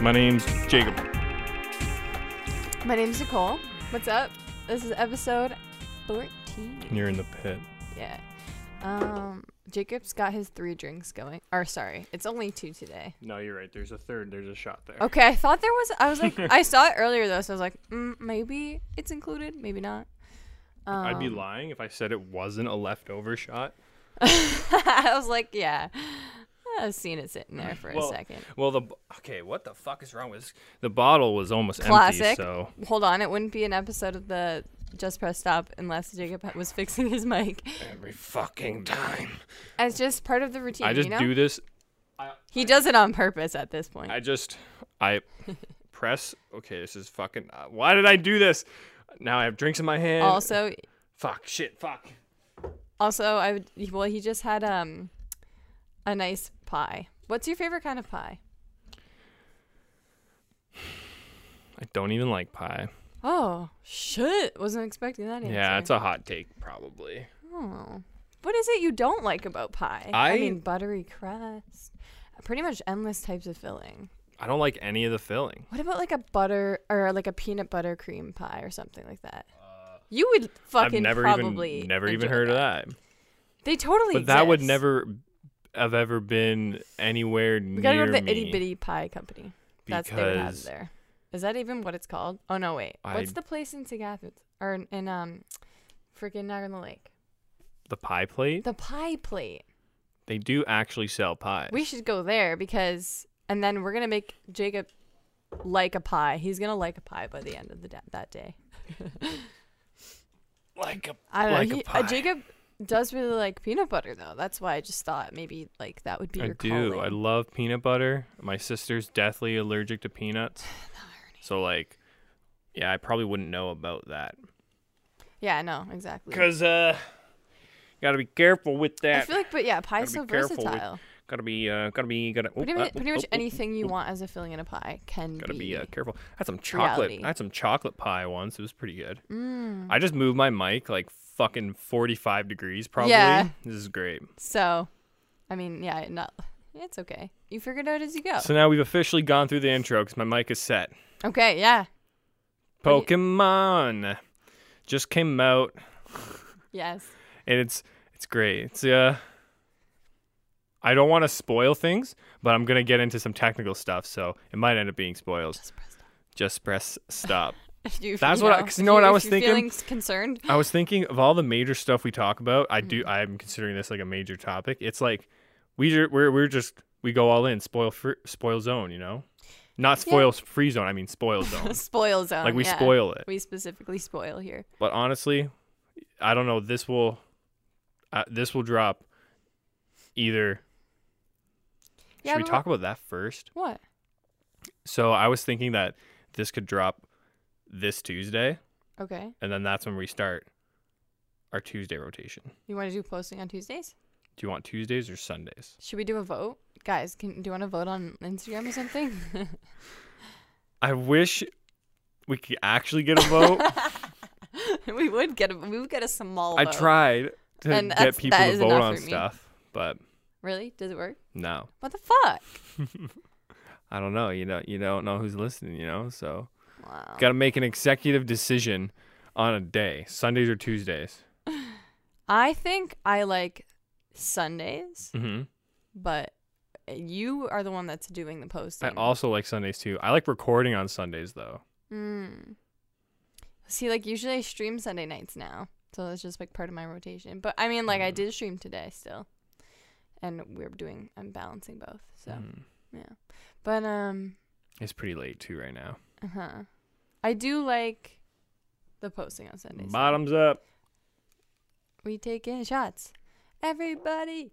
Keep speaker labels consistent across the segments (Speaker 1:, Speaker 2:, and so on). Speaker 1: My name's Jacob.
Speaker 2: My name's Nicole. What's up? This is episode 14.
Speaker 1: You're in the pit.
Speaker 2: Yeah. Um, Jacob's got his three drinks going. Or sorry, it's only two today.
Speaker 1: No, you're right. There's a third. There's a shot there.
Speaker 2: Okay, I thought there was. I was like, I saw it earlier though, so I was like, mm, maybe it's included, maybe not. Um,
Speaker 1: I'd be lying if I said it wasn't a leftover shot.
Speaker 2: I was like, yeah. I've seen it sitting there for
Speaker 1: Well,
Speaker 2: a second.
Speaker 1: Well, the okay. What the fuck is wrong with this? The bottle was almost empty.
Speaker 2: Classic.
Speaker 1: So
Speaker 2: Hold on, it wouldn't be an episode of the Just Press Stop unless Jacob ha- was fixing his mic.
Speaker 1: every fucking time.
Speaker 2: It's just part of the routine.
Speaker 1: I just
Speaker 2: you know?
Speaker 1: do this.
Speaker 2: He does it on purpose at this point.
Speaker 1: I just I press. Okay, this is fucking. Uh, why did I do this? Now I have drinks in my hand.
Speaker 2: also,
Speaker 1: fuck. Shit. Fuck.
Speaker 2: Also, I would. Well, he just had um, a nice pie. What's your favorite kind of pie?
Speaker 1: I don't even like pie.
Speaker 2: Oh shit! Wasn't expecting that answer.
Speaker 1: Yeah, it's a hot take probably.
Speaker 2: Oh. What is it you don't like about pie?
Speaker 1: I-
Speaker 2: mean, buttery crust. Pretty much endless types of filling.
Speaker 1: I don't like any of the filling.
Speaker 2: What about like a butter or like a peanut butter cream pie or something like that? You would fucking
Speaker 1: I've never
Speaker 2: probably
Speaker 1: even never even
Speaker 2: enjoy
Speaker 1: heard of that.
Speaker 2: They totally.
Speaker 1: But that would
Speaker 2: exist.
Speaker 1: never have ever been anywhere
Speaker 2: We
Speaker 1: near
Speaker 2: gotta go to the
Speaker 1: me
Speaker 2: itty bitty pie company. That's they would have
Speaker 1: because
Speaker 2: there. Is that even what it's called? Oh no, wait. What's
Speaker 1: I-
Speaker 2: the place in St. Catharines or in, in um, freaking Niagara on the Lake?
Speaker 1: the pie plate
Speaker 2: The pie plate.
Speaker 1: they do actually sell pies.
Speaker 2: We should go there because, and then we're gonna make Jacob like a pie. He's gonna like a pie by the end of the da- that day.
Speaker 1: like a
Speaker 2: I don't
Speaker 1: like
Speaker 2: know.
Speaker 1: a
Speaker 2: He,
Speaker 1: pie.
Speaker 2: Uh, Jacob does really like peanut butter though. That's why I just thought maybe like that would be
Speaker 1: I
Speaker 2: your
Speaker 1: do. I
Speaker 2: calling.
Speaker 1: love peanut butter. My sister's deathly allergic to peanuts. So like yeah, I probably wouldn't know about that.
Speaker 2: yeah, no, exactly.
Speaker 1: Cuz uh got to be careful with
Speaker 2: I
Speaker 1: that.
Speaker 2: feel like, but yeah, pie's so
Speaker 1: Gotta be careful with-
Speaker 2: versatile.
Speaker 1: got to be uh oh, got to be got to
Speaker 2: Pretty, mu- pretty much anything you want as a filling in a pie can
Speaker 1: Gotta be
Speaker 2: be.
Speaker 1: uh, careful. I had some chocolate.
Speaker 2: reality. Mm.
Speaker 1: I had some chocolate pie once. It was pretty good. I just moved my mic like fucking 45 degrees probably.
Speaker 2: Yeah.
Speaker 1: This is great.
Speaker 2: So, I mean, yeah, not it's okay. You figured out as you go.
Speaker 1: So now we've officially gone through the intro because my mic is set.
Speaker 2: Okay, yeah, What
Speaker 1: Pokemon just came out
Speaker 2: yes.
Speaker 1: and it's it's great. It's uh I don't want to spoil things, but I'm going to get into some technical stuff, so it might end up being spoils.
Speaker 2: Just press stop.
Speaker 1: Just press stop.
Speaker 2: If you-
Speaker 1: That's
Speaker 2: you
Speaker 1: what I-
Speaker 2: know,
Speaker 1: 'cause you
Speaker 2: if
Speaker 1: know what I
Speaker 2: if
Speaker 1: was
Speaker 2: you're
Speaker 1: thinking?
Speaker 2: Feeling s- concerned.
Speaker 1: I was thinking of all the major stuff we talk about. I do.
Speaker 2: Mm-hmm.
Speaker 1: I'm considering this like a major topic. It's like we ju- we're we're just we go all in spoil fr- spoil zone. You know, not
Speaker 2: Yeah.
Speaker 1: spoil free zone. I mean spoil zone.
Speaker 2: spoil zone.
Speaker 1: like we
Speaker 2: yeah.
Speaker 1: spoil it.
Speaker 2: We specifically spoil here.
Speaker 1: But honestly, I don't know. This will uh, this will drop either.
Speaker 2: Yeah,
Speaker 1: Should we
Speaker 2: but
Speaker 1: talk about that first?
Speaker 2: What?
Speaker 1: So I was thinking that this could drop this Tuesday,
Speaker 2: Okay.
Speaker 1: and then that's when we start our Tuesday rotation.
Speaker 2: You want to do posting on Tuesdays?
Speaker 1: Do you want Tuesdays or Sundays?
Speaker 2: Should we do a vote, guys? Can do you want to vote on Instagram or something?
Speaker 1: I wish we could actually get a vote.
Speaker 2: we would get a we would get a small.
Speaker 1: I
Speaker 2: vote.
Speaker 1: tried to
Speaker 2: And
Speaker 1: get
Speaker 2: that's-
Speaker 1: people
Speaker 2: that
Speaker 1: to
Speaker 2: is
Speaker 1: vote
Speaker 2: enough
Speaker 1: on
Speaker 2: for me.
Speaker 1: stuff, but
Speaker 2: Really? Does it work?
Speaker 1: no.
Speaker 2: What the fuck?
Speaker 1: I don't know. You know, you don't know who's listening. You know, so
Speaker 2: Wow.
Speaker 1: got to make an executive decision on a day, Sundays or Tuesdays.
Speaker 2: I think I like Sundays,
Speaker 1: hmm
Speaker 2: but eh, you are the one that's doing the
Speaker 1: I
Speaker 2: posting.
Speaker 1: also like Sundays too. I like recording on Sundays though.
Speaker 2: Mm. See, like usually I stream Sunday nights now, so it's just like part of my rotation. But I mean, like I
Speaker 1: Mm.
Speaker 2: did stream today still, and we're doing I'm balancing both. So
Speaker 1: Mm.
Speaker 2: yeah, but um,
Speaker 1: It's pretty late too right now.
Speaker 2: uh huh, I do like the posting on Sundays. though.
Speaker 1: Bottoms up.
Speaker 2: we take in shots, everybody.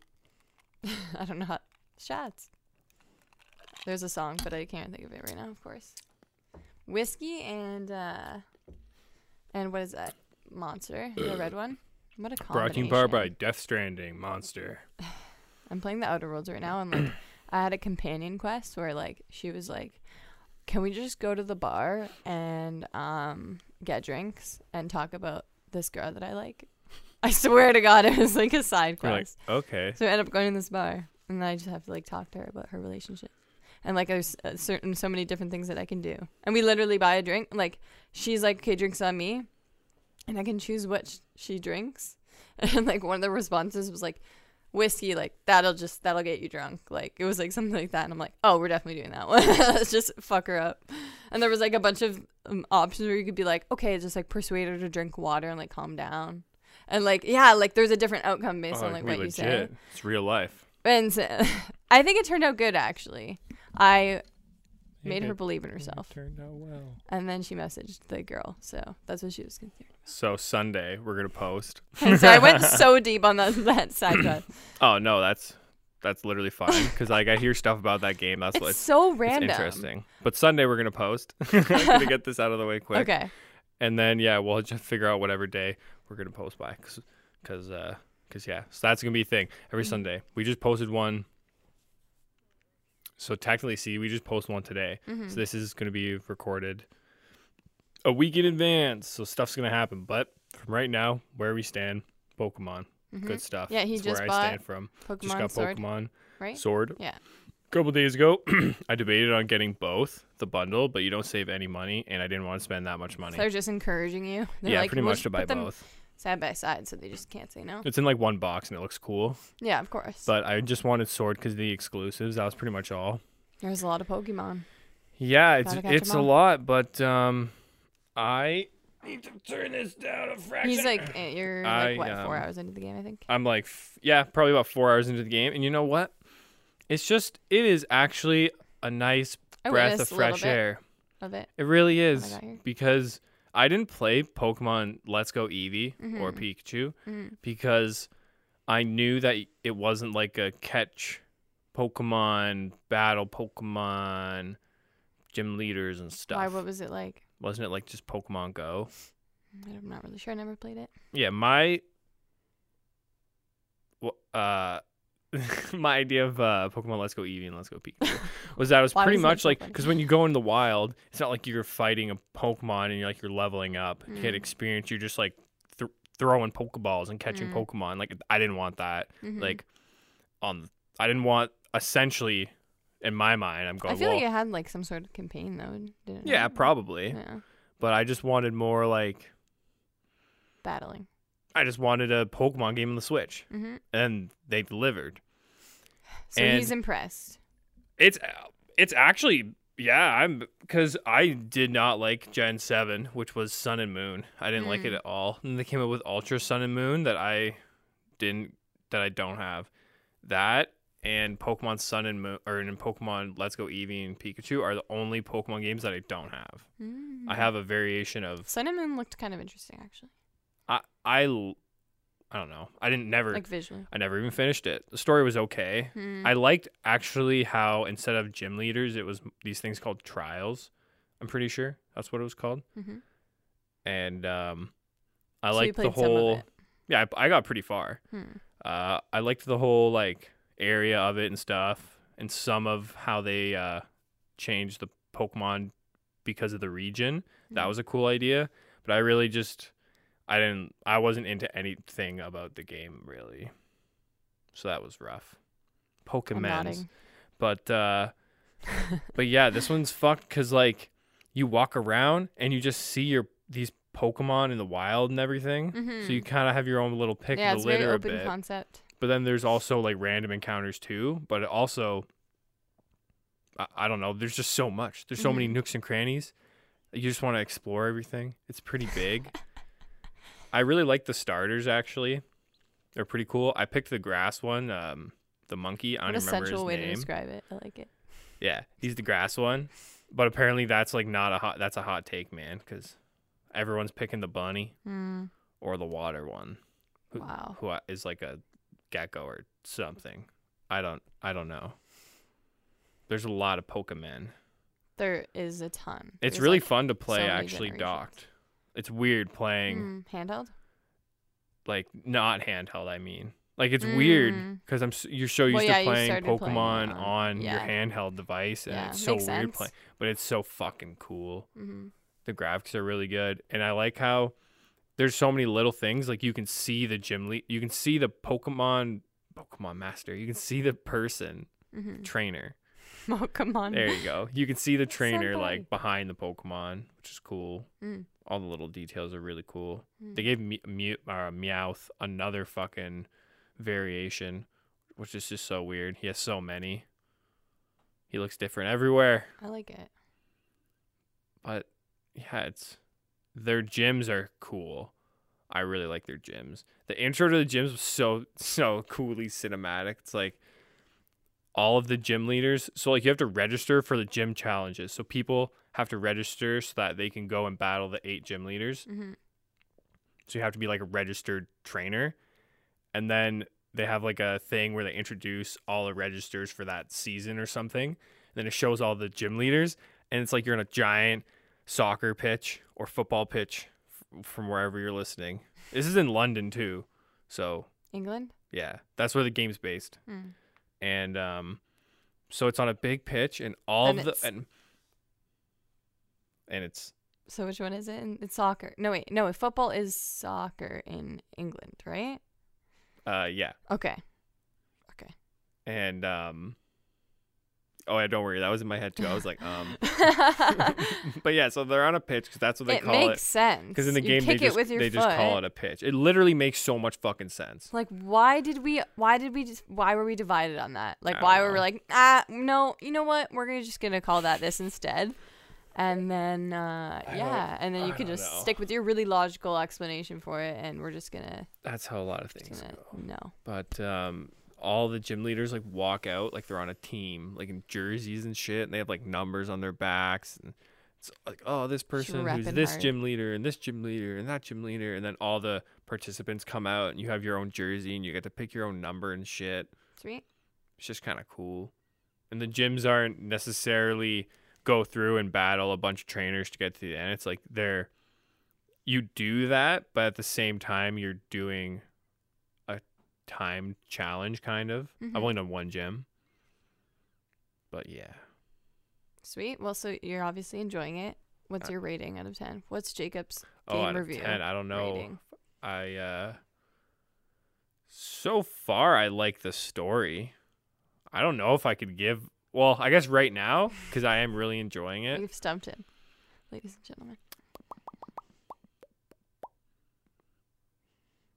Speaker 2: I don't know how shots. There's a song, but I can't think of it right now. Of course, whiskey and uh, and what is that monster? The red one. What a
Speaker 1: Brought to
Speaker 2: combination.
Speaker 1: you bar by Death Stranding Monster.
Speaker 2: I'm playing the Outer Worlds right now, and like I had a companion quest where like she was like, "Can we just go to the bar and um get drinks and talk about this girl that I like?" I swear to God, it was like a side
Speaker 1: You're
Speaker 2: quest.
Speaker 1: like, okay.
Speaker 2: So I end up going to this bar, and then I just have to like talk to her about her relationship. and like there's uh, certain so many different things that I can do. And we literally buy a drink. Like she's like, okay, drinks on me, and I can choose what sh- she drinks. And like one of the responses was like, whiskey, like that'll just that'll get you drunk. Like it was like something like that, and I'm like, oh, we're definitely doing that one. Let's just fuck her up. And there was like a bunch of um, options where you could be like, okay, just like persuade her to drink water and like calm down. And like yeah, like there's a different outcome based
Speaker 1: Oh,
Speaker 2: on
Speaker 1: it
Speaker 2: like
Speaker 1: could be
Speaker 2: what you say
Speaker 1: legit. It's real life.
Speaker 2: and so, I think it turned out good actually. I
Speaker 1: It
Speaker 2: made her
Speaker 1: did. Mm-hmm.
Speaker 2: believe in
Speaker 1: It
Speaker 2: herself,
Speaker 1: turned out well.
Speaker 2: and then she messaged the girl, so that's what she was concerned.
Speaker 1: So Sunday we're gonna post.
Speaker 2: And so I went so deep on that that side quest.
Speaker 1: Oh no, that's that's literally fine because like I hear stuff about that game. That's
Speaker 2: It's
Speaker 1: what's
Speaker 2: so
Speaker 1: it's
Speaker 2: random.
Speaker 1: interesting. But Sunday we're gonna post. we're gonna get this out of the way quick.
Speaker 2: Okay,
Speaker 1: And then yeah, we'll just figure out whatever day we're gonna post by, cause, 'cause, uh, 'cause, yeah, so that's gonna be a thing every
Speaker 2: Mm-hmm.
Speaker 1: Sunday. We just posted one. So technically, see, we just posted one today.
Speaker 2: Mm-hmm. Mm.
Speaker 1: So this is gonna be recorded a week in advance. So stuff's gonna happen. But from right now, where we stand, Pokemon, good stuff.
Speaker 2: Yeah, he
Speaker 1: It's
Speaker 2: just
Speaker 1: where
Speaker 2: bought
Speaker 1: I stand from.
Speaker 2: Mm-hmm. Pokemon
Speaker 1: just got
Speaker 2: Sword,
Speaker 1: Pokemon
Speaker 2: right?
Speaker 1: Sword.
Speaker 2: Yeah.
Speaker 1: couple days ago, I debated on getting both the bundle, but you don't save any money, and I didn't want to spend that much money.
Speaker 2: So they're just encouraging you. They're
Speaker 1: yeah,
Speaker 2: like,
Speaker 1: pretty
Speaker 2: "We'll
Speaker 1: much
Speaker 2: just
Speaker 1: to buy
Speaker 2: put them
Speaker 1: both.
Speaker 2: side by side, so they just can't say no.
Speaker 1: It's in like one box and it looks cool,
Speaker 2: Yeah, of course.
Speaker 1: but I just wanted Sword because the exclusives. That was pretty much all.
Speaker 2: There's a lot of Pokemon.
Speaker 1: Yeah, it's
Speaker 2: Gotta catch 'em
Speaker 1: it's a
Speaker 2: all.
Speaker 1: lot, but um, I need to turn this down a fraction.
Speaker 2: He's like, eh, you're
Speaker 1: I,
Speaker 2: like what four
Speaker 1: um,
Speaker 2: hours into the game, I think.
Speaker 1: I'm like, f- yeah, probably about four hours into the game, and you know what? It's just it is actually a nice
Speaker 2: I
Speaker 1: breath of
Speaker 2: witnessed a little
Speaker 1: fresh
Speaker 2: bit
Speaker 1: air.
Speaker 2: Of it.
Speaker 1: It really
Speaker 2: I
Speaker 1: is
Speaker 2: got here.
Speaker 1: because I didn't play Pokemon Let's Go Eevee or
Speaker 2: Mm-hmm.
Speaker 1: Pikachu
Speaker 2: Mm.
Speaker 1: because I knew that it wasn't like a catch Pokemon battle Pokemon gym leaders and stuff.
Speaker 2: Why? What was it like?
Speaker 1: wasn't it like just Pokemon Go?
Speaker 2: I'm not really sure. I never played it.
Speaker 1: Yeah, my wh- uh my idea of uh, Pokemon Let's Go Eevee and Let's Go Pikachu was that it was
Speaker 2: Why
Speaker 1: pretty
Speaker 2: was that
Speaker 1: much
Speaker 2: so
Speaker 1: like
Speaker 2: funny?
Speaker 1: because when you go in the wild, it's not like you're fighting a Pokemon and you're like you're leveling up, you
Speaker 2: Mm.
Speaker 1: get experience. You're just like th- throwing Pokeballs and catching
Speaker 2: Mm.
Speaker 1: Pokemon. Like I didn't want that.
Speaker 2: Mm-hmm.
Speaker 1: Like on I didn't want essentially in my mind. I'm going
Speaker 2: I feel
Speaker 1: well,
Speaker 2: like it had like some sort of campaign though, didn't it?
Speaker 1: yeah, probably,
Speaker 2: Yeah.
Speaker 1: but I just wanted more like
Speaker 2: Battling.
Speaker 1: I just wanted a Pokemon game on the Switch,
Speaker 2: hmm
Speaker 1: and they delivered.
Speaker 2: So he's
Speaker 1: And-
Speaker 2: impressed.
Speaker 1: It's it's actually yeah, I'm because I did not like Gen Seven, which was Sun and Moon. I didn't like it at all. And they came up with Ultra Sun and Moon that I didn't that I don't have. That and Pokemon Sun and Moon or in Pokemon Let's Go Eevee and Pikachu are the only Pokemon games that I don't have. I
Speaker 2: Hmm.
Speaker 1: have a variation of
Speaker 2: Sun and Moon Mm-hmm. looked kind of interesting actually,
Speaker 1: I I l- I don't know. I didn't never
Speaker 2: like visually. Hmm.
Speaker 1: I never even finished it. The story was okay. I
Speaker 2: Mm-hmm.
Speaker 1: liked actually how instead of gym leaders, it was these things called trials. I'm pretty sure that's what it was called.
Speaker 2: Mhm.
Speaker 1: And um, I
Speaker 2: So you
Speaker 1: liked the
Speaker 2: played some of
Speaker 1: whole.
Speaker 2: it.
Speaker 1: Yeah, I, I got pretty far.
Speaker 2: Hmm.
Speaker 1: Uh, I liked the whole like area of it and stuff, and some of how they uh, changed the Pokemon because of the region. That
Speaker 2: Mm-hmm.
Speaker 1: was a cool idea, but I really just I didn't I wasn't into anything about the game really, so that was rough.
Speaker 2: I'm
Speaker 1: Pokemon,
Speaker 2: nodding.
Speaker 1: but uh, but yeah, this one's fucked because like you walk around and you just see your these Pokemon in the wild and everything, so you kind of have your own little pick
Speaker 2: Mm-hmm. yeah,
Speaker 1: of
Speaker 2: it's
Speaker 1: the litter
Speaker 2: very
Speaker 1: a
Speaker 2: open
Speaker 1: bit
Speaker 2: concept.
Speaker 1: but then there's also like random encounters too but it also I, I don't know there's just so much there's so
Speaker 2: Mm-hmm.
Speaker 1: many nooks and crannies you just want to explore everything it's pretty big i really like the starters actually they're pretty cool i picked the grass one um the monkey i don't
Speaker 2: What a
Speaker 1: even remember his
Speaker 2: sensual way to
Speaker 1: name
Speaker 2: describe it. I like it.
Speaker 1: yeah he's the grass one but apparently that's like not a hot that's a hot take man because everyone's picking the bunny
Speaker 2: Mm.
Speaker 1: or the water one Who-
Speaker 2: Wow.
Speaker 1: who I- is like a gecko or something. I don't I don't know. There's a lot of Pokemon.
Speaker 2: There is a ton.
Speaker 1: It's
Speaker 2: There's,
Speaker 1: really
Speaker 2: like,
Speaker 1: fun to play
Speaker 2: many
Speaker 1: actually
Speaker 2: generations.
Speaker 1: docked. It's weird playing
Speaker 2: mm, handheld.
Speaker 1: like not handheld. I mean, like it's weird weird
Speaker 2: Mm.
Speaker 1: because I'm s- you're so
Speaker 2: Well,
Speaker 1: used
Speaker 2: yeah,
Speaker 1: to
Speaker 2: you
Speaker 1: playing
Speaker 2: started playing it
Speaker 1: Pokemon
Speaker 2: on-
Speaker 1: on your
Speaker 2: yeah.
Speaker 1: handheld device, and
Speaker 2: Yeah,
Speaker 1: it's so
Speaker 2: makes
Speaker 1: weird
Speaker 2: sense.
Speaker 1: playing. But it's so fucking cool.
Speaker 2: hmm
Speaker 1: The graphics are really good, and I like how there's so many little things. Like you can see the gym lead, you can see the Pokemon Pokemon master, you can see the person
Speaker 2: hmm
Speaker 1: trainer.
Speaker 2: Pokemon.
Speaker 1: There you go. You can see the trainer
Speaker 2: Senpai.
Speaker 1: like behind the Pokemon, which is cool.
Speaker 2: Mm.
Speaker 1: All the little details are really cool.
Speaker 2: Mm.
Speaker 1: They gave Mew, Mew, uh, Meowth another fucking variation, which is just so weird. He has so many. He looks different everywhere,
Speaker 2: I like it.
Speaker 1: but yeah, it's their gyms are cool. I really like their gyms. The intro to the gyms was so so coolly cinematic. It's like all of the gym leaders. So like you have to register for the gym challenges. So people have to register so that they can go and battle the eight gym leaders.
Speaker 2: hmm
Speaker 1: So you have to be like a registered trainer. And then they have like a thing where they introduce all the registers for that season or something. And then it shows all the gym leaders. And it's like you're in a giant soccer pitch or football pitch f- from wherever you're listening. This is in London too. So
Speaker 2: England.
Speaker 1: yeah, that's where the game's based.
Speaker 2: Mm.
Speaker 1: And um, so it's on a big pitch and all
Speaker 2: And
Speaker 1: of the.
Speaker 2: it's-
Speaker 1: And, and it's
Speaker 2: So which one is it? In- It's soccer. No wait, no. Football is soccer in England, right?
Speaker 1: uh yeah
Speaker 2: Okay.
Speaker 1: and um oh yeah don't worry that was in my head too i was like um but yeah so they're on a pitch because that's what they
Speaker 2: it
Speaker 1: call
Speaker 2: makes
Speaker 1: it
Speaker 2: sense.
Speaker 1: because in the
Speaker 2: You
Speaker 1: game they,
Speaker 2: kick
Speaker 1: just,
Speaker 2: it with your
Speaker 1: they
Speaker 2: foot.
Speaker 1: just call it a pitch it literally makes so much fucking sense
Speaker 2: Like, why did we? Why did we just? Why were we divided on that?
Speaker 1: I
Speaker 2: Like,
Speaker 1: don't
Speaker 2: why were we
Speaker 1: know.
Speaker 2: like, ah, no, you know what? We're gonna just gonna call that this instead, and then uh,
Speaker 1: I
Speaker 2: yeah, and then
Speaker 1: I
Speaker 2: you can
Speaker 1: don't
Speaker 2: just
Speaker 1: know.
Speaker 2: stick with your really logical explanation for it, and we're just gonna,
Speaker 1: that's how a lot of
Speaker 2: just
Speaker 1: things
Speaker 2: gonna
Speaker 1: go
Speaker 2: no.
Speaker 1: but um all the gym leaders like walk out like they're on a team like in jerseys and shit and they have like numbers on their backs and it's like oh this person who's
Speaker 2: repping
Speaker 1: this
Speaker 2: hard.
Speaker 1: gym leader and this gym leader and that gym leader and then all the participants come out and you have your own jersey and you get to pick your own number and shit
Speaker 2: Sweet.
Speaker 1: it's just kind of cool. And the gyms aren't necessarily go through and battle a bunch of trainers to get to the end. It's like they're you do that, but at the same time you're doing a time challenge kind of.
Speaker 2: Mhm.
Speaker 1: I've only done one gym. But yeah.
Speaker 2: Sweet. Well, so you're obviously enjoying it. What's your rating out of ten? What's Jacob's
Speaker 1: Uh, oh,
Speaker 2: game
Speaker 1: out of
Speaker 2: review
Speaker 1: 10, I don't know.
Speaker 2: rating?
Speaker 1: I uh so far I like the story. I don't know if I could give well, I guess right now cuz I am really enjoying it.
Speaker 2: We've stumped him, ladies and gentlemen.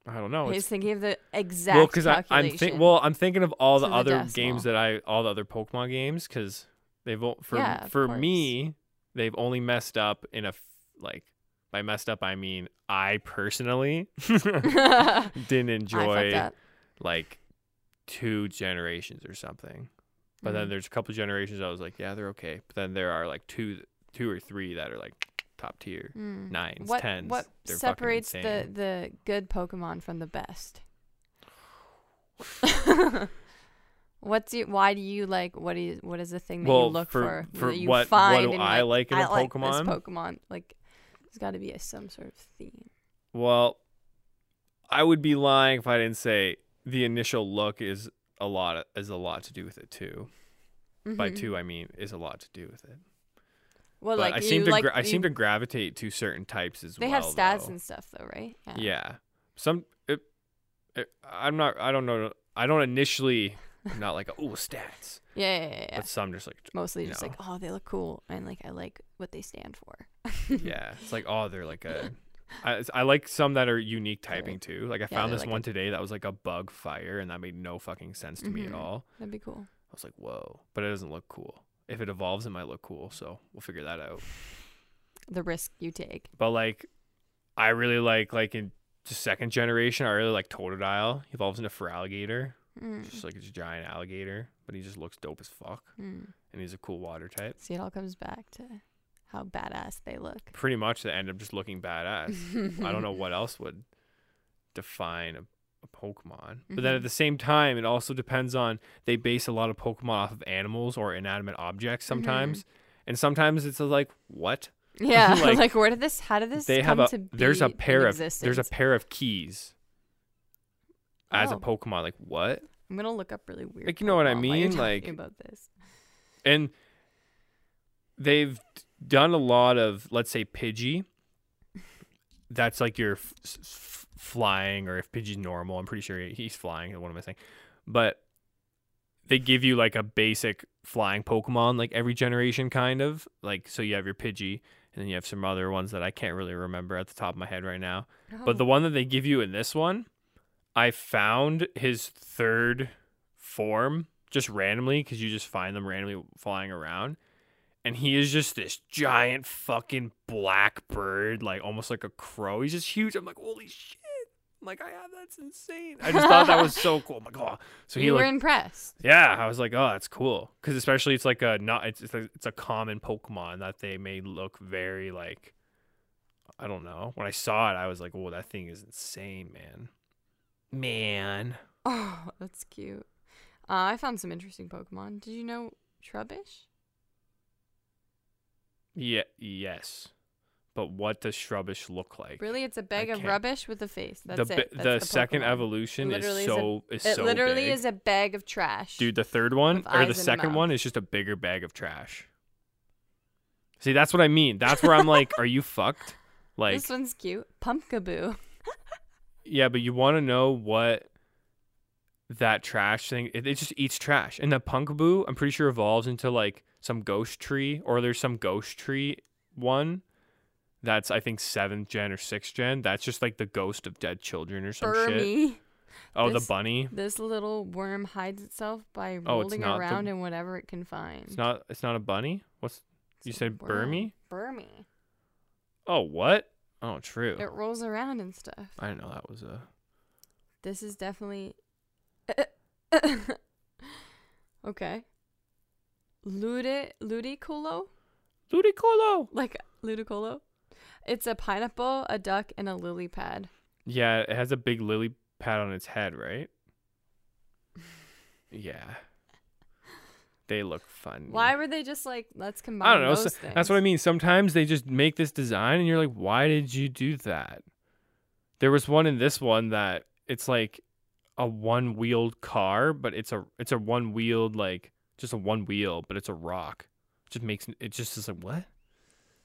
Speaker 1: I don't know.
Speaker 2: He's
Speaker 1: Oh, It's,
Speaker 2: thinking of the exact
Speaker 1: well, I, I'm
Speaker 2: calculation.
Speaker 1: think well, I'm thinking of all the
Speaker 2: to the
Speaker 1: other
Speaker 2: decimal.
Speaker 1: games that I all the other Pokemon games because they've o- for
Speaker 2: Yeah, of
Speaker 1: for
Speaker 2: course.
Speaker 1: me they've only messed up in a f- like by messed up I mean I personally didn't
Speaker 2: I fucked
Speaker 1: enjoy
Speaker 2: up.
Speaker 1: like two generations or something. But
Speaker 2: Mm-hmm.
Speaker 1: then there's a couple generations I was like, yeah, they're okay. But then there are like two two or three that are like top tier.
Speaker 2: Mm.
Speaker 1: Nines,
Speaker 2: what,
Speaker 1: tens.
Speaker 2: What
Speaker 1: They're fucking
Speaker 2: separates the,
Speaker 1: insane.
Speaker 2: the good Pokemon from the best? What's your, why do you like what is what is the thing that you
Speaker 1: Well,
Speaker 2: look
Speaker 1: for-
Speaker 2: for,
Speaker 1: for
Speaker 2: that you
Speaker 1: what- what
Speaker 2: find
Speaker 1: do
Speaker 2: in,
Speaker 1: I like in a
Speaker 2: I like this
Speaker 1: Pokemon?
Speaker 2: Pokemon like there's got to be a, some sort of theme.
Speaker 1: Well, I would be lying if I didn't say the initial look is a lot is a lot to do with it too. By
Speaker 2: Mhm.
Speaker 1: two, I mean is a lot to do with it.
Speaker 2: well,
Speaker 1: but
Speaker 2: like
Speaker 1: I
Speaker 2: you
Speaker 1: seem to
Speaker 2: like
Speaker 1: gra- I
Speaker 2: you-
Speaker 1: seem to gravitate to certain types as
Speaker 2: they
Speaker 1: well.
Speaker 2: have stats
Speaker 1: though.
Speaker 2: and stuff though, right?
Speaker 1: yeah. Some it, it, I'm not. I don't know. I don't initially I'm not like oh stats,
Speaker 2: yeah, yeah, yeah. yeah, yeah.
Speaker 1: but some just like
Speaker 2: Mostly just
Speaker 1: no.
Speaker 2: like oh they look cool and like I like what they stand for.
Speaker 1: yeah. It's like oh they're like a. I, it's- I like some that are unique typing too. Like I found
Speaker 2: they're
Speaker 1: this
Speaker 2: like a-
Speaker 1: one today that was like a bug fire, and that made no fucking sense to me at
Speaker 2: Mhm.
Speaker 1: all.
Speaker 2: That'd be cool.
Speaker 1: I was like, whoa, but it doesn't look cool. If it evolves, it might look cool. So we'll figure that out.
Speaker 2: The risk you take.
Speaker 1: But like, I really like like in the second generation. I really like Totodile. He evolves into Feraligatr,
Speaker 2: Mm,
Speaker 1: just like a giant alligator, but he just looks dope as fuck,
Speaker 2: mm.
Speaker 1: and he's a cool water type.
Speaker 2: See, it all comes back to how badass they look.
Speaker 1: Pretty much, they end up just looking badass. I don't know what else would define a, a Pokemon. But then
Speaker 2: Mhm.
Speaker 1: at the same time, it also depends on they base a lot of Pokemon off of animals or inanimate objects sometimes. And sometimes it's like, what?
Speaker 2: Yeah,
Speaker 1: Like,
Speaker 2: like, where did this? How did this
Speaker 1: they have
Speaker 2: come
Speaker 1: a
Speaker 2: to be?
Speaker 1: there's a
Speaker 2: in
Speaker 1: pair of there's a
Speaker 2: existence?
Speaker 1: pair of keys as a
Speaker 2: Oh.
Speaker 1: Pokemon. Like what?
Speaker 2: I'm gonna look up really weird.
Speaker 1: Like, you know what I
Speaker 2: Pokemon while you're
Speaker 1: mean?
Speaker 2: talking
Speaker 1: Like-
Speaker 2: about this.
Speaker 1: And they've d- done a lot of let's say Pidgey. That's like your f- s- f- flying, or if Pidgey's normal, I'm pretty sure he's flying. What am I saying? But they give you like a basic flying Pokemon like every generation kind of like so you have your Pidgey and then you have some other ones that I can't really remember at the top of my head right now. But
Speaker 2: Oh.
Speaker 1: the one that they give you in this one, I found his third form just randomly because you just find them randomly flying around. And he is just this giant fucking black bird, like almost like a crow. He's just huge. I'm like, holy shit. I'm like, I have that's insane. I just thought that was so cool. I'm like, oh. So he
Speaker 2: you were
Speaker 1: like,
Speaker 2: impressed.
Speaker 1: yeah, I was like, oh, that's cool. Because especially it's like a not it's it's a, it's a common Pokemon that they may look very like I don't know. When I saw it, I was like, whoa, that thing is insane, man. Man.
Speaker 2: Oh, that's cute. Uh, I found some interesting Pokemon. Did you know Trubbish?
Speaker 1: Yeah. Yes. But what does Shrubbish look like?
Speaker 2: Really, it's a bag of
Speaker 1: can't-
Speaker 2: rubbish with a face. That's
Speaker 1: the
Speaker 2: it.
Speaker 1: bi-
Speaker 2: That's
Speaker 1: the, second
Speaker 2: Pokemon.
Speaker 1: evolution
Speaker 2: Literally
Speaker 1: is
Speaker 2: is a-
Speaker 1: so is,
Speaker 2: It
Speaker 1: so
Speaker 2: literally
Speaker 1: big.
Speaker 2: is a bag of trash.
Speaker 1: Dude, the third one
Speaker 2: with eyes
Speaker 1: or
Speaker 2: and
Speaker 1: the
Speaker 2: a
Speaker 1: second
Speaker 2: mouth.
Speaker 1: one is just a bigger bag of trash. See, that's what I mean. That's where I'm like, are you fucked? Like
Speaker 2: this one's cute. Pumpkaboo.
Speaker 1: Yeah, but you want to know what that trash thing? It, it just eats trash, and the punkaboo, I'm pretty sure, evolves into like some ghost tree, or there's some ghost tree one that's I think seventh gen or sixth gen. That's just like the ghost of dead children or some shit.
Speaker 2: Burmy.
Speaker 1: Oh,
Speaker 2: This-
Speaker 1: the bunny.
Speaker 2: This little worm hides itself by
Speaker 1: Oh, it's
Speaker 2: rolling
Speaker 1: not the-
Speaker 2: around in whatever it can find.
Speaker 1: It's not. It's not a bunny. What's you
Speaker 2: It's a
Speaker 1: said?
Speaker 2: worm.
Speaker 1: Burmy.
Speaker 2: Burmy.
Speaker 1: Oh, what? Oh, true.
Speaker 2: It rolls around and stuff.
Speaker 1: I didn't know that was a.
Speaker 2: This is definitely. okay. Lude ludicolo,
Speaker 1: Ludicolo.
Speaker 2: like ludicolo. It's a pineapple, a duck, and a lily pad.
Speaker 1: Yeah, it has a big lily pad on its head, right? Yeah. They look fun.
Speaker 2: Why were they just like let's combine?
Speaker 1: Hmm. I don't know.
Speaker 2: Those
Speaker 1: so- that's what I
Speaker 2: things?
Speaker 1: mean. Sometimes they just make this design and you're like, "Why did you do that?" There was one in this one that it's like a one-wheeled car, but it's a it's a one-wheeled like just a one wheel, but it's a rock. Just makes it just is like what?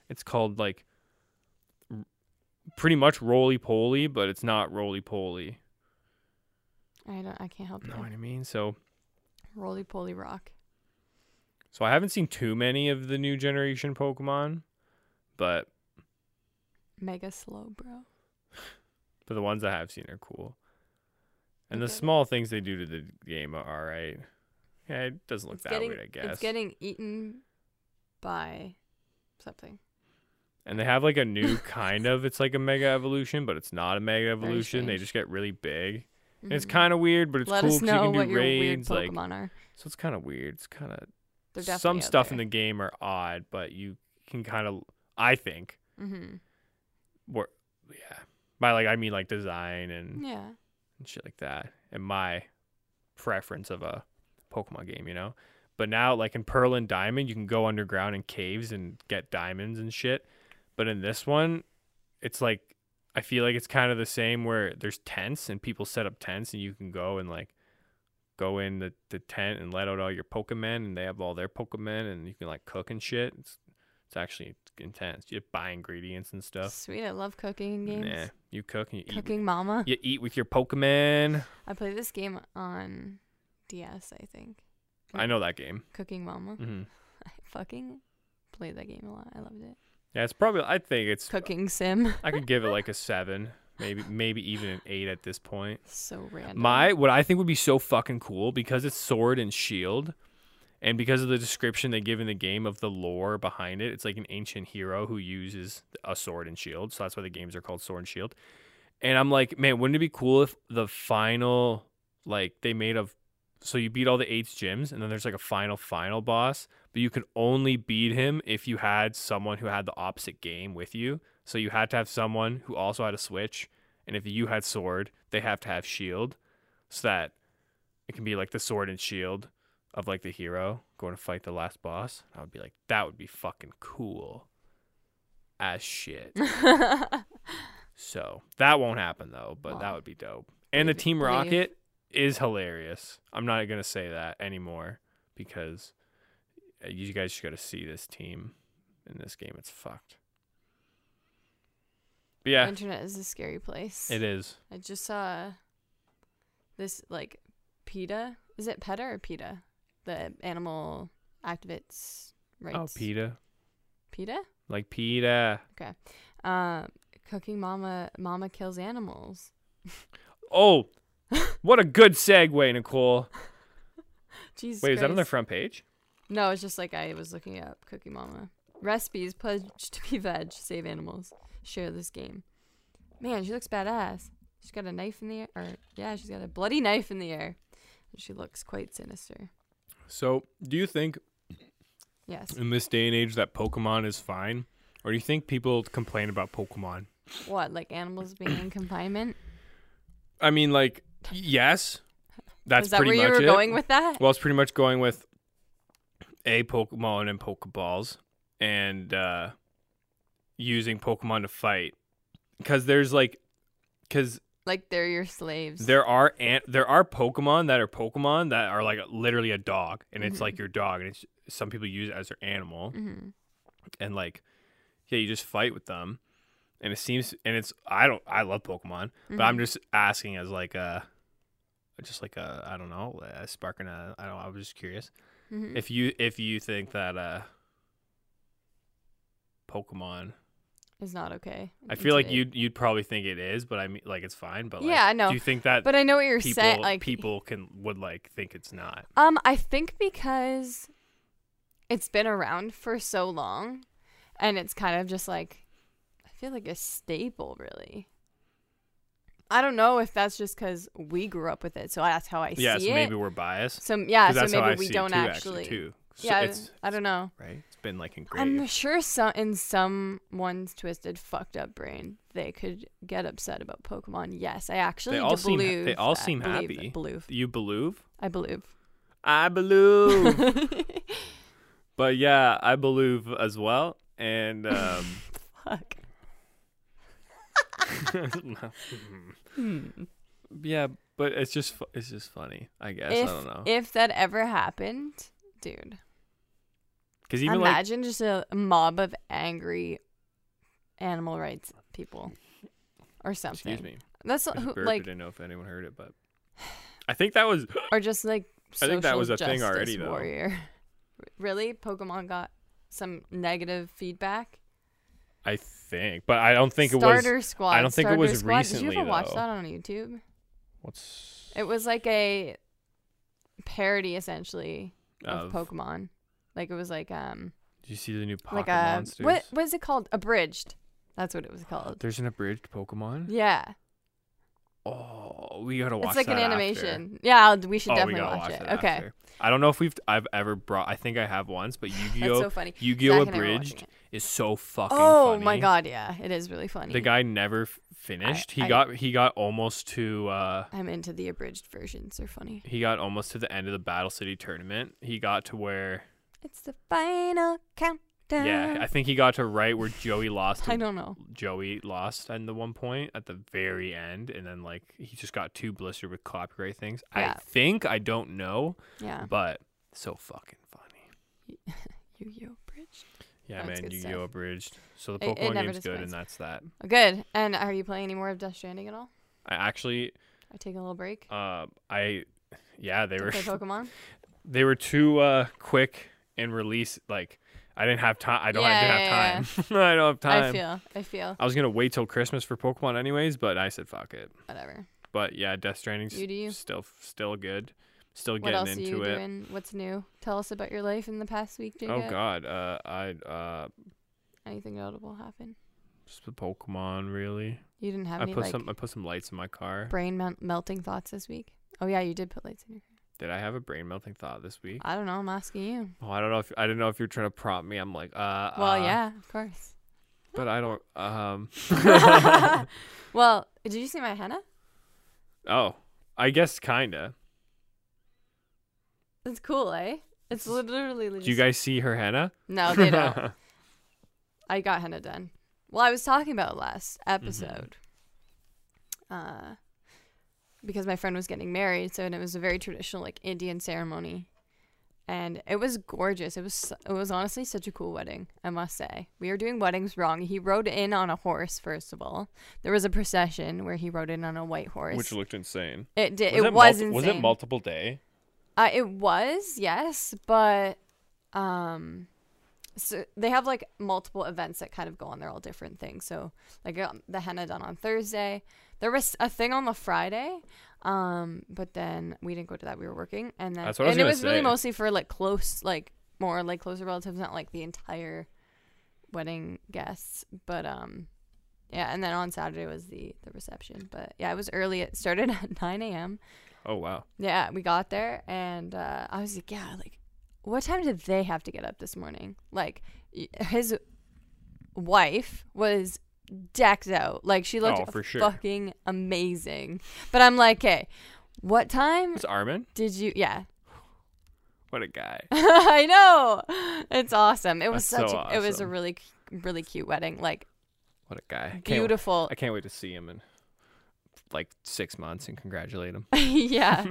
Speaker 1: It's called like r- pretty much roly-poly, but it's not roly-poly.
Speaker 2: I don't. I can't help
Speaker 1: Know
Speaker 2: you.
Speaker 1: what I mean? So,
Speaker 2: Roly poly rock.
Speaker 1: so I haven't seen too many of the new generation Pokemon, but
Speaker 2: Mega slow, bro.
Speaker 1: but the ones I have seen are cool. And the
Speaker 2: Okay.
Speaker 1: small things they do to the game are all right. Yeah, it doesn't look
Speaker 2: it's
Speaker 1: that
Speaker 2: getting.
Speaker 1: weird, I guess.
Speaker 2: It's getting eaten by something.
Speaker 1: and they have like a new kind of. It's like a mega evolution, but it's not a mega
Speaker 2: Very
Speaker 1: evolution. They
Speaker 2: strange.
Speaker 1: just get really big. And it's
Speaker 2: Mhm.
Speaker 1: kind of weird, but it's
Speaker 2: Let
Speaker 1: cool
Speaker 2: us
Speaker 1: because
Speaker 2: know
Speaker 1: you can
Speaker 2: what
Speaker 1: do
Speaker 2: your weird
Speaker 1: raids. Like,
Speaker 2: Pokemon are.
Speaker 1: so it's kind of weird. It's kind of
Speaker 2: They're definitely
Speaker 1: some stuff in the game are odd, but you can kind of, I think,
Speaker 2: the. Mm-hmm.
Speaker 1: where, yeah. By like, I mean like design and
Speaker 2: Yeah.
Speaker 1: and shit like that and my preference of a pokemon game you know but now like in pearl and diamond you can go underground in caves and get diamonds and shit but in this one it's like i feel like it's kind of the same where there's tents and people set up tents and you can go and like go in the, the tent and let out all your pokemon and they have all their pokemon and you can like cook and shit it's, it's actually intense you buy ingredients and stuff
Speaker 2: Sweet. I love cooking in games.
Speaker 1: yeah you cook and you eat,
Speaker 2: Cooking Mama.
Speaker 1: you eat with your pokemon
Speaker 2: I play this game on DS, I think.
Speaker 1: i know that game
Speaker 2: Cooking Mama.
Speaker 1: hmm
Speaker 2: I fucking played that game a lot. I loved it.
Speaker 1: Yeah, it's probably. I think it's.
Speaker 2: Cooking Sim.
Speaker 1: I could give it like a seven, maybe maybe even an eight at this point.
Speaker 2: so random.
Speaker 1: My what I think would be so fucking cool because it's sword and shield, and because of the description they give in the game of the lore behind it, it's like an ancient hero who uses a sword and shield. So that's why the games are called Sword and Shield. And I'm like, man, wouldn't it be cool if the final like they made a so you beat all the eight gyms and then there's like a final final boss, but you can only beat him if you had someone who had the opposite game with you. So you had to have someone who also had a switch, and if you had sword, they have to have shield, so that it can be like the sword and shield of like the hero going to fight the last boss. I would be like, that would be fucking cool, as shit. So that won't happen though, but that
Speaker 2: Aw.
Speaker 1: would be dope. And the
Speaker 2: Believe-
Speaker 1: Team
Speaker 2: believe.
Speaker 1: Rocket is hilarious. I'm not gonna say that anymore because uh, you guys just gotta see this team in this game. It's fucked. But yeah,
Speaker 2: Internet is a scary place.
Speaker 1: it is.
Speaker 2: I just saw this like PETA. Is it PETA or PETA? the animal activists rights.
Speaker 1: Oh, PETA.
Speaker 2: PETA?
Speaker 1: Like PETA.
Speaker 2: Uh, cooking mama mama kills animals.
Speaker 1: Oh, what a good segue, Nicole.
Speaker 2: Jesus.
Speaker 1: Wait, is that on their
Speaker 2: Christ.
Speaker 1: front page?
Speaker 2: No, it's just like I was looking up Cookie Mama recipes pledged to be veg, save animals, share this game. Man, she looks badass. She's got a knife in the air, or yeah, she's got a bloody knife in the air. And she looks quite sinister.
Speaker 1: So, do you think
Speaker 2: Yes.
Speaker 1: in this day and age that Pokemon is fine, or do you think people complain about Pokemon?
Speaker 2: What, like animals being in confinement?
Speaker 1: I mean, like, yes, that's
Speaker 2: Is that where
Speaker 1: pretty
Speaker 2: you
Speaker 1: much
Speaker 2: were
Speaker 1: it.
Speaker 2: going with that?
Speaker 1: Well, it's pretty much going with a Pokemon and Pokeballs, and uh, using Pokemon to fight because there's like because
Speaker 2: Like they're your slaves.
Speaker 1: there are ant there are Pokemon that are Pokemon that are like literally a dog, and it's
Speaker 2: Mm-hmm.
Speaker 1: like your dog, and it's some people use it as their animal,
Speaker 2: hmm
Speaker 1: and like yeah, you just fight with them, and it seems and it's I don't I love Pokemon, but
Speaker 2: Mm-hmm.
Speaker 1: I'm just asking as like a just like a I don't know a spark and a I don't know, I was just curious
Speaker 2: hmm
Speaker 1: if you if you think that uh Pokemon
Speaker 2: It's not okay.
Speaker 1: I
Speaker 2: in
Speaker 1: feel like
Speaker 2: today.
Speaker 1: you'd you'd probably think it is but I mean like it's fine but like,
Speaker 2: Yeah, I know.
Speaker 1: do you think that
Speaker 2: But I know what you're
Speaker 1: people
Speaker 2: saying. Like
Speaker 1: people can would like think it's not
Speaker 2: Um, I think because it's been around for so long, and it's kind of just like I feel like a staple, really. I don't know if that's just because we grew up with it, so that's how I
Speaker 1: yeah
Speaker 2: see
Speaker 1: so
Speaker 2: it.
Speaker 1: maybe we're biased
Speaker 2: so yeah,
Speaker 1: 'Cause that's
Speaker 2: so
Speaker 1: how I
Speaker 2: maybe we
Speaker 1: see it
Speaker 2: don't
Speaker 1: too,
Speaker 2: actually.
Speaker 1: too So
Speaker 2: yeah,
Speaker 1: it's
Speaker 2: I don't know.
Speaker 1: right it's been like engraved
Speaker 2: I'm sure some in someone's twisted, fucked up brain, they could get upset about Pokemon. Yes, I actually
Speaker 1: They all
Speaker 2: do
Speaker 1: seem ha-
Speaker 2: believe.
Speaker 1: they all
Speaker 2: that.
Speaker 1: seem
Speaker 2: Believe
Speaker 1: happy.
Speaker 2: that- Believe.
Speaker 1: you believe
Speaker 2: I believe.
Speaker 1: I believe but yeah I believe as well and um
Speaker 2: Fuck.
Speaker 1: Hmm. yeah but it's just fu- it's just funny I guess
Speaker 2: if,
Speaker 1: I don't know
Speaker 2: if that ever happened, dude,
Speaker 1: because even like
Speaker 2: imagine just a mob of angry animal rights people or something.
Speaker 1: excuse me
Speaker 2: That's
Speaker 1: I just
Speaker 2: who,
Speaker 1: burped. I
Speaker 2: like,
Speaker 1: didn't know if anyone heard it, but I think that was
Speaker 2: or just like.
Speaker 1: I think that
Speaker 2: social
Speaker 1: was a thing
Speaker 2: justice
Speaker 1: already, though.
Speaker 2: Warrior, really? Pokemon got some negative feedback.
Speaker 1: I think, but I don't think
Speaker 2: Starter
Speaker 1: it was.
Speaker 2: Squad.
Speaker 1: don't think it
Speaker 2: Starter
Speaker 1: was
Speaker 2: Squad. Did
Speaker 1: recently,
Speaker 2: you ever watch
Speaker 1: though.
Speaker 2: that on YouTube?
Speaker 1: What's
Speaker 2: It was like a parody, essentially, of
Speaker 1: of-
Speaker 2: Pokemon. Like it was like um,
Speaker 1: Did you see the new Pokemon
Speaker 2: like a what
Speaker 1: What?
Speaker 2: what is it called? Abridged. That's what it was called.
Speaker 1: There's an abridged Pokemon.
Speaker 2: Yeah,
Speaker 1: Oh, we gotta watch.
Speaker 2: it's like an
Speaker 1: that after.
Speaker 2: animation. Yeah, I'll- we should
Speaker 1: oh,
Speaker 2: definitely
Speaker 1: we gotta
Speaker 2: watch,
Speaker 1: watch
Speaker 2: it.
Speaker 1: that
Speaker 2: Okay,
Speaker 1: after. I don't know if we've I've ever brought. I think I have once, but
Speaker 2: that's
Speaker 1: Yu-Gi-Oh.
Speaker 2: so funny.
Speaker 1: Yu-Gi-Oh
Speaker 2: Zach and I were watching
Speaker 1: abridged
Speaker 2: it.
Speaker 1: is so fucking.
Speaker 2: Oh
Speaker 1: funny.
Speaker 2: my god, yeah, it is really funny.
Speaker 1: The guy never f- finished. he
Speaker 2: I-
Speaker 1: got he got almost to. uh
Speaker 2: I'm into the abridged versions. They're funny.
Speaker 1: he got almost to the end of the Battle City tournament. He got to where
Speaker 2: It's the final countdown.
Speaker 1: Yeah, I think he got to right where Joey lost.
Speaker 2: I,
Speaker 1: and-
Speaker 2: don't know.
Speaker 1: Joey lost at the one point at the very end, and then like he just got too blistered with copyright things.
Speaker 2: Yeah. Uh-huh.
Speaker 1: I think I don't know,
Speaker 2: Yeah,
Speaker 1: but so fucking funny.
Speaker 2: Yu Yu abridged.
Speaker 1: Yeah,
Speaker 2: That's
Speaker 1: man,
Speaker 2: good
Speaker 1: Yu-Gi-Oh
Speaker 2: stuff.
Speaker 1: abridged. So the
Speaker 2: It- it
Speaker 1: Pokemon game's
Speaker 2: never
Speaker 1: good, and
Speaker 2: disappoints.
Speaker 1: that's that.
Speaker 2: Oh, good. And are you playing any more of Death Stranding at all?
Speaker 1: I actually,
Speaker 2: I take a little break.
Speaker 1: uh, I, yeah, they
Speaker 2: to
Speaker 1: were
Speaker 2: play Pokemon.
Speaker 1: they were too uh quick in release. Like I didn't have time. I don't.
Speaker 2: Yeah, yeah,
Speaker 1: I didn't have time. I don't have time.
Speaker 2: I feel. I feel.
Speaker 1: I was gonna wait till Christmas for Pokemon anyways, but I said fuck it.
Speaker 2: Whatever.
Speaker 1: But yeah, Death Stranding's
Speaker 2: You do you.
Speaker 1: still still good. Still
Speaker 2: What
Speaker 1: getting
Speaker 2: else are
Speaker 1: into
Speaker 2: you
Speaker 1: it.
Speaker 2: doing? What's new? Tell us about your life in the past week, Jacob.
Speaker 1: Oh God, uh, I uh,
Speaker 2: Anything notable happen?
Speaker 1: just the Pokemon really.
Speaker 2: You didn't have
Speaker 1: I
Speaker 2: any
Speaker 1: put
Speaker 2: like
Speaker 1: some I put some lights in my car.
Speaker 2: brain mel- melting thoughts this week. Oh yeah, you did put lights in your.
Speaker 1: Did I have a brain melting thought this week?
Speaker 2: I don't know. I'm asking you.
Speaker 1: Oh, I don't know if I don't know if you're trying to prompt me. I'm like, uh,
Speaker 2: Well,
Speaker 1: uh,
Speaker 2: yeah, of course.
Speaker 1: but I don't. Um,
Speaker 2: well, did you see my henna?
Speaker 1: oh, I guess kinda.
Speaker 2: It's cool, eh? It's literally.
Speaker 1: Do you guys see her henna?
Speaker 2: No, Oh, they don't. I got henna done. Well, I was talking about last
Speaker 1: Mm-hmm.
Speaker 2: episode. Uh, because my friend was getting married, so and it was a very traditional like Indian ceremony, and it was gorgeous. It was su- it was honestly such a cool wedding, I must say. We were doing weddings wrong. He rode in on a horse first of all. There was a procession where he rode in on a white horse.
Speaker 1: Which looked insane.
Speaker 2: it did.
Speaker 1: Was
Speaker 2: it was
Speaker 1: mul-
Speaker 2: insane.
Speaker 1: Was it multiple day?
Speaker 2: Uh, it was, yes, but um, so they have like multiple events that kind of go on. They're all different things. So like um, the henna done on Thursday. There was a thing on the Friday, um, but then we didn't go to that. We were working, and then
Speaker 1: That's what I was
Speaker 2: and it
Speaker 1: gonna
Speaker 2: was really
Speaker 1: say.
Speaker 2: mostly for like close, like more like closer relatives, not like the entire wedding guests. But um, yeah, and then on Saturday was the the reception. But yeah, it was early. It started at nine a.m.
Speaker 1: Oh wow.
Speaker 2: Yeah, we got there and uh, I was like, yeah, like, what time did they have to get up this morning? Like, y- his wife was decked out. Like, she looked
Speaker 1: Oh, for sure.
Speaker 2: fucking amazing. But I'm like, hey, what time
Speaker 1: It's Armin.
Speaker 2: did you? Yeah,
Speaker 1: What a guy.
Speaker 2: I know. It's awesome. It was
Speaker 1: That's
Speaker 2: such.
Speaker 1: so
Speaker 2: a, It was a
Speaker 1: awesome.
Speaker 2: really, cu- really cute wedding. Like,
Speaker 1: What a guy. I can't-
Speaker 2: beautiful.
Speaker 1: I can't wait to see him in like six months and congratulate him.
Speaker 2: yeah,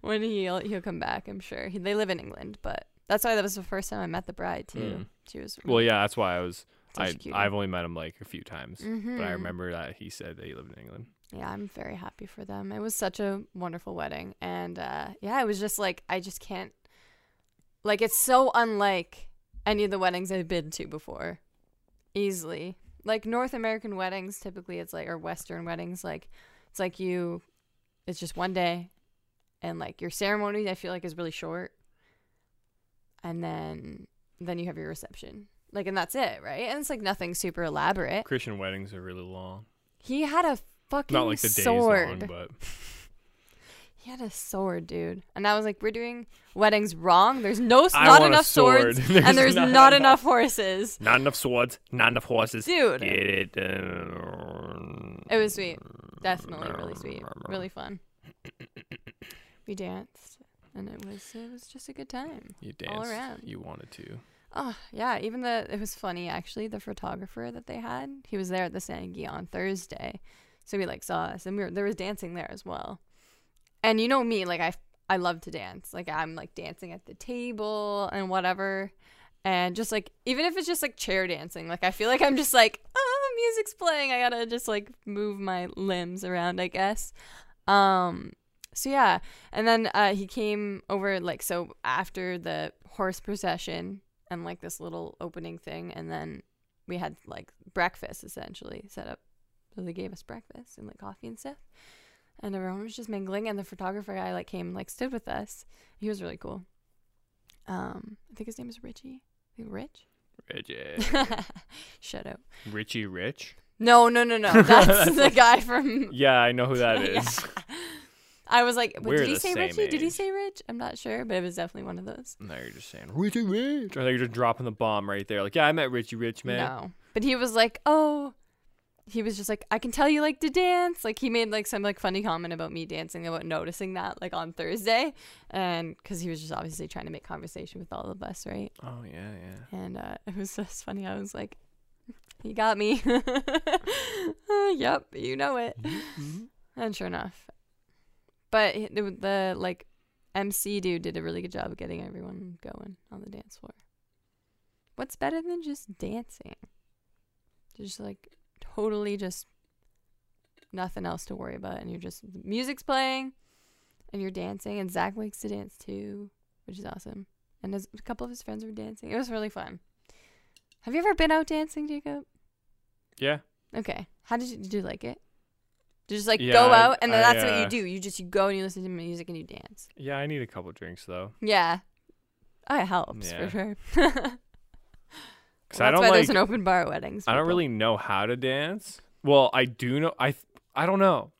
Speaker 2: when he'll he'll come back, I'm sure. He, they live in England, but that's why that was the first time I met the bride too.
Speaker 1: Mm.
Speaker 2: She was
Speaker 1: Well, yeah, that's why I was.
Speaker 2: Such a
Speaker 1: I
Speaker 2: cutie.
Speaker 1: I've only met him like a few times, but I
Speaker 2: Mhm.
Speaker 1: remember that he said that he lived in England.
Speaker 2: Yeah, I'm very happy for them. It was such a wonderful wedding. And uh, yeah, it was just like, I just can't. Like, it's so unlike any of the weddings I've been to before, easily. Like, North American weddings, typically, it's like, or Western weddings, like, it's like you, it's just one day. And like, your ceremony, I feel like, is really short. And then, then you have your reception. Like, and that's it, right? And it's like nothing super elaborate.
Speaker 1: Christian weddings are really long.
Speaker 2: He had a fucking
Speaker 1: Not like the days
Speaker 2: sword.
Speaker 1: long, but
Speaker 2: He had a sword, dude. And I was like, we're doing weddings wrong. There's no,
Speaker 1: I
Speaker 2: not
Speaker 1: want a
Speaker 2: enough
Speaker 1: sword.
Speaker 2: swords, and there's not, enough horses.
Speaker 1: Not enough swords, not enough horses.
Speaker 2: Dude.
Speaker 1: Get it. down.
Speaker 2: It was sweet. Definitely really sweet. Really fun. We danced, and it was it was just a good time.
Speaker 1: You danced.
Speaker 2: all around.
Speaker 1: You wanted to.
Speaker 2: Oh yeah, even the it was funny actually. The photographer that they had, he was there at the Sangi on Thursday, so he like saw us, and we were, there was dancing there as well. And you know me, like I I love to dance. Like I'm like dancing at the table and whatever, and just like even if it's just like chair dancing, like I feel like I'm just like oh music's playing. I gotta just like move my limbs around, I guess. Um, so yeah, and then uh, he came over like so after the horse procession and like this little opening thing, and then we had like breakfast essentially set up. So they gave us breakfast and like coffee and stuff, and everyone was just mingling. And the photographer guy like came and like stood with us. He was really cool. Um, I think his name is Richie. I think Rich.
Speaker 1: Richie.
Speaker 2: Shut up.
Speaker 1: Richie Rich.
Speaker 2: No, no, no, no. That's the guy from
Speaker 1: Yeah, I know who that
Speaker 2: Yeah.
Speaker 1: is.
Speaker 2: I was like, wait,
Speaker 1: We're
Speaker 2: did he
Speaker 1: the
Speaker 2: say
Speaker 1: same
Speaker 2: Richie? Did he
Speaker 1: age.
Speaker 2: say Rich? I'm not sure, but it was definitely one of those.
Speaker 1: No, you're just saying Richie Rich. Or they're just dropping the bomb right there. Like, yeah, I met Richie Rich, man.
Speaker 2: No. But he was like, oh, he was just like, I can tell you like to dance. Like he made like some like funny comment about me dancing, about noticing that like on Thursday. And because he was just obviously trying to make conversation with all of us, right?
Speaker 1: Oh yeah, yeah.
Speaker 2: And uh, it was just funny. I was like, you got me. Uh, yep, you know it.
Speaker 1: Mm-hmm.
Speaker 2: And sure enough, but he- the, the like MC dude did a really good job of getting everyone going on the dance floor. What's better than just dancing? Just like totally just nothing else to worry about, and you're just the music's playing, and you're dancing, and Zach likes to dance too, which is awesome. And his, a couple of his friends were dancing. It was really fun. Have you ever been out dancing, Jacob?
Speaker 1: Yeah.
Speaker 2: Okay. How did you, did you like it? Did you just like
Speaker 1: Yeah,
Speaker 2: go
Speaker 1: I-
Speaker 2: out and then
Speaker 1: I,
Speaker 2: that's what
Speaker 1: uh,
Speaker 2: you do. You just you go and you listen to music and you dance.
Speaker 1: Yeah, I need a couple drinks though.
Speaker 2: Yeah. Oh, it helps
Speaker 1: Yeah.
Speaker 2: for sure.
Speaker 1: Cause
Speaker 2: Well, that's
Speaker 1: I don't
Speaker 2: why
Speaker 1: like
Speaker 2: there's an open bar at weddings.
Speaker 1: I don't
Speaker 2: people.
Speaker 1: really know how to dance. Well, I do know. I th- I don't know.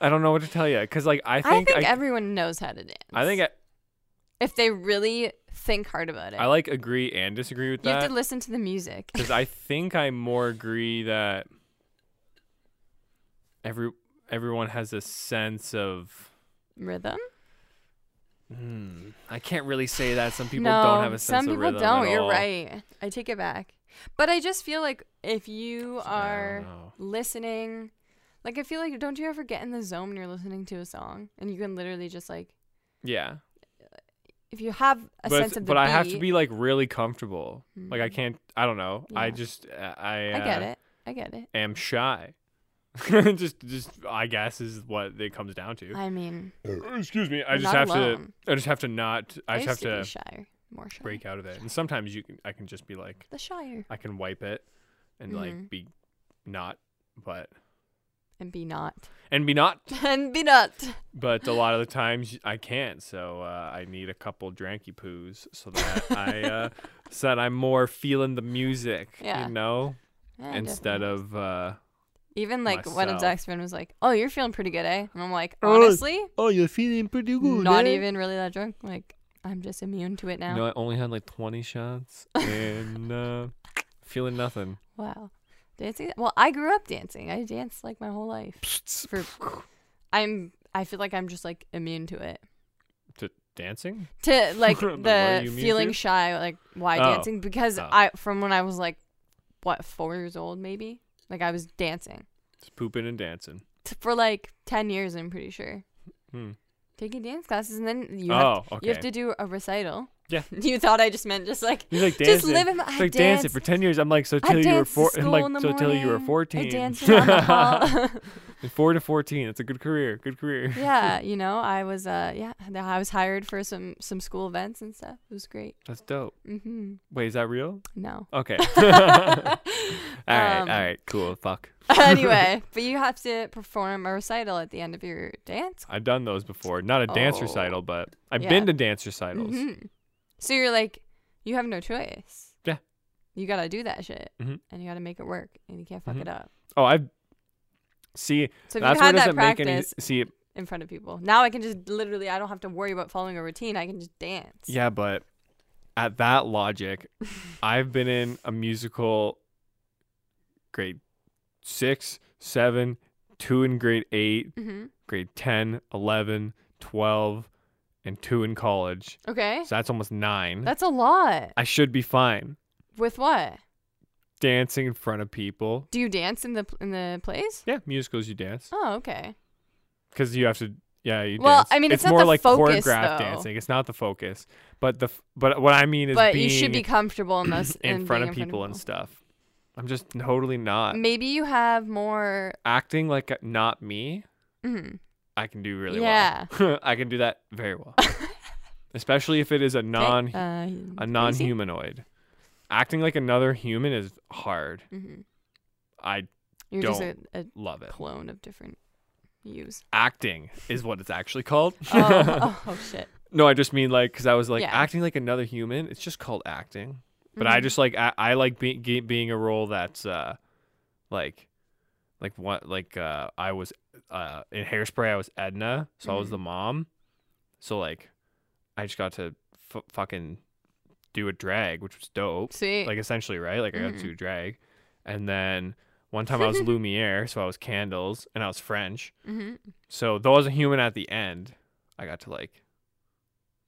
Speaker 1: I don't know what to tell you. Cause like I
Speaker 2: I
Speaker 1: think
Speaker 2: think,
Speaker 1: I I think I,
Speaker 2: everyone knows how to dance.
Speaker 1: I,
Speaker 2: if they really think hard about it.
Speaker 1: like agree and disagree with
Speaker 2: you have to
Speaker 1: that.
Speaker 2: listen to the music.
Speaker 1: Cause I think I more agree that every everyone has a sense of.
Speaker 2: Rhythm?
Speaker 1: Hmm, I can't really say that. Some people
Speaker 2: no,
Speaker 1: don't have a sense
Speaker 2: some
Speaker 1: of
Speaker 2: people
Speaker 1: rhythm.
Speaker 2: don't.
Speaker 1: at
Speaker 2: You're
Speaker 1: all.
Speaker 2: right. I take it back. But I just feel like if
Speaker 1: I
Speaker 2: you
Speaker 1: don't
Speaker 2: are
Speaker 1: know.
Speaker 2: listening. Like I feel like don't you ever get in the zone when you're listening to a song and you can literally just like
Speaker 1: Yeah.
Speaker 2: if you have a
Speaker 1: but
Speaker 2: sense
Speaker 1: it's-
Speaker 2: of the
Speaker 1: but I have to
Speaker 2: beat-
Speaker 1: be like really comfortable. Like I
Speaker 2: Mhm.
Speaker 1: can't. I don't know. I
Speaker 2: Yeah.
Speaker 1: just I
Speaker 2: I get it. I get it.
Speaker 1: am shy. just just I guess is what it comes down to. Uh,
Speaker 2: I mean,
Speaker 1: Excuse me. I
Speaker 2: You're
Speaker 1: just
Speaker 2: not
Speaker 1: have
Speaker 2: alone.
Speaker 1: to I just have to not I,
Speaker 2: used
Speaker 1: just have
Speaker 2: to, be
Speaker 1: to
Speaker 2: shyer, more shy.
Speaker 1: break out of it. And sometimes you can I can just be like
Speaker 2: The shyer
Speaker 1: I can wipe it and
Speaker 2: Mhm.
Speaker 1: like be not but
Speaker 2: and be not
Speaker 1: and be not
Speaker 2: and be not.
Speaker 1: but a lot of the times I can't, so uh, I need a couple dranky poos so that I uh, so that I'm more feeling the music,
Speaker 2: Yeah.
Speaker 1: you know,
Speaker 2: Yeah,
Speaker 1: instead
Speaker 2: definitely.
Speaker 1: of uh,
Speaker 2: even like one of
Speaker 1: myself.
Speaker 2: Zach's friend was like, "Oh, you're feeling pretty good, eh?" And I'm like,
Speaker 1: Oh,
Speaker 2: honestly,
Speaker 1: oh, you're feeling pretty eh?
Speaker 2: not even really that drunk. Like I'm just immune to it now.
Speaker 1: You know, I only had like 20 shots and uh, feeling nothing.
Speaker 2: Wow. Dancing? Well, I grew up dancing. I danced like my whole life. For I'm I feel like I'm just like immune to it.
Speaker 1: to dancing?
Speaker 2: To like
Speaker 1: What are you
Speaker 2: the
Speaker 1: immune
Speaker 2: feeling
Speaker 1: to?
Speaker 2: shy like why
Speaker 1: Oh.
Speaker 2: dancing because
Speaker 1: Oh.
Speaker 2: I from when I was like what 4 years old maybe? Like I was dancing
Speaker 1: Just pooping and dancing.
Speaker 2: T- for like 10 years I'm pretty sure.
Speaker 1: Hmm.
Speaker 2: Taking dance classes and then you have
Speaker 1: oh, okay.
Speaker 2: you have to do a recital.
Speaker 1: Yeah.
Speaker 2: you thought I just meant just like
Speaker 1: He's like dancing.
Speaker 2: just live in my
Speaker 1: It's
Speaker 2: I
Speaker 1: like
Speaker 2: dance.
Speaker 1: dancing for 10 years. I'm like, so
Speaker 2: I
Speaker 1: till you were
Speaker 2: danced to
Speaker 1: four, I'm
Speaker 2: school
Speaker 1: like,
Speaker 2: in the
Speaker 1: so till you were
Speaker 2: morning.
Speaker 1: 14.
Speaker 2: I danced around the hall.
Speaker 1: Four to fourteen. That's a good career. Good career.
Speaker 2: yeah, you know, I was uh yeah, th- I was hired for some some school events and stuff. It was great.
Speaker 1: That's dope.
Speaker 2: Mhm.
Speaker 1: Wait, is that real?
Speaker 2: No.
Speaker 1: Okay. all right.
Speaker 2: Um,
Speaker 1: all right. Cool. Fuck.
Speaker 2: anyway, but you have to perform a recital at the end of your dance.
Speaker 1: I've done those before. Not a dance
Speaker 2: Oh.
Speaker 1: recital, but I've
Speaker 2: Yeah.
Speaker 1: been to dance recitals.
Speaker 2: Mhm. So you're like you have no choice.
Speaker 1: Yeah.
Speaker 2: You got to do that shit
Speaker 1: Mhm.
Speaker 2: and you got to make it work and you can't fuck
Speaker 1: Mhm.
Speaker 2: it up.
Speaker 1: Oh, I've. See,
Speaker 2: So if
Speaker 1: that's
Speaker 2: you
Speaker 1: why it
Speaker 2: had that
Speaker 1: doesn't make any.
Speaker 2: practice
Speaker 1: See,
Speaker 2: in front of people, now I can just literally I don't have to worry about following a routine. I can just dance.
Speaker 1: yeah, but at that logic, I've been in a musical grade six, seven, two in grade eight,
Speaker 2: Mhm.
Speaker 1: grade 10, 11, 12, and two in college.
Speaker 2: Okay.
Speaker 1: So that's almost nine.
Speaker 2: That's a lot.
Speaker 1: I should be fine
Speaker 2: With what?
Speaker 1: dancing in front of people.
Speaker 2: Do you dance in the in the plays?
Speaker 1: Yeah, musicals you dance
Speaker 2: Oh, okay.
Speaker 1: because you have to. Yeah, you
Speaker 2: Well,
Speaker 1: dance.
Speaker 2: I mean, it's not
Speaker 1: more
Speaker 2: the
Speaker 1: like
Speaker 2: focus,
Speaker 1: choreographed
Speaker 2: though.
Speaker 1: dancing. It's not the focus, but the f- but what I mean is
Speaker 2: But
Speaker 1: being
Speaker 2: you should be comfortable in those
Speaker 1: in,
Speaker 2: in
Speaker 1: front
Speaker 2: being
Speaker 1: of people and stuff. I'm just totally not
Speaker 2: Maybe you have more.
Speaker 1: acting like a- not me.
Speaker 2: mhm.
Speaker 1: I can do really
Speaker 2: Yeah.
Speaker 1: well. I can do that very well, especially if it is a
Speaker 2: Okay,
Speaker 1: non
Speaker 2: uh,
Speaker 1: a non humanoid. Acting like another human is hard.
Speaker 2: hmm
Speaker 1: I
Speaker 2: You're just a, a
Speaker 1: love it.
Speaker 2: clone of different yous.
Speaker 1: Acting is what it's actually called.
Speaker 2: Oh, oh, oh, shit.
Speaker 1: No, I just mean like because I was like
Speaker 2: Yeah.
Speaker 1: acting like another human. It's just called acting. But I
Speaker 2: Mhm.
Speaker 1: just like I, I like be, ge- being a role that's uh like like what like uh I was uh in hairspray I was Edna, so I was
Speaker 2: Mhm.
Speaker 1: the mom. So like I just got to f- fucking do a drag, which was dope.
Speaker 2: Sweet.
Speaker 1: Like essentially, right? Like I got
Speaker 2: Mhm.
Speaker 1: to do drag. And then one time I was Lumiere, so I was candles and I was French.
Speaker 2: Mhm.
Speaker 1: So though I was a human at the end, I got to like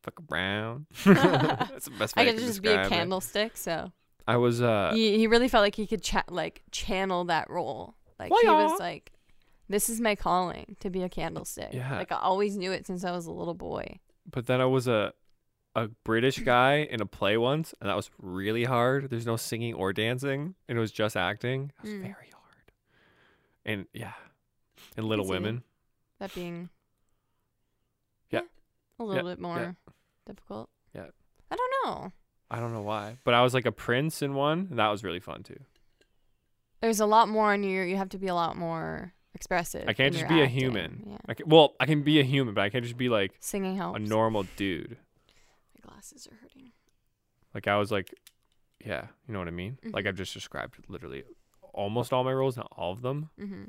Speaker 1: fuck around. That's the best way
Speaker 2: I
Speaker 1: I
Speaker 2: could
Speaker 1: can
Speaker 2: just be a
Speaker 1: describe it.
Speaker 2: candlestick, so
Speaker 1: I was uh
Speaker 2: he, he really felt like he could cha- like channel that role. Like
Speaker 1: Well,
Speaker 2: he
Speaker 1: yeah.
Speaker 2: was like, "This is my calling to be a candlestick."
Speaker 1: Yeah.
Speaker 2: Like I always knew it since I was a little boy.
Speaker 1: but then I was a a British guy in a play once and that was really hard. There's no singing or dancing and it was just acting. It was
Speaker 2: Mm.
Speaker 1: very hard. And yeah. And Little
Speaker 2: see that.
Speaker 1: Women.
Speaker 2: That being
Speaker 1: Yeah.
Speaker 2: a little bit more difficult.
Speaker 1: Yeah.
Speaker 2: I don't know.
Speaker 1: I don't know why, but I was like a prince in one and that was really fun too.
Speaker 2: There's a lot more in your you have to be a lot more expressive.
Speaker 1: I can't
Speaker 2: in
Speaker 1: just
Speaker 2: your
Speaker 1: be a
Speaker 2: acting.
Speaker 1: human.
Speaker 2: Yeah.
Speaker 1: I can, well, I can be a human, but I can't just be like
Speaker 2: Singing helps.
Speaker 1: a normal dude.
Speaker 2: my glasses are hurting.
Speaker 1: Like I was like, yeah, you know what I mean. Like
Speaker 2: Mhm.
Speaker 1: I've just described literally almost all my roles, not all of them.
Speaker 2: hmm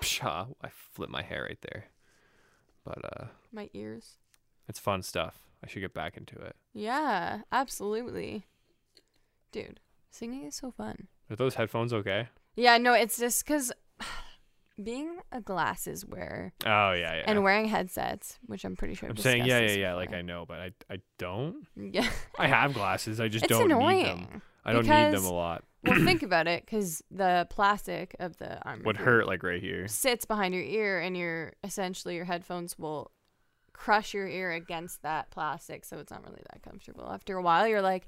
Speaker 1: Pshaw, I flipped my hair right there. But uh,
Speaker 2: My ears.
Speaker 1: it's fun stuff. I should get back into it.
Speaker 2: Yeah, absolutely. Dude, singing is so fun.
Speaker 1: Are those headphones okay?
Speaker 2: Yeah, no, it's just cuz being a glasses wearer
Speaker 1: Oh yeah, yeah.
Speaker 2: and wearing headsets, which I'm pretty sure
Speaker 1: I'm
Speaker 2: I've
Speaker 1: saying yeah, yeah,
Speaker 2: discussed
Speaker 1: yeah.
Speaker 2: this
Speaker 1: Like I
Speaker 2: before.
Speaker 1: know, but I I don't.
Speaker 2: Yeah.
Speaker 1: I have glasses. I just
Speaker 2: It's
Speaker 1: don't
Speaker 2: annoying.
Speaker 1: need them. I don't need them
Speaker 2: because-
Speaker 1: a lot.
Speaker 2: Well, think about it, because the plastic of the arm
Speaker 1: Would
Speaker 2: remover
Speaker 1: hurt like right here.
Speaker 2: sits behind your ear, and your essentially your headphones will crush your ear against that plastic, so it's not really that comfortable. After a while, you're like,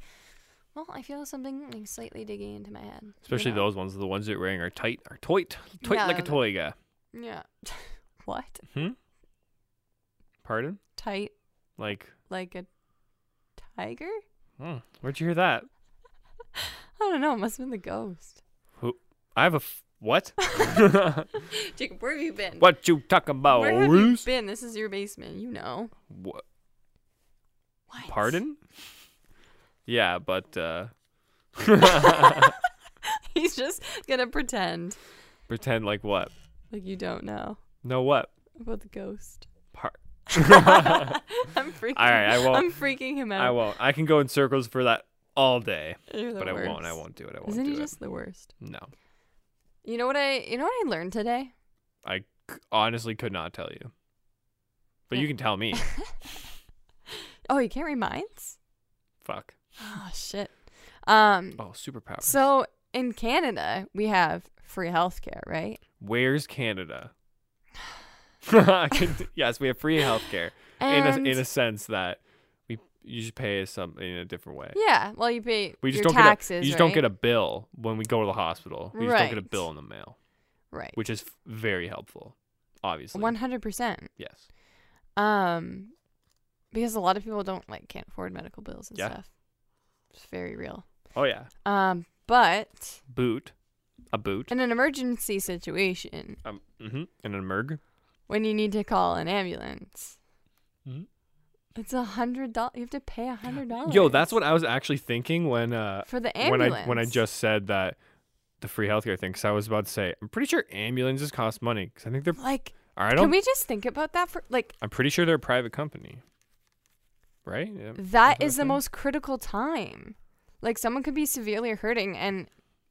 Speaker 2: well, I feel something like slightly digging into my head. you
Speaker 1: Especially
Speaker 2: know?
Speaker 1: those ones. The ones that you're wearing are tight, are tight, tight like a
Speaker 2: Yeah.
Speaker 1: toy guy. Hmm?
Speaker 2: Yeah. what?
Speaker 1: Pardon?
Speaker 2: Tight
Speaker 1: Like,
Speaker 2: like a tiger?
Speaker 1: hmm, where'd you hear that?
Speaker 2: I don't know. It must have been the ghost.
Speaker 1: I have a f- what?
Speaker 2: Jacob, where have you been?
Speaker 1: what you talking about?
Speaker 2: Where have you
Speaker 1: Reese?
Speaker 2: been? This is your basement. You know.
Speaker 1: Wha-
Speaker 2: What?
Speaker 1: Pardon? Yeah, but uh
Speaker 2: He's just gonna pretend
Speaker 1: pretend like what?
Speaker 2: like you don't know
Speaker 1: No what?
Speaker 2: about the ghost.
Speaker 1: Par-
Speaker 2: I'm freaking.
Speaker 1: All right, I won't.
Speaker 2: I'm freaking him out.
Speaker 1: I won't. I can go in circles for that all day,
Speaker 2: You're the
Speaker 1: but I won't. I
Speaker 2: worst.
Speaker 1: won't do it. I won't
Speaker 2: Isn't
Speaker 1: do
Speaker 2: he
Speaker 1: it.
Speaker 2: just the worst?
Speaker 1: No.
Speaker 2: You know what I? You know what I learned today?
Speaker 1: I c- honestly could not tell you. But you
Speaker 2: Yeah.
Speaker 1: can tell me.
Speaker 2: Oh, you can't read minds.
Speaker 1: Fuck.
Speaker 2: Oh shit. Um.
Speaker 1: Oh, superpower.
Speaker 2: So in Canada, we have free healthcare, right?
Speaker 1: Where's Canada? I can- yes, we have free healthcare
Speaker 2: And
Speaker 1: in a, in a sense that we you should pay us something in a different way.
Speaker 2: yeah, well, you pay
Speaker 1: We just
Speaker 2: your
Speaker 1: don't
Speaker 2: taxes.
Speaker 1: get a, you just
Speaker 2: right?
Speaker 1: don't get a bill when we go to the hospital. We just don't get a
Speaker 2: Right.
Speaker 1: bill in the mail,
Speaker 2: right.
Speaker 1: which is f- very helpful. Obviously.
Speaker 2: One hundred percent.
Speaker 1: yes.
Speaker 2: Um, because a lot of people don't like can't afford medical bills and
Speaker 1: Yeah.
Speaker 2: stuff. It's very real.
Speaker 1: Oh yeah.
Speaker 2: Um, but
Speaker 1: Boot. A boot.
Speaker 2: in an emergency situation,
Speaker 1: Um hmm and a merg.
Speaker 2: when you need to call an ambulance,
Speaker 1: Mhm.
Speaker 2: it's a hundred dollars. You have to pay a hundred dollars.
Speaker 1: Yo, that's what I was actually thinking when uh
Speaker 2: for the
Speaker 1: when
Speaker 2: ambulance.
Speaker 1: I when I just said that the free healthcare thing cuz I was about to say I'm pretty sure ambulances cost money cuz I think they're
Speaker 2: like,
Speaker 1: I
Speaker 2: can
Speaker 1: don't
Speaker 2: we just think about that for like
Speaker 1: I'm pretty sure they're a private company. Right? Yeah.
Speaker 2: that
Speaker 1: that
Speaker 2: is the
Speaker 1: thing?
Speaker 2: most critical time. Like someone could be severely hurting, and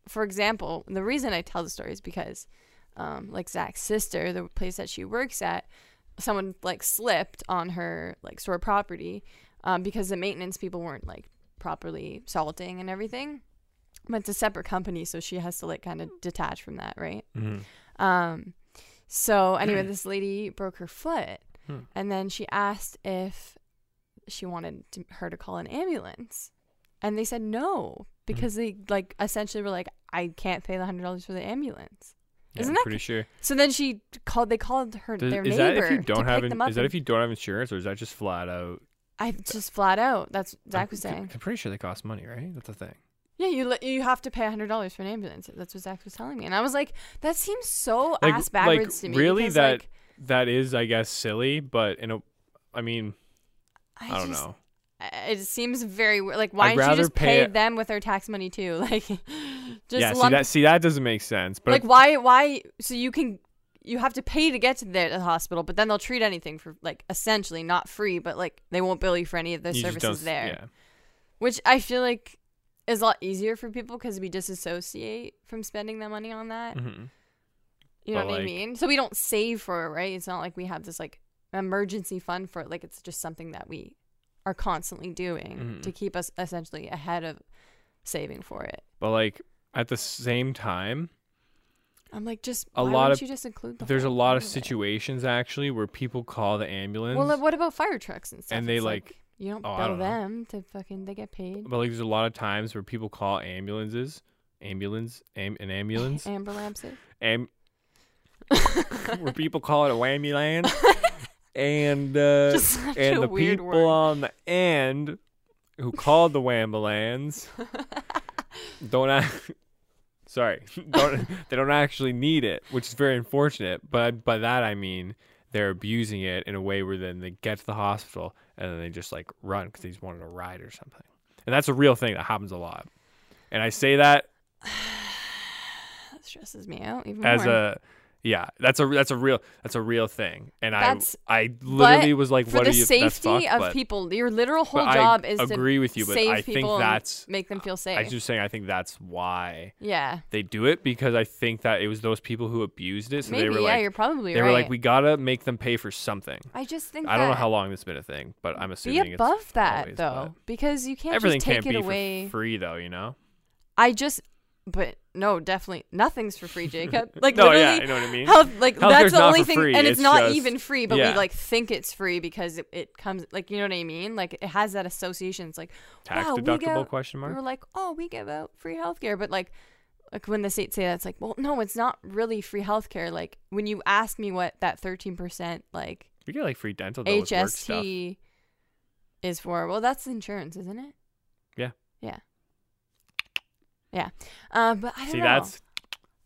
Speaker 2: for example, the reason I tell the story is because, um, like Zach's sister, the place that she works at, someone like slipped on her like store property, um, because the maintenance people weren't like properly salting and everything. But it's a separate company, so she has to like kind of detach from that, right?
Speaker 1: Mhm.
Speaker 2: Um, so anyway, this lady broke her foot,
Speaker 1: Hmm.
Speaker 2: and then she asked if she wanted to, her to call an ambulance, and they said
Speaker 1: Hmm.
Speaker 2: no because they like essentially were like, I can't pay the hundred dollars for the ambulance.
Speaker 1: Yeah,
Speaker 2: Isn't
Speaker 1: I'm
Speaker 2: that
Speaker 1: pretty sure.
Speaker 2: So then she called. They called her
Speaker 1: Does-
Speaker 2: their
Speaker 1: is that
Speaker 2: neighbor
Speaker 1: if you don't
Speaker 2: to
Speaker 1: have
Speaker 2: pick
Speaker 1: in,
Speaker 2: them up.
Speaker 1: is that
Speaker 2: and-
Speaker 1: if you don't have insurance or is that just flat out
Speaker 2: I just flat out. That's what Zach was saying.
Speaker 1: I'm pretty sure they cost money, right? That's the thing.
Speaker 2: Yeah, you li- you have to pay hundred dollars for an ambulance. That's what Zach was telling me, and I was like, that seems so
Speaker 1: Like-
Speaker 2: ass
Speaker 1: like,
Speaker 2: backwards to me.
Speaker 1: really
Speaker 2: because,
Speaker 1: that-
Speaker 2: like,
Speaker 1: That is, I guess, silly, but in a, I mean, I, don't
Speaker 2: just-
Speaker 1: know.
Speaker 2: Uh, it seems very weird. Like, why
Speaker 1: I'd
Speaker 2: didn't you
Speaker 1: rather
Speaker 2: just
Speaker 1: pay
Speaker 2: pay,
Speaker 1: it-
Speaker 2: them with their tax money too? Like, just
Speaker 1: Yeah, see
Speaker 2: lump,
Speaker 1: that, see that doesn't make sense. But
Speaker 2: like why why so you can you have to pay to get to the, the hospital, but then they'll treat anything for like essentially not free, but like they won't bill you for any of the
Speaker 1: you just don't
Speaker 2: services
Speaker 1: s-
Speaker 2: there,
Speaker 1: Yeah.
Speaker 2: which I feel like is a lot easier for people because we disassociate from spending that money on that.
Speaker 1: Mhm.
Speaker 2: You know
Speaker 1: But,
Speaker 2: what I
Speaker 1: like-
Speaker 2: mean? So we don't save for it, right? It's not like we have this like emergency fund for it. Like it's just something that we are constantly doing
Speaker 1: Mhm.
Speaker 2: to keep us essentially ahead of saving for it.
Speaker 1: But like at the same time,
Speaker 2: I'm like, just
Speaker 1: A
Speaker 2: why
Speaker 1: lot
Speaker 2: wouldn't
Speaker 1: of-
Speaker 2: you just include the
Speaker 1: there's a
Speaker 2: whole
Speaker 1: lot of
Speaker 2: thing it?
Speaker 1: situations actually where people call the ambulance.
Speaker 2: Well, like, what about fire trucks and stuff?
Speaker 1: And they,
Speaker 2: It's
Speaker 1: like-
Speaker 2: you don't
Speaker 1: Oh, I
Speaker 2: bill
Speaker 1: don't know.
Speaker 2: them to fucking they get paid.
Speaker 1: but like there's a lot of times where people call ambulances, ambulance, am, an ambulance,
Speaker 2: Amber Lampson.
Speaker 1: am, where people call it a whammy land, and uh,
Speaker 2: Just such
Speaker 1: and
Speaker 2: a
Speaker 1: the
Speaker 2: weird
Speaker 1: people
Speaker 2: word.
Speaker 1: on the end who called the Wambalands don't act. Sorry, don't, they don't actually need it, which is very unfortunate. But by that I mean they're abusing it in a way where then they get to the hospital and then they just like run because they just wanted a ride or something. And that's a real thing that happens a lot. And I say that
Speaker 2: that stresses me out even
Speaker 1: as
Speaker 2: more.
Speaker 1: a yeah, that's a that's a real that's a real thing. And
Speaker 2: That's-
Speaker 1: I I literally was like,
Speaker 2: for
Speaker 1: what
Speaker 2: the
Speaker 1: are you? that's
Speaker 2: safety
Speaker 1: fucked,
Speaker 2: of
Speaker 1: but-
Speaker 2: people, your literal whole
Speaker 1: but
Speaker 2: job
Speaker 1: I
Speaker 2: is to
Speaker 1: agree with you, but
Speaker 2: save
Speaker 1: I think
Speaker 2: people and
Speaker 1: that's
Speaker 2: make them feel safe.
Speaker 1: I was just saying I think that's why
Speaker 2: yeah.
Speaker 1: they do it because I think that it was those people who abused it, so
Speaker 2: Maybe
Speaker 1: they were
Speaker 2: yeah,
Speaker 1: like
Speaker 2: you're probably
Speaker 1: they
Speaker 2: right.
Speaker 1: were like we gotta make them pay for something.
Speaker 2: I just think
Speaker 1: I don't know
Speaker 2: that
Speaker 1: how long this has been a thing, but I'm
Speaker 2: be
Speaker 1: assuming
Speaker 2: above
Speaker 1: it's
Speaker 2: that
Speaker 1: always,
Speaker 2: though, because you
Speaker 1: but
Speaker 2: can't
Speaker 1: Everything
Speaker 2: just take
Speaker 1: can't be
Speaker 2: it away.
Speaker 1: for free though, you know.
Speaker 2: I just, but no, definitely nothing's for free, Jacob. Like
Speaker 1: no, yeah,
Speaker 2: literally,
Speaker 1: I know what I mean.
Speaker 2: health like
Speaker 1: Healthcare's
Speaker 2: that's the
Speaker 1: not
Speaker 2: only
Speaker 1: for
Speaker 2: thing,
Speaker 1: free,
Speaker 2: and it's,
Speaker 1: it's
Speaker 2: not
Speaker 1: just-
Speaker 2: even free, but
Speaker 1: yeah.
Speaker 2: we like think it's free because it, it comes like you know what I mean. Like it has that association. It's like
Speaker 1: Tax
Speaker 2: wow, we
Speaker 1: deductible
Speaker 2: go,
Speaker 1: question
Speaker 2: we
Speaker 1: mark.
Speaker 2: were like, oh, we give out free healthcare, but like like when the states say that, it's like, well, no, it's not really free healthcare. Like when you asked me what that thirteen percent like
Speaker 1: You get like free dental though with work stuff.
Speaker 2: HST is for. Well, that's insurance, isn't it?
Speaker 1: Yeah.
Speaker 2: Yeah. Yeah. Um, but I don't
Speaker 1: See,
Speaker 2: know.
Speaker 1: that's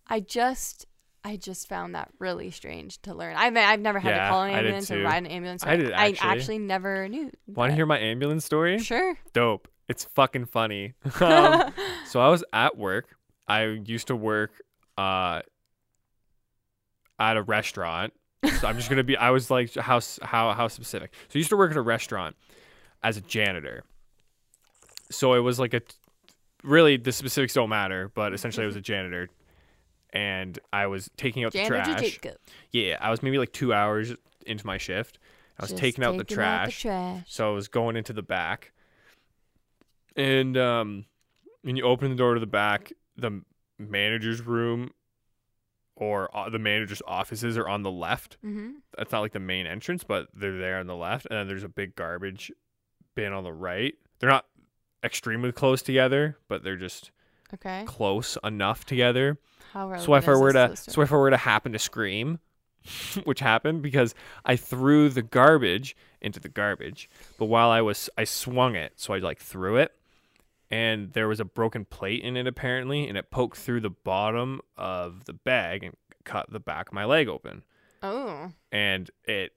Speaker 2: I just I just found that really strange to learn. I've I've never had to
Speaker 1: Yeah,
Speaker 2: call
Speaker 1: I
Speaker 2: an
Speaker 1: did
Speaker 2: ambulance or
Speaker 1: too.
Speaker 2: ride an ambulance.
Speaker 1: I did actually.
Speaker 2: I actually never knew.
Speaker 1: want to
Speaker 2: that.
Speaker 1: hear my ambulance story?
Speaker 2: Sure.
Speaker 1: Dope. It's fucking funny. Um, So I was at work. I used to work uh, at a restaurant. So I'm just gonna be. I was like, how s- how how specific? So I used to work at a restaurant as a janitor. So it was like a. Really, the specifics don't matter, but essentially, I was a janitor, and I was taking out
Speaker 2: Janitor
Speaker 1: the trash.
Speaker 2: Jacob.
Speaker 1: Yeah, I was maybe like two hours into my shift. I was
Speaker 2: Just
Speaker 1: taking out the trash.
Speaker 2: trash.
Speaker 1: So I was going into the back. And um when you open the door to the back, the manager's room or uh, the manager's offices are on the left.
Speaker 2: Mm-hmm.
Speaker 1: That's not like the main entrance, but they're there on the left. And then there's a big garbage bin on the right. They're not extremely close together, but they're just
Speaker 2: Okay.
Speaker 1: close enough together.
Speaker 2: How
Speaker 1: So if I were to, so
Speaker 2: swear.
Speaker 1: if I were to happen to scream, which happened because I threw the garbage into the garbage, but while I was, I swung it, so I like threw it, and there was a broken plate in it apparently, and it poked through the bottom of the bag and cut the back of my leg open,
Speaker 2: Oh.
Speaker 1: and it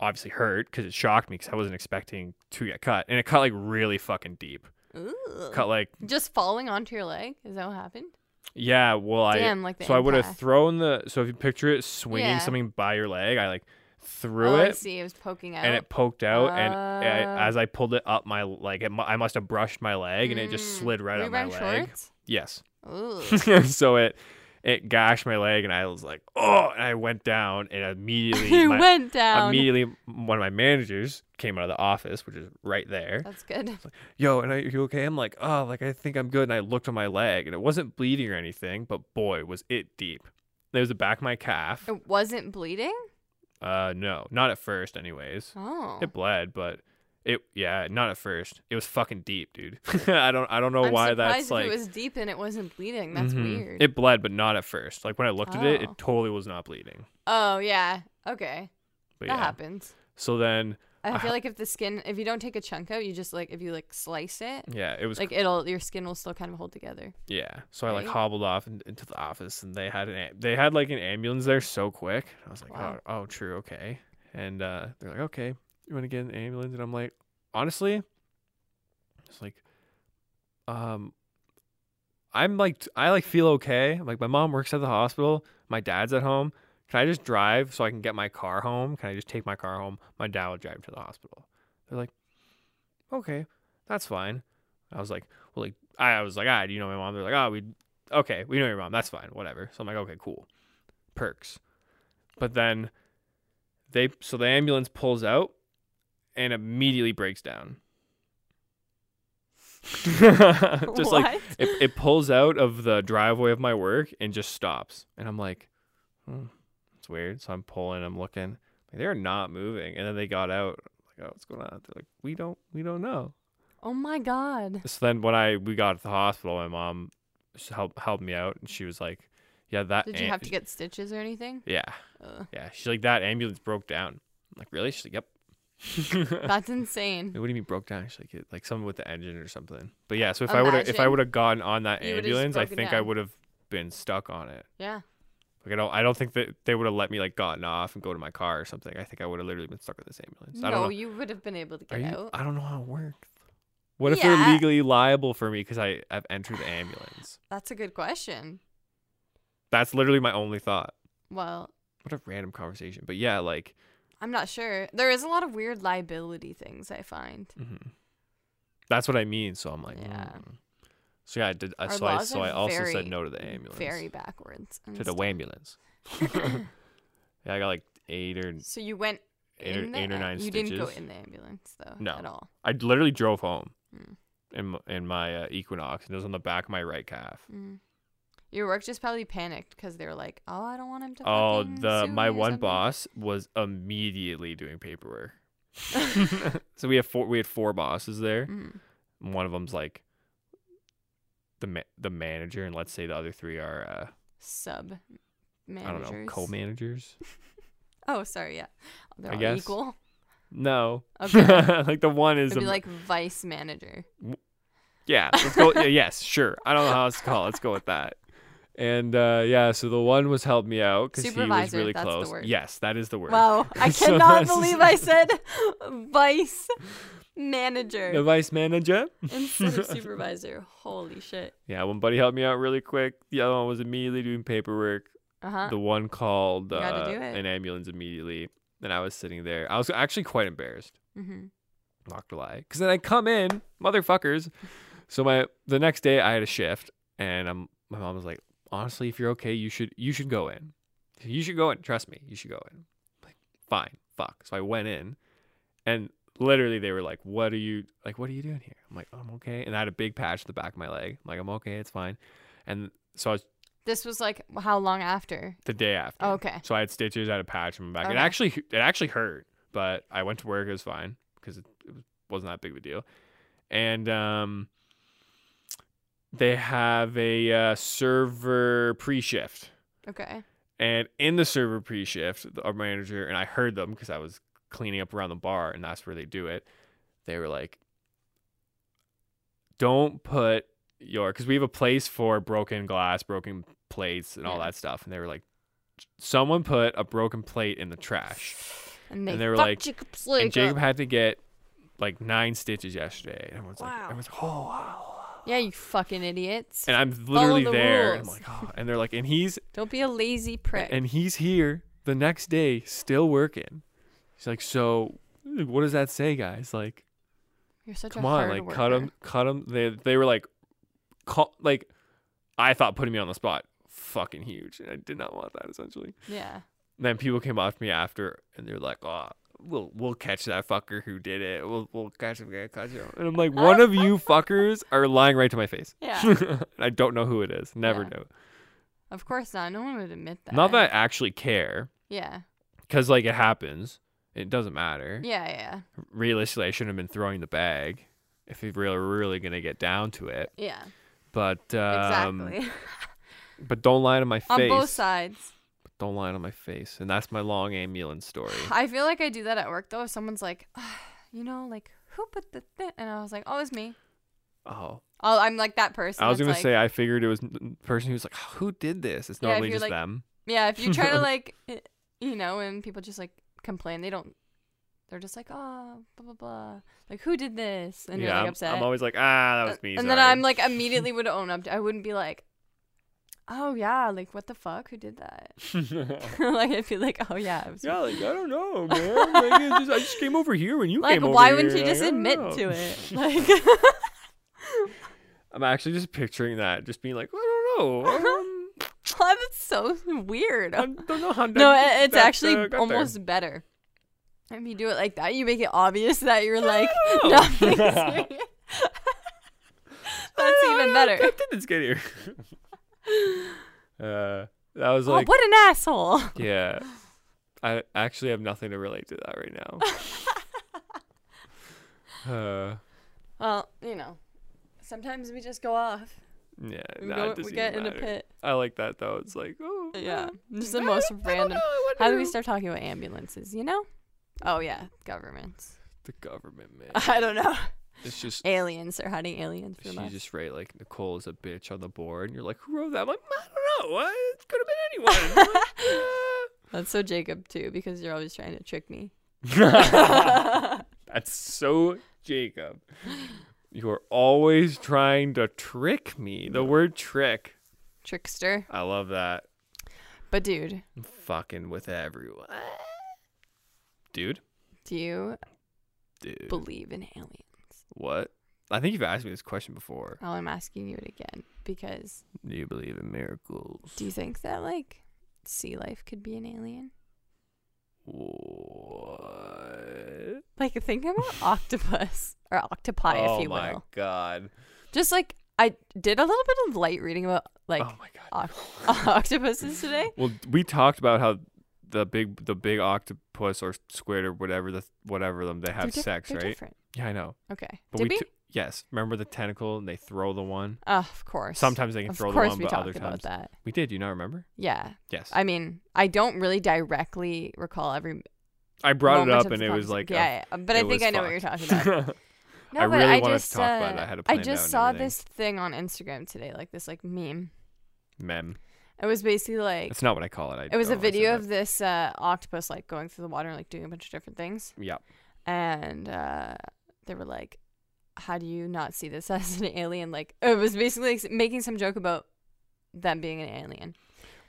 Speaker 1: obviously hurt because it shocked me because I wasn't expecting to get cut, and it cut like really fucking deep,
Speaker 2: Oh. Ooh.
Speaker 1: cut like
Speaker 2: Just falling onto your leg? Is that what happened?
Speaker 1: Yeah, well,
Speaker 2: Damn,
Speaker 1: I
Speaker 2: like the
Speaker 1: so I would have
Speaker 2: impact.
Speaker 1: thrown the so if you picture it swinging
Speaker 2: Yeah.
Speaker 1: something by your leg, I like threw
Speaker 2: oh, I
Speaker 1: it
Speaker 2: see. It was poking out.
Speaker 1: and it poked out, and
Speaker 2: Oh.
Speaker 1: I, as I pulled it up, my like it, mu- I must have brushed my leg and it just
Speaker 2: Mm.
Speaker 1: slid right
Speaker 2: Were
Speaker 1: up
Speaker 2: you
Speaker 1: my
Speaker 2: wearing
Speaker 1: leg.
Speaker 2: shorts?
Speaker 1: Yes,
Speaker 2: Ooh.
Speaker 1: so it it gashed my leg and I was like oh, and I went down and immediately
Speaker 2: you
Speaker 1: my,
Speaker 2: went down.
Speaker 1: immediately one of my managers came out of the office, which is right there
Speaker 2: That's good.
Speaker 1: yo, and I, you okay? I'm like, oh, like I think I'm good. And I looked at my leg, and it wasn't bleeding or anything, but boy, was it deep. There was the back of my calf.
Speaker 2: It wasn't bleeding?
Speaker 1: Uh, no, not at first, anyways.
Speaker 2: Oh.
Speaker 1: It bled, but it, yeah, not at first. It was fucking deep, dude. I don't, I don't know
Speaker 2: I'm
Speaker 1: Oh, why
Speaker 2: surprised
Speaker 1: that's
Speaker 2: if
Speaker 1: like.
Speaker 2: it was deep and it wasn't bleeding. That's
Speaker 1: Mhm.
Speaker 2: weird.
Speaker 1: It bled, but not at first. Like when I looked at it,
Speaker 2: Oh.
Speaker 1: it totally was not bleeding.
Speaker 2: oh yeah. Okay.
Speaker 1: But
Speaker 2: that
Speaker 1: yeah.
Speaker 2: happens.
Speaker 1: So then,
Speaker 2: I
Speaker 1: I
Speaker 2: feel
Speaker 1: ha-
Speaker 2: like if the skin, if you don't take a chunk out, you just like if you like slice it,
Speaker 1: yeah, it was
Speaker 2: like it'll your skin will still kind of hold together.
Speaker 1: Yeah. So I like
Speaker 2: Right?
Speaker 1: hobbled off in, into the office, and they had an am- they had like an ambulance there so quick. I was like,
Speaker 2: Wow.
Speaker 1: oh, oh, true, okay. And uh, they're like, okay, you want to get an ambulance? And I'm like, honestly, it's like, um, I'm like, t- I like feel okay. I'm like, my mom works at the hospital. My dad's at home. Can I just drive so I can get my car home? Can I just take my car home? My dad will drive to the hospital. They're like, okay, that's fine. I was like, well, like, I I was like, ah, do you know my mom? They're like, oh, we, okay, we know your mom. That's fine, whatever. So I'm like, okay, cool, perks. But then they, so the ambulance pulls out and immediately breaks down. just like
Speaker 2: What?
Speaker 1: it, it pulls out of the driveway of my work and just stops. And I'm like, hmm, it's weird. So I'm pulling, I'm looking. Like, they're not moving. And then they got out. I'm like, oh, what's going on? They're like, we don't, we don't know.
Speaker 2: oh my god.
Speaker 1: So then when I we got to the hospital, my mom s- helped helped me out, and she was like, "Yeah, that."
Speaker 2: Did you
Speaker 1: am-
Speaker 2: have to get stitches or anything?
Speaker 1: Yeah,
Speaker 2: Ugh.
Speaker 1: yeah. She's like, "That ambulance broke down." I'm like, "Really?" She's like, "Yep."
Speaker 2: That's insane.
Speaker 1: What do you mean broke down? She's like, "It- "Like something with the engine or something." But yeah, so if I would have if I
Speaker 2: Imagine
Speaker 1: would have gotten on that
Speaker 2: you would've just
Speaker 1: ambulance, I
Speaker 2: broken
Speaker 1: think I
Speaker 2: down.
Speaker 1: would have been stuck on it.
Speaker 2: Yeah.
Speaker 1: Like I don't I don't think that they would have let me like gotten off and go to my car or something. I think I would have literally been stuck with this ambulance. I don't
Speaker 2: No,
Speaker 1: know.
Speaker 2: you would have been able to
Speaker 1: Are
Speaker 2: get
Speaker 1: you,
Speaker 2: out.
Speaker 1: I don't know how it works. What if
Speaker 2: Yeah.
Speaker 1: they're legally liable for me because I have entered the ambulance?
Speaker 2: That's a good question.
Speaker 1: That's literally my only thought.
Speaker 2: Well,
Speaker 1: What a random conversation. But yeah, like,
Speaker 2: I'm not sure. There is a lot of weird liability things I find.
Speaker 1: mhm. that's what I mean. So I'm like,
Speaker 2: Yeah.
Speaker 1: mm. So yeah, I did. I
Speaker 2: Our
Speaker 1: so I,
Speaker 2: laws
Speaker 1: so
Speaker 2: are
Speaker 1: I also said
Speaker 2: very-
Speaker 1: no to the ambulance.
Speaker 2: Very backwards. and
Speaker 1: to the
Speaker 2: stuff.
Speaker 1: ambulance. yeah, I got like eight or
Speaker 2: So you went
Speaker 1: eight, or,
Speaker 2: in the
Speaker 1: eight or
Speaker 2: am-
Speaker 1: nine
Speaker 2: You
Speaker 1: stitches.
Speaker 2: didn't go in the ambulance though.
Speaker 1: No.
Speaker 2: At all.
Speaker 1: I literally drove home
Speaker 2: Mm.
Speaker 1: in m- in my uh, Equinox, and it was on the back of my right calf.
Speaker 2: Mm. Your work just probably panicked because they were like, "Oh, I don't want him to."
Speaker 1: Oh,
Speaker 2: fucking
Speaker 1: the
Speaker 2: sue
Speaker 1: my
Speaker 2: me or
Speaker 1: one
Speaker 2: something."
Speaker 1: boss was immediately doing paperwork.
Speaker 2: Mm-hmm.
Speaker 1: so we have four. We had four bosses there.
Speaker 2: Mm.
Speaker 1: one of them's like the ma- the manager, and let's say the other three are uh,
Speaker 2: Sub
Speaker 1: I
Speaker 2: managers.
Speaker 1: don't know co-managers.
Speaker 2: Oh, sorry. Yeah, they're
Speaker 1: I
Speaker 2: all
Speaker 1: guess.
Speaker 2: equal.
Speaker 1: No,
Speaker 2: Okay.
Speaker 1: like the one is
Speaker 2: It'd
Speaker 1: the
Speaker 2: be like vice manager.
Speaker 1: Yeah, let's go. yeah, yes, sure. I don't know how else to call. it. Let's go with that. And uh, yeah, so the one was help me out because he was
Speaker 2: Supervisor,
Speaker 1: really
Speaker 2: that's the
Speaker 1: close.
Speaker 2: word.
Speaker 1: Yes, that is the word.
Speaker 2: Wow, I
Speaker 1: So
Speaker 2: cannot
Speaker 1: that's-
Speaker 2: believe I said vice manager
Speaker 1: the vice manager.
Speaker 2: instead of supervisor. Holy shit.
Speaker 1: Yeah, one buddy helped me out really quick. The other one was immediately doing paperwork.
Speaker 2: Uh huh.
Speaker 1: The one called
Speaker 2: You gotta
Speaker 1: uh,
Speaker 2: do it.
Speaker 1: an ambulance immediately. And I was sitting there. I was actually quite embarrassed.
Speaker 2: hmm
Speaker 1: not gonna lie. Because then I come in, motherfuckers. So my the next day I had a shift, and I'm my mom was like, honestly, if you're okay, you should you should go in. You should go in. Trust me, you should go in. I'm like, fine, fuck. So I went in, and literally they were like, what are you like? What are you doing here? I'm like, I'm okay. And I had a big patch at the back of my leg. I'm like, I'm okay, it's fine. And so I was
Speaker 2: This was like how long after? Oh,
Speaker 1: the day after.
Speaker 2: Okay.
Speaker 1: So I had stitches, I had a patch on my back. It
Speaker 2: Okay.
Speaker 1: actually it actually hurt, but I went to work. It was fine because it, it was- wasn't that big of a deal. And um, they have a uh, server pre shift,
Speaker 2: Okay.
Speaker 1: and in the server pre shift, our manager and I heard them because I was cleaning up around the bar, and that's where they do it. They were like, "Don't put your," because we have a place for broken glass, broken plates, and all
Speaker 2: Yeah.
Speaker 1: that stuff. And they were like, "Someone put a broken plate in the trash,"
Speaker 2: And they,
Speaker 1: And they were
Speaker 2: fucked
Speaker 1: like-
Speaker 2: Jacob's
Speaker 1: and
Speaker 2: leg
Speaker 1: Jacob
Speaker 2: up.
Speaker 1: had to get like nine stitches yesterday. And everyone's like,
Speaker 2: Wow.
Speaker 1: "Everyone's like, oh wow."
Speaker 2: Yeah, you fucking idiots.
Speaker 1: And I'm literally
Speaker 2: the
Speaker 1: there. and I'm
Speaker 2: rules.
Speaker 1: like, oh. And they're like, and he's
Speaker 2: Don't be a lazy prick.
Speaker 1: and he's here the next day still working. He's like, so what does that say, guys? Like,
Speaker 2: You're such
Speaker 1: come
Speaker 2: a
Speaker 1: on,
Speaker 2: hard
Speaker 1: like
Speaker 2: worker.
Speaker 1: cut him, cut him. They they were like, call, like, I thought putting me on the spot fucking huge, and I did not want that essentially.
Speaker 2: Yeah.
Speaker 1: then people came up to me after, and they're like, oh. We'll we'll catch that fucker who did it. We'll we'll catch him, we'll catch him. And I'm like, one of you fuckers are lying right to my face.
Speaker 2: Yeah.
Speaker 1: I don't know who it is. Never
Speaker 2: Yeah.
Speaker 1: know.
Speaker 2: Of course not. No one would admit that.
Speaker 1: Not that I actually care,
Speaker 2: Yeah.
Speaker 1: because like it happens. It doesn't matter.
Speaker 2: Yeah, yeah.
Speaker 1: Realistically, I shouldn't have been throwing the bag if we really really gonna get down to it.
Speaker 2: Yeah.
Speaker 1: But um,
Speaker 2: exactly.
Speaker 1: But don't lie to my
Speaker 2: On
Speaker 1: face.
Speaker 2: both sides.
Speaker 1: Don't lie to my face, and that's my long ambulance story.
Speaker 2: I feel like I do that at work though. If someone's like, "Ah, you know, like who put the thing, and I was like, oh, it's me.
Speaker 1: Oh,
Speaker 2: Oh, I'm like that person.
Speaker 1: I was
Speaker 2: that's
Speaker 1: gonna
Speaker 2: like-
Speaker 1: say I figured it was the person who's like, who did this? It's
Speaker 2: Yeah, if
Speaker 1: normally
Speaker 2: you're
Speaker 1: just
Speaker 2: like-
Speaker 1: them.
Speaker 2: yeah. If you try to like, eh, you know, and people just like complain, they don't. They're just like, oh, blah blah blah. Like who did this? And
Speaker 1: yeah,
Speaker 2: you're like
Speaker 1: I'm-
Speaker 2: upset.
Speaker 1: I'm, always like, ah, that was
Speaker 2: Uh,
Speaker 1: me.
Speaker 2: And then
Speaker 1: sorry."
Speaker 2: I'm like immediately would own up. To, I wouldn't be like, oh yeah, like what the fuck? Who did that? like I'd be like, oh yeah, it was me."
Speaker 1: yeah, like I don't know, man. Like, it's just- I just came over here when you
Speaker 2: Like
Speaker 1: came over
Speaker 2: why wouldn't
Speaker 1: here.
Speaker 2: you just
Speaker 1: Like, I don't
Speaker 2: admit
Speaker 1: know.
Speaker 2: to it? Like.
Speaker 1: I'm actually just picturing that, just being like, I don't know. Um,
Speaker 2: Oh, that's so weird.
Speaker 1: I don't know how.
Speaker 2: no,
Speaker 1: that-
Speaker 2: it, it's
Speaker 1: that,
Speaker 2: actually
Speaker 1: uh, got there.
Speaker 2: almost better. If you do it like that, you make it obvious that you're like
Speaker 1: know.
Speaker 2: nothing. serious. that's
Speaker 1: I
Speaker 2: even
Speaker 1: don't-
Speaker 2: better.
Speaker 1: How did this get here? uh, that was
Speaker 2: Oh,
Speaker 1: like,
Speaker 2: what an asshole!
Speaker 1: yeah. I actually have nothing to relate to that right now. uh,
Speaker 2: Well, you know, sometimes we just go off.
Speaker 1: yeah,
Speaker 2: We,
Speaker 1: nah,
Speaker 2: go,
Speaker 1: it doesn't
Speaker 2: we get
Speaker 1: even
Speaker 2: in a
Speaker 1: matter.
Speaker 2: pit.
Speaker 1: I like that though. It's like, oh,
Speaker 2: Yeah,
Speaker 1: uh,
Speaker 2: just the
Speaker 1: I
Speaker 2: most
Speaker 1: don't- I don't
Speaker 2: random.
Speaker 1: know, I
Speaker 2: How do we
Speaker 1: wonder-
Speaker 2: start talking about ambulances? You know? Oh yeah, governments.
Speaker 1: The government, man.
Speaker 2: I don't know.
Speaker 1: It's just
Speaker 2: Aliens are hiding aliens from
Speaker 1: She's
Speaker 2: us.
Speaker 1: just right, like Nicole is a bitch on the board, and you're like, who wrote that? I'm like, I don't know. Uh, It could have been anyone.
Speaker 2: That's so Jacob too, because you're always trying to trick me.
Speaker 1: "Uh." That's so Jacob. You're always trying to trick me. The word trick.
Speaker 2: Trickster.
Speaker 1: I love that.
Speaker 2: But dude,
Speaker 1: I'm fucking with everyone. Dude.
Speaker 2: do you
Speaker 1: Dude.
Speaker 2: believe in aliens?
Speaker 1: what? I think you've asked me this question before.
Speaker 2: Oh, I'm asking you it again because
Speaker 1: Do you believe in miracles?
Speaker 2: do you think that like sea life could be an alien?
Speaker 1: What?
Speaker 2: Like think about octopus or octopi,
Speaker 1: oh
Speaker 2: if you
Speaker 1: my
Speaker 2: will.
Speaker 1: god.
Speaker 2: Just like I did a little bit of light reading about like
Speaker 1: oh my god.
Speaker 2: oc- octopuses today.
Speaker 1: Well, we talked about how the big the big octopus or squid or whatever the whatever them they
Speaker 2: They're
Speaker 1: have
Speaker 2: diff-
Speaker 1: sex,
Speaker 2: they're
Speaker 1: right?
Speaker 2: Different.
Speaker 1: Yeah, I know.
Speaker 2: Okay.
Speaker 1: But
Speaker 2: Did
Speaker 1: we
Speaker 2: we?
Speaker 1: t- Yes. Remember the tentacle and they throw the one?
Speaker 2: Uh, of course.
Speaker 1: Sometimes they can
Speaker 2: of
Speaker 1: throw the
Speaker 2: course
Speaker 1: one,
Speaker 2: we
Speaker 1: but
Speaker 2: talked
Speaker 1: other
Speaker 2: about
Speaker 1: times.
Speaker 2: that.
Speaker 1: We did. You not remember?
Speaker 2: Yeah.
Speaker 1: Yes. I,
Speaker 2: I mean, I don't really directly recall every.
Speaker 1: brought it
Speaker 2: moment
Speaker 1: up
Speaker 2: of
Speaker 1: and
Speaker 2: the
Speaker 1: it was
Speaker 2: conversation.
Speaker 1: like, a-
Speaker 2: yeah, yeah, but I
Speaker 1: it
Speaker 2: think
Speaker 1: was
Speaker 2: I know what you're talking about. No,
Speaker 1: I
Speaker 2: but
Speaker 1: really
Speaker 2: I
Speaker 1: wanted to
Speaker 2: just,
Speaker 1: talk about it.
Speaker 2: uh,
Speaker 1: I had it planned out
Speaker 2: just
Speaker 1: and
Speaker 2: saw
Speaker 1: everything.
Speaker 2: this thing on Instagram today, like this like meme.
Speaker 1: mem.
Speaker 2: It was basically like
Speaker 1: That's not what I call it. I
Speaker 2: it was a
Speaker 1: don't know why I said
Speaker 2: video
Speaker 1: that.
Speaker 2: of this uh, octopus like going through the water and like doing a bunch of different things,
Speaker 1: Yeah.
Speaker 2: and uh, they were like, "How do you not see this as an alien?" Like it was basically like, making some joke about them being an alien.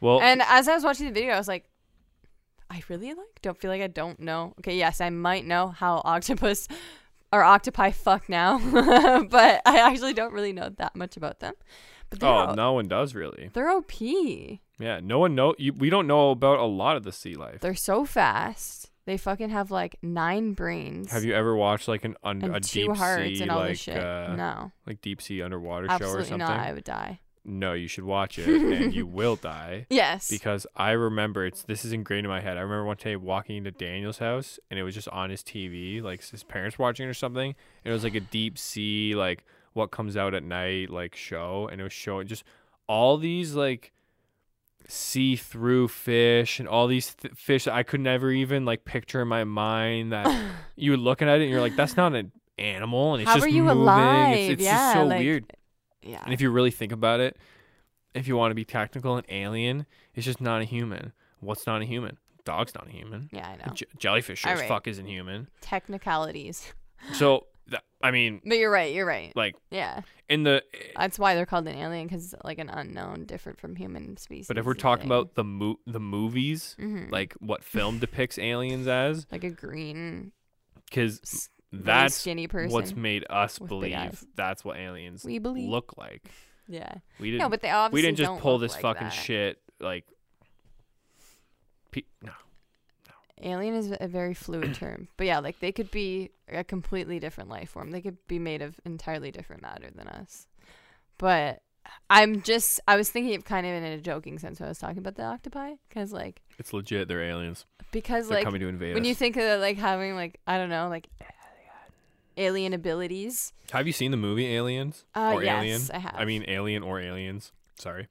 Speaker 1: Well,
Speaker 2: And as I was watching the video, I was like, I really like don't feel like I don't know. Okay, yes, I might know how octopus or octopi fuck now, but I actually don't really know that much about them. But they're,
Speaker 1: oh, no one does really.
Speaker 2: they're OP.
Speaker 1: Yeah, no one know. You, we don't know about a lot of the sea life.
Speaker 2: They're so fast. They fucking have like nine brains
Speaker 1: Have you ever watched like an un,
Speaker 2: and
Speaker 1: a
Speaker 2: two
Speaker 1: deep
Speaker 2: hearts
Speaker 1: sea
Speaker 2: and all
Speaker 1: like
Speaker 2: this shit.
Speaker 1: uh,
Speaker 2: no,
Speaker 1: like deep sea underwater show or
Speaker 2: absolutely
Speaker 1: something?
Speaker 2: not. I would die.
Speaker 1: No, you should watch it and you will die.
Speaker 2: Yes.
Speaker 1: because I remember it's this is ingrained in my head. I remember one day walking into Daniel's house and it was just on his TV, like his parents watching it or something. And it was like a deep sea, like what comes out at night, like show, and it was showing just all these like see through fish and all these th- fish that I could never even like picture in my mind. That you were looking at it and you're like, that's not an animal, and it's
Speaker 2: How
Speaker 1: just
Speaker 2: are you
Speaker 1: moving.
Speaker 2: alive?
Speaker 1: It's, it's
Speaker 2: yeah,
Speaker 1: just so
Speaker 2: like,
Speaker 1: weird.
Speaker 2: Yeah.
Speaker 1: And if you really think about it, if you want to be technical, an alien is just not a human. What's not a human? Dog's not a human.
Speaker 2: yeah, I
Speaker 1: A
Speaker 2: know.
Speaker 1: j- jellyfish sure as
Speaker 2: Alright.
Speaker 1: fuck isn't human.
Speaker 2: Technicalities.
Speaker 1: So, th- I mean,
Speaker 2: But you're right. You're right.
Speaker 1: like eh.
Speaker 2: Yeah.
Speaker 1: in the,
Speaker 2: That's why they're called an alien because like an unknown, different from human species.
Speaker 1: but if we're talking about the mo- the movies,
Speaker 2: Mhm.
Speaker 1: like what film depicts aliens as,
Speaker 2: like a green,
Speaker 1: because
Speaker 2: s- really
Speaker 1: that's
Speaker 2: skinny person,
Speaker 1: what's made us
Speaker 2: with big
Speaker 1: believe
Speaker 2: eyes.
Speaker 1: that's what aliens
Speaker 2: we believe.
Speaker 1: look like.
Speaker 2: yeah.
Speaker 1: We didn't.
Speaker 2: No, but they obviously
Speaker 1: we didn't just
Speaker 2: don't
Speaker 1: pull
Speaker 2: look
Speaker 1: this
Speaker 2: like
Speaker 1: fucking
Speaker 2: that.
Speaker 1: shit like. Pe- no,
Speaker 2: Alien is a very fluid term, but yeah, like they could be a completely different life form. They could be made of entirely different matter than us. But I'm just, I was thinking of kind of in a joking sense when I was talking about the octopi, because like,
Speaker 1: it's legit. They're aliens.
Speaker 2: because
Speaker 1: They're
Speaker 2: like
Speaker 1: coming to invade
Speaker 2: when
Speaker 1: us.
Speaker 2: you think of like having like I don't know like alien abilities,
Speaker 1: Have you seen the movie Aliens
Speaker 2: Uh,
Speaker 1: or
Speaker 2: yes,
Speaker 1: Alien?
Speaker 2: I have.
Speaker 1: I mean Alien or Aliens. Sorry,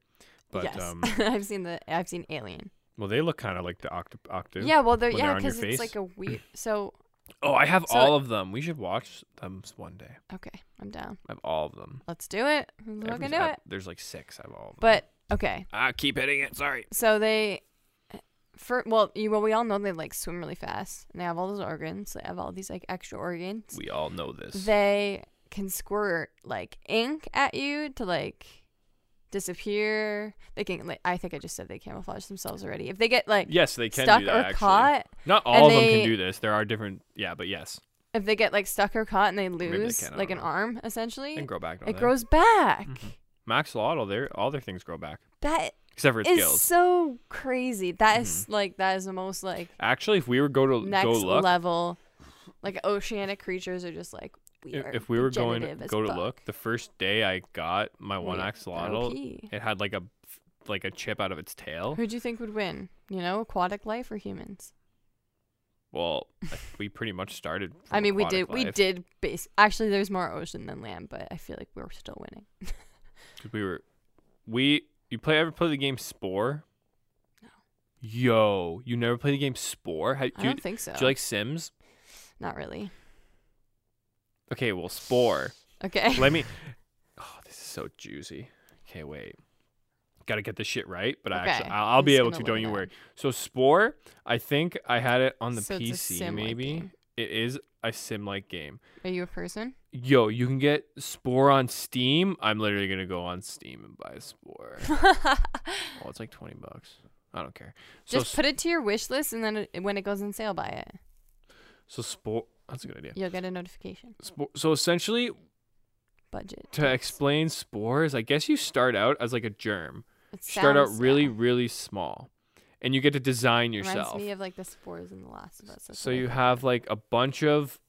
Speaker 1: but
Speaker 2: yes,
Speaker 1: um,
Speaker 2: I've seen the I've seen Alien.
Speaker 1: well, they look kind of like the octo- octave.
Speaker 2: Yeah, well, they're
Speaker 1: when
Speaker 2: yeah,
Speaker 1: they're on your
Speaker 2: because it's
Speaker 1: face.
Speaker 2: like a weird. So
Speaker 1: Oh, I have
Speaker 2: So-
Speaker 1: all of them. We should watch them s- one day.
Speaker 2: okay, I'm down.
Speaker 1: I have all of them.
Speaker 2: Let's do it. Let's
Speaker 1: Every-
Speaker 2: fucking do
Speaker 1: I-
Speaker 2: it.
Speaker 1: There's like six. I have all. Of them.
Speaker 2: But okay,
Speaker 1: I keep hitting it. Sorry.
Speaker 2: so they, for well, you well, we all know they like swim really fast, and they have all those organs. They have all these like extra organs.
Speaker 1: We all know this.
Speaker 2: They can squirt like ink at you to like disappear. They can like I think I just said they camouflage themselves already. If they get like
Speaker 1: yes, they can
Speaker 2: stuck
Speaker 1: do
Speaker 2: or
Speaker 1: that. actually,
Speaker 2: caught,
Speaker 1: not
Speaker 2: and
Speaker 1: all of them
Speaker 2: they-
Speaker 1: can do this. There are different. Yeah, but yes,
Speaker 2: if they get like stuck or caught and they
Speaker 1: they
Speaker 2: lose
Speaker 1: can, I
Speaker 2: like
Speaker 1: don't
Speaker 2: an
Speaker 1: know.
Speaker 2: arm essentially
Speaker 1: and grow back. don't
Speaker 2: it
Speaker 1: they?
Speaker 2: grows back
Speaker 1: Max Lotto. Their all their things grow back
Speaker 2: That
Speaker 1: except for Mm-hmm. its
Speaker 2: is
Speaker 1: gills.
Speaker 2: so crazy that is like that is the most like
Speaker 1: Actually, if we were go to
Speaker 2: next
Speaker 1: go look,
Speaker 2: level like oceanic creatures are just like we
Speaker 1: if,
Speaker 2: are
Speaker 1: if we were going
Speaker 2: degenerative as
Speaker 1: go to
Speaker 2: fuck.
Speaker 1: look, the first day I got my one
Speaker 2: We-
Speaker 1: axolotl,
Speaker 2: OP.
Speaker 1: it had like a like a chip out of its tail.
Speaker 2: who do you think would win you know aquatic life or humans
Speaker 1: Well, I- we pretty much started. From
Speaker 2: i mean we did
Speaker 1: aquatic
Speaker 2: we
Speaker 1: life
Speaker 2: did base actually there's more ocean than land but i feel like we're still winning
Speaker 1: 'cause We were we you play ever play the game Spore?
Speaker 2: No.
Speaker 1: Yo, you never play the game Spore? How, do,
Speaker 2: i
Speaker 1: you,
Speaker 2: don't think so
Speaker 1: do you like Sims?
Speaker 2: not really
Speaker 1: Okay, well Spore.
Speaker 2: okay
Speaker 1: Let me. Oh, this is so juicy. Okay, wait. Got to get this shit right, but I actually
Speaker 2: Okay,
Speaker 1: I'll, I'll
Speaker 2: I'm
Speaker 1: be
Speaker 2: just
Speaker 1: able
Speaker 2: gonna
Speaker 1: to.
Speaker 2: look
Speaker 1: Don't
Speaker 2: it
Speaker 1: you
Speaker 2: up.
Speaker 1: worry. So Spore, I think I had it on the
Speaker 2: So it's a
Speaker 1: PC.
Speaker 2: sim-like
Speaker 1: Maybe
Speaker 2: game.
Speaker 1: it is a sim like game.
Speaker 2: are you a person
Speaker 1: Yo, you can get Spore on Steam. I'm literally gonna go on Steam and buy Spore. oh, it's like twenty bucks. I don't care. So
Speaker 2: just put it to your wish list and then it, when it goes on sale buy it
Speaker 1: so Spore. That's a good idea.
Speaker 2: you'll get a notification
Speaker 1: Spore, so essentially,
Speaker 2: budget
Speaker 1: to explain spores, I guess you start out as like a germ.
Speaker 2: It
Speaker 1: You start out
Speaker 2: sounds-
Speaker 1: really,
Speaker 2: yeah.
Speaker 1: really small, and you get to design yourself.
Speaker 2: Reminds me of like the spores in The Last of Us. that's
Speaker 1: so
Speaker 2: what I
Speaker 1: you
Speaker 2: think
Speaker 1: have like a bunch of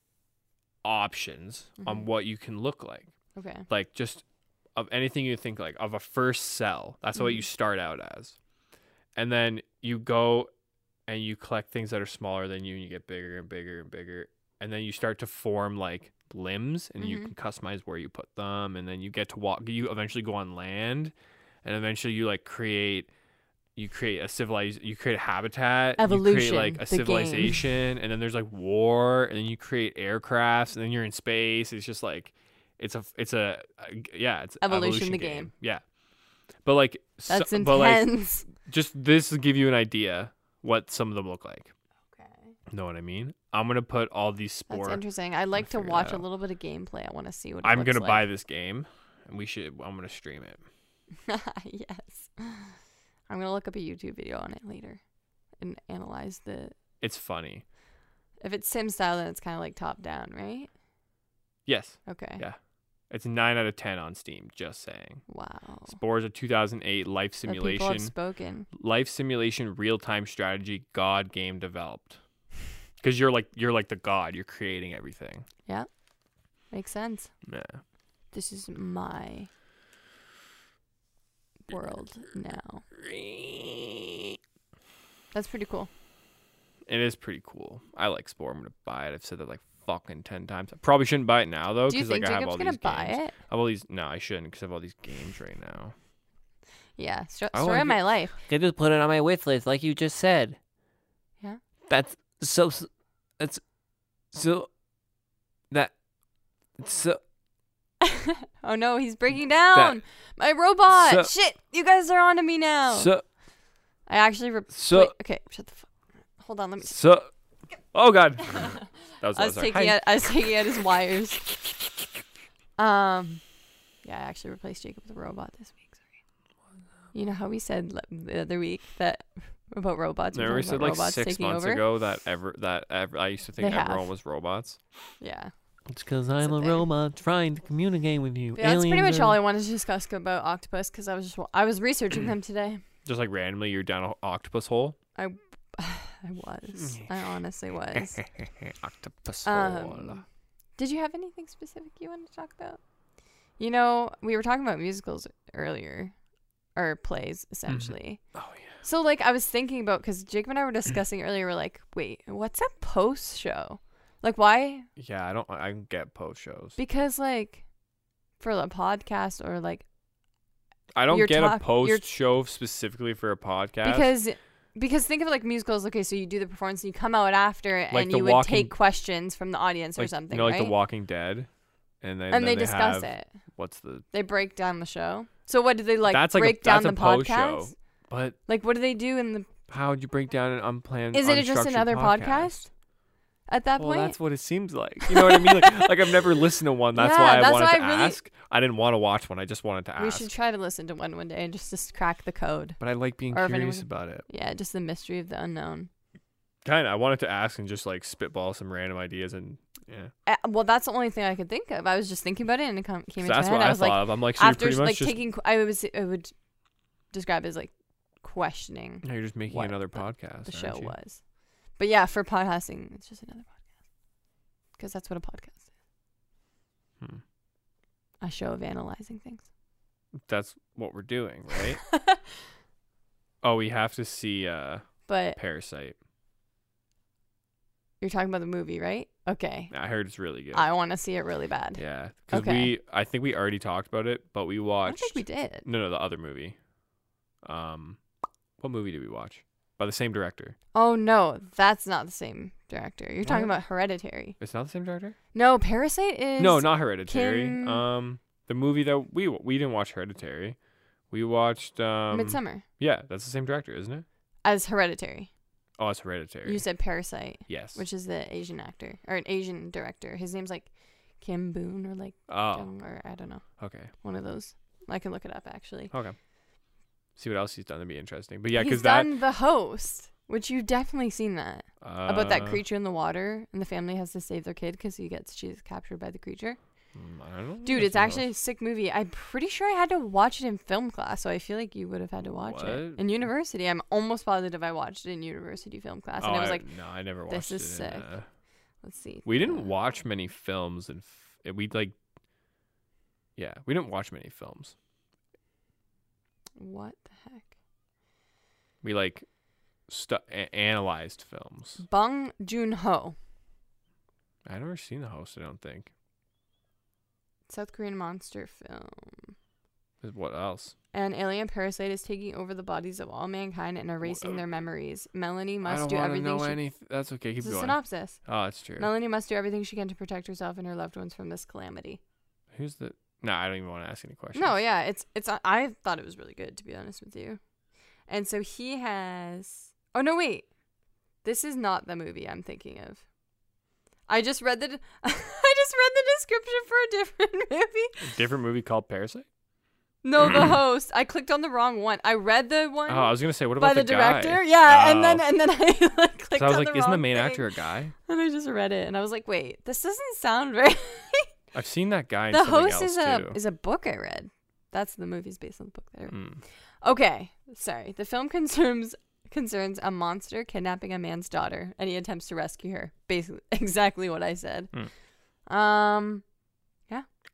Speaker 1: options
Speaker 2: Mhm.
Speaker 1: on what you can look like,
Speaker 2: of. okay.
Speaker 1: like just of anything you think like of a first cell. That's what you
Speaker 2: Mhm.
Speaker 1: start out as, and then you go and you collect things that are smaller than you, and you get bigger and bigger and bigger, and then you start to form like limbs and you
Speaker 2: Mhm.
Speaker 1: can customize where you put them and then you get to walk you eventually go on land and eventually you like create you create a civilized you create a habitat you
Speaker 2: Evolution,
Speaker 1: create like a
Speaker 2: the game.
Speaker 1: civilization and then there's like war and then you create aircrafts and then you're in space it's just like it's a it's a yeah it's
Speaker 2: Evolution, the game.
Speaker 1: yeah but like so-
Speaker 2: That's
Speaker 1: but like
Speaker 2: intense.
Speaker 1: just this to give you an idea what some of them look like.
Speaker 2: okay.
Speaker 1: Know what I mean? I'm gonna put all these
Speaker 2: That's
Speaker 1: spore.
Speaker 2: interesting. I'd like to
Speaker 1: figure that
Speaker 2: watch a
Speaker 1: out.
Speaker 2: little bit of gameplay. I want to see what it
Speaker 1: I'm
Speaker 2: looks
Speaker 1: gonna buy
Speaker 2: like.
Speaker 1: this game, and we should. I'm gonna stream it.
Speaker 2: yes. I'm gonna look up a YouTube video on it later and analyze the.
Speaker 1: It's funny.
Speaker 2: If it's Sim style, then it's kind of like top down, right?
Speaker 1: Yes,
Speaker 2: Okay.
Speaker 1: Yeah. it's nine out of ten on Steam. Just saying.
Speaker 2: Wow.
Speaker 1: Spores a 2008 life
Speaker 2: The Oh. people
Speaker 1: simulation,
Speaker 2: have spoken.
Speaker 1: life simulation, real time strategy, god game developed. Because you're like you're like the god. You're creating everything.
Speaker 2: Makes sense.
Speaker 1: Yeah.
Speaker 2: This is my world now.
Speaker 1: It
Speaker 2: That's pretty cool.
Speaker 1: is pretty cool. I like Spore. I'm gonna buy it. I've said that like fucking ten times. I probably shouldn't buy it now though,
Speaker 2: Do you
Speaker 1: because
Speaker 2: think
Speaker 1: Oh, like I have
Speaker 2: Jacob's
Speaker 1: all
Speaker 2: gonna
Speaker 1: these
Speaker 2: buy
Speaker 1: games.
Speaker 2: it?
Speaker 1: I have all these. No, I shouldn't because I have all these games right now.
Speaker 2: Yeah. St-
Speaker 1: I
Speaker 2: story
Speaker 1: wanna
Speaker 2: of
Speaker 1: get-
Speaker 2: my life.
Speaker 3: They just put it on my wish list, like you just said.
Speaker 2: Yeah.
Speaker 3: That's so. s- That's so. That. So.
Speaker 2: oh no, he's breaking down. my robot.
Speaker 3: So-
Speaker 2: Shit. You guys are onto me now.
Speaker 3: So.
Speaker 2: I actually. Re-
Speaker 3: So-
Speaker 2: wait, okay. Shut the. Fu- Hold on. Let me.
Speaker 3: So. Oh God. that was,
Speaker 2: I was
Speaker 3: what I was
Speaker 2: taking out, I was taking out his wires. Um, yeah, I actually replaced Jacob with a robot this week. Sorry. You know how we said le- the other week that about robots.
Speaker 1: Remember we
Speaker 2: talked
Speaker 1: said
Speaker 2: about
Speaker 1: like
Speaker 2: robots
Speaker 1: six
Speaker 2: taking
Speaker 1: months
Speaker 2: over?
Speaker 1: ago that ever that ever, I used to think
Speaker 2: They have.
Speaker 1: everyone was robots.
Speaker 2: Yeah,
Speaker 3: It's because
Speaker 2: It's
Speaker 3: I'm
Speaker 2: a
Speaker 3: a
Speaker 2: thing.
Speaker 3: robot trying to communicate with you.
Speaker 2: But that's pretty
Speaker 3: Aliens
Speaker 2: much all
Speaker 3: are-
Speaker 2: I wanted to discuss about octopus because I was just wa- I was researching them today.
Speaker 1: Just like randomly, you're down an octopus hole.
Speaker 2: I was. I honestly was.
Speaker 1: octopus hole.
Speaker 2: Um, did you have anything specific you wanted to talk about? You know, we were talking about musicals earlier, or plays
Speaker 1: Mm-hmm.
Speaker 2: essentially.
Speaker 1: Oh yeah.
Speaker 2: So like I was thinking about because Jacob and I were discussing earlier. We're like, wait, what's a post show? Like why?
Speaker 1: Yeah, I don't. I don't get post shows.
Speaker 2: Because like for the podcast or like
Speaker 1: I don't
Speaker 2: you're
Speaker 1: get
Speaker 2: talk-
Speaker 1: a
Speaker 2: you're-
Speaker 1: post show specifically for a podcast.
Speaker 2: because because think of it like musicals. Okay, so you do the performance and you come out after
Speaker 1: Like
Speaker 2: and
Speaker 1: The
Speaker 2: you would
Speaker 1: Walking-
Speaker 2: take questions from the audience
Speaker 1: like,
Speaker 2: or
Speaker 1: you
Speaker 2: something,
Speaker 1: know, like
Speaker 2: right?
Speaker 1: The Walking Dead, and then
Speaker 2: and they,
Speaker 1: then
Speaker 2: discuss
Speaker 1: have-
Speaker 2: it.
Speaker 1: What's the?
Speaker 2: They break down the show. So what do they like?
Speaker 1: That's like a-
Speaker 2: break down
Speaker 1: that's
Speaker 2: the
Speaker 1: a post show.
Speaker 2: podcast.
Speaker 1: But
Speaker 2: Like what do they do in the?
Speaker 1: how would you break down an unplanned?
Speaker 2: Is it just
Speaker 1: unstructured
Speaker 2: another podcast? At that
Speaker 1: Well,
Speaker 2: point,
Speaker 1: that's what it seems like. You know what I mean? Like, like I've never listened to one. That's
Speaker 2: Yeah,
Speaker 1: why I
Speaker 2: that's
Speaker 1: wanted
Speaker 2: why
Speaker 1: to
Speaker 2: I really-
Speaker 1: ask. I didn't want to watch one. I just wanted to
Speaker 2: we
Speaker 1: ask.
Speaker 2: should try to listen to one one day and just just crack the code.
Speaker 1: But I like being
Speaker 2: or if
Speaker 1: curious
Speaker 2: anyone-
Speaker 1: about it.
Speaker 2: Yeah, just the mystery of the unknown.
Speaker 1: Kind of. I wanted to ask and just like spitball some random ideas and yeah.
Speaker 2: Uh, well, that's the only thing I could think of. I was just thinking about it, and it come, came
Speaker 1: 'Cause
Speaker 2: into my
Speaker 1: That's
Speaker 2: head.
Speaker 1: what
Speaker 2: I
Speaker 1: I,
Speaker 2: was
Speaker 1: thought
Speaker 2: like,
Speaker 1: of. I'm like, so you're
Speaker 2: after
Speaker 1: pretty
Speaker 2: s-
Speaker 1: much
Speaker 2: like
Speaker 1: just
Speaker 2: taking, qu- I would say- I would describe it as like questioning
Speaker 1: no, you're just making
Speaker 2: what
Speaker 1: another
Speaker 2: the-
Speaker 1: podcast.
Speaker 2: the
Speaker 1: aren't
Speaker 2: show
Speaker 1: you?
Speaker 2: was. But yeah, for podcasting, it's just another podcast because that's what a podcast is.
Speaker 1: Hmm.
Speaker 2: A show of analyzing things.
Speaker 1: That's what we're doing, right? oh, we have to see uh
Speaker 2: but
Speaker 1: Parasite.
Speaker 2: you're talking about the movie, right? Okay,
Speaker 1: I heard it's really good.
Speaker 2: I want to see it really bad.
Speaker 1: Yeah, because
Speaker 2: Okay.
Speaker 1: we I think we already talked about it, but we
Speaker 2: I
Speaker 1: watched.
Speaker 2: don't think we did.
Speaker 1: No, no, the other movie. Um, what movie did we watch? By the same director.
Speaker 2: Oh no, that's not the same director. You're talking
Speaker 1: What?
Speaker 2: about Hereditary.
Speaker 1: It's not the same director.
Speaker 2: No, Parasite is
Speaker 1: no, not Hereditary.
Speaker 2: Kim-
Speaker 1: Um, the movie that we we didn't watch Hereditary. We watched um.
Speaker 2: Midsummer
Speaker 1: Yeah, that's the same director, isn't it?
Speaker 2: as Hereditary.
Speaker 1: Oh, it's Hereditary.
Speaker 2: You said Parasite,
Speaker 1: yes.
Speaker 2: which is the Asian actor or an Asian director. His name's like Kim Boon or like
Speaker 1: oh,
Speaker 2: Jung or I don't know,
Speaker 1: okay,
Speaker 2: one of those. I can look it up actually.
Speaker 1: okay. See what else he's done. That'd be interesting. But yeah,
Speaker 2: he's
Speaker 1: because that
Speaker 2: done the host, which you've definitely seen that about that
Speaker 1: uh,
Speaker 2: creature in the water, and the family has to save their kid because he gets she's captured by the creature.
Speaker 1: mm, I don't know
Speaker 2: Dude,
Speaker 1: if
Speaker 2: it's
Speaker 1: I know.
Speaker 2: actually a sick movie. I'm pretty sure I had to watch it in film class, so I feel like you would have had to watch it
Speaker 1: What?
Speaker 2: in university. I'm almost positive I watched it in university film class,
Speaker 1: Oh,
Speaker 2: and I was like,
Speaker 1: no, I never watched
Speaker 2: "This
Speaker 1: it.
Speaker 2: is
Speaker 1: in,
Speaker 2: sick."
Speaker 1: uh,
Speaker 2: let's see.
Speaker 1: we
Speaker 2: Uh,
Speaker 1: didn't watch many films, and f- we like. Yeah, we didn't watch many films.
Speaker 2: What the heck?
Speaker 1: We like stu- a- analyzed films.
Speaker 2: Bong Joon Ho.
Speaker 1: I've never seen the host. I don't think.
Speaker 2: South Korean monster film.
Speaker 1: What else?
Speaker 2: An alien parasite is taking over the bodies of all mankind and erasing
Speaker 1: Wha-
Speaker 2: their memories. Melanie
Speaker 1: I
Speaker 2: must
Speaker 1: don't
Speaker 2: do
Speaker 1: wanna
Speaker 2: everything
Speaker 1: know
Speaker 2: she
Speaker 1: any. That's okay. Keep
Speaker 2: It's a
Speaker 1: going.
Speaker 2: synopsis.
Speaker 1: Oh, that's true.
Speaker 2: Melanie must do everything she can to protect herself and her loved ones from this calamity.
Speaker 1: Who's the? No, I don't even want to ask any questions.
Speaker 2: No, yeah, it's it's. uh, I thought it was really good to be honest with you. And so he has. Oh no, wait. This is not the movie I'm thinking of. I just read the. I just read the description for a different movie.
Speaker 1: Different movie called Parasite.
Speaker 2: No, the host. I clicked on the wrong one. I read the
Speaker 1: Oh,
Speaker 2: one
Speaker 1: I was gonna say, what
Speaker 2: by
Speaker 1: about
Speaker 2: the,
Speaker 1: guy?
Speaker 2: director. Yeah,
Speaker 1: Oh.
Speaker 2: and then and then I like, clicked
Speaker 1: So I was
Speaker 2: on
Speaker 1: like,
Speaker 2: the
Speaker 1: isn't the
Speaker 2: wrong
Speaker 1: main
Speaker 2: thing.
Speaker 1: actor a guy?
Speaker 2: And I just read it, and I was like, wait, this doesn't sound very.
Speaker 1: I've seen that guy. in
Speaker 2: the
Speaker 1: something
Speaker 2: host
Speaker 1: else
Speaker 2: is a
Speaker 1: too.
Speaker 2: is a book I read. That's the movie's based on the book that I read.
Speaker 1: Mm.
Speaker 2: Okay, sorry. The film concerns concerns a monster kidnapping a man's daughter, and he attempts to rescue her. Basically, exactly what I said. Um,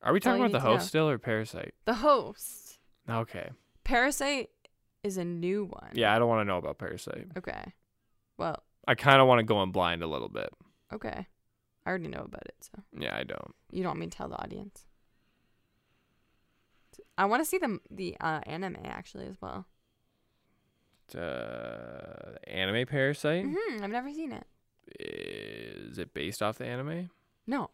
Speaker 1: Are we
Speaker 2: That's all
Speaker 1: talking
Speaker 2: you
Speaker 1: about the
Speaker 2: need to know.
Speaker 1: host still or Parasite?
Speaker 2: the host
Speaker 1: Okay.
Speaker 2: Parasite is a new one.
Speaker 1: Yeah, I don't want to know about Parasite.
Speaker 2: Okay. Well,
Speaker 1: I kind of want to go in blind a little bit.
Speaker 2: okay. I already know about it, so
Speaker 1: Yeah, I don't.
Speaker 2: you don't want me to tell the audience. I want to see the the uh, anime actually as well.
Speaker 1: Uh, anime Parasite
Speaker 2: hmm I've never seen it.
Speaker 1: is it based off the anime?
Speaker 2: No.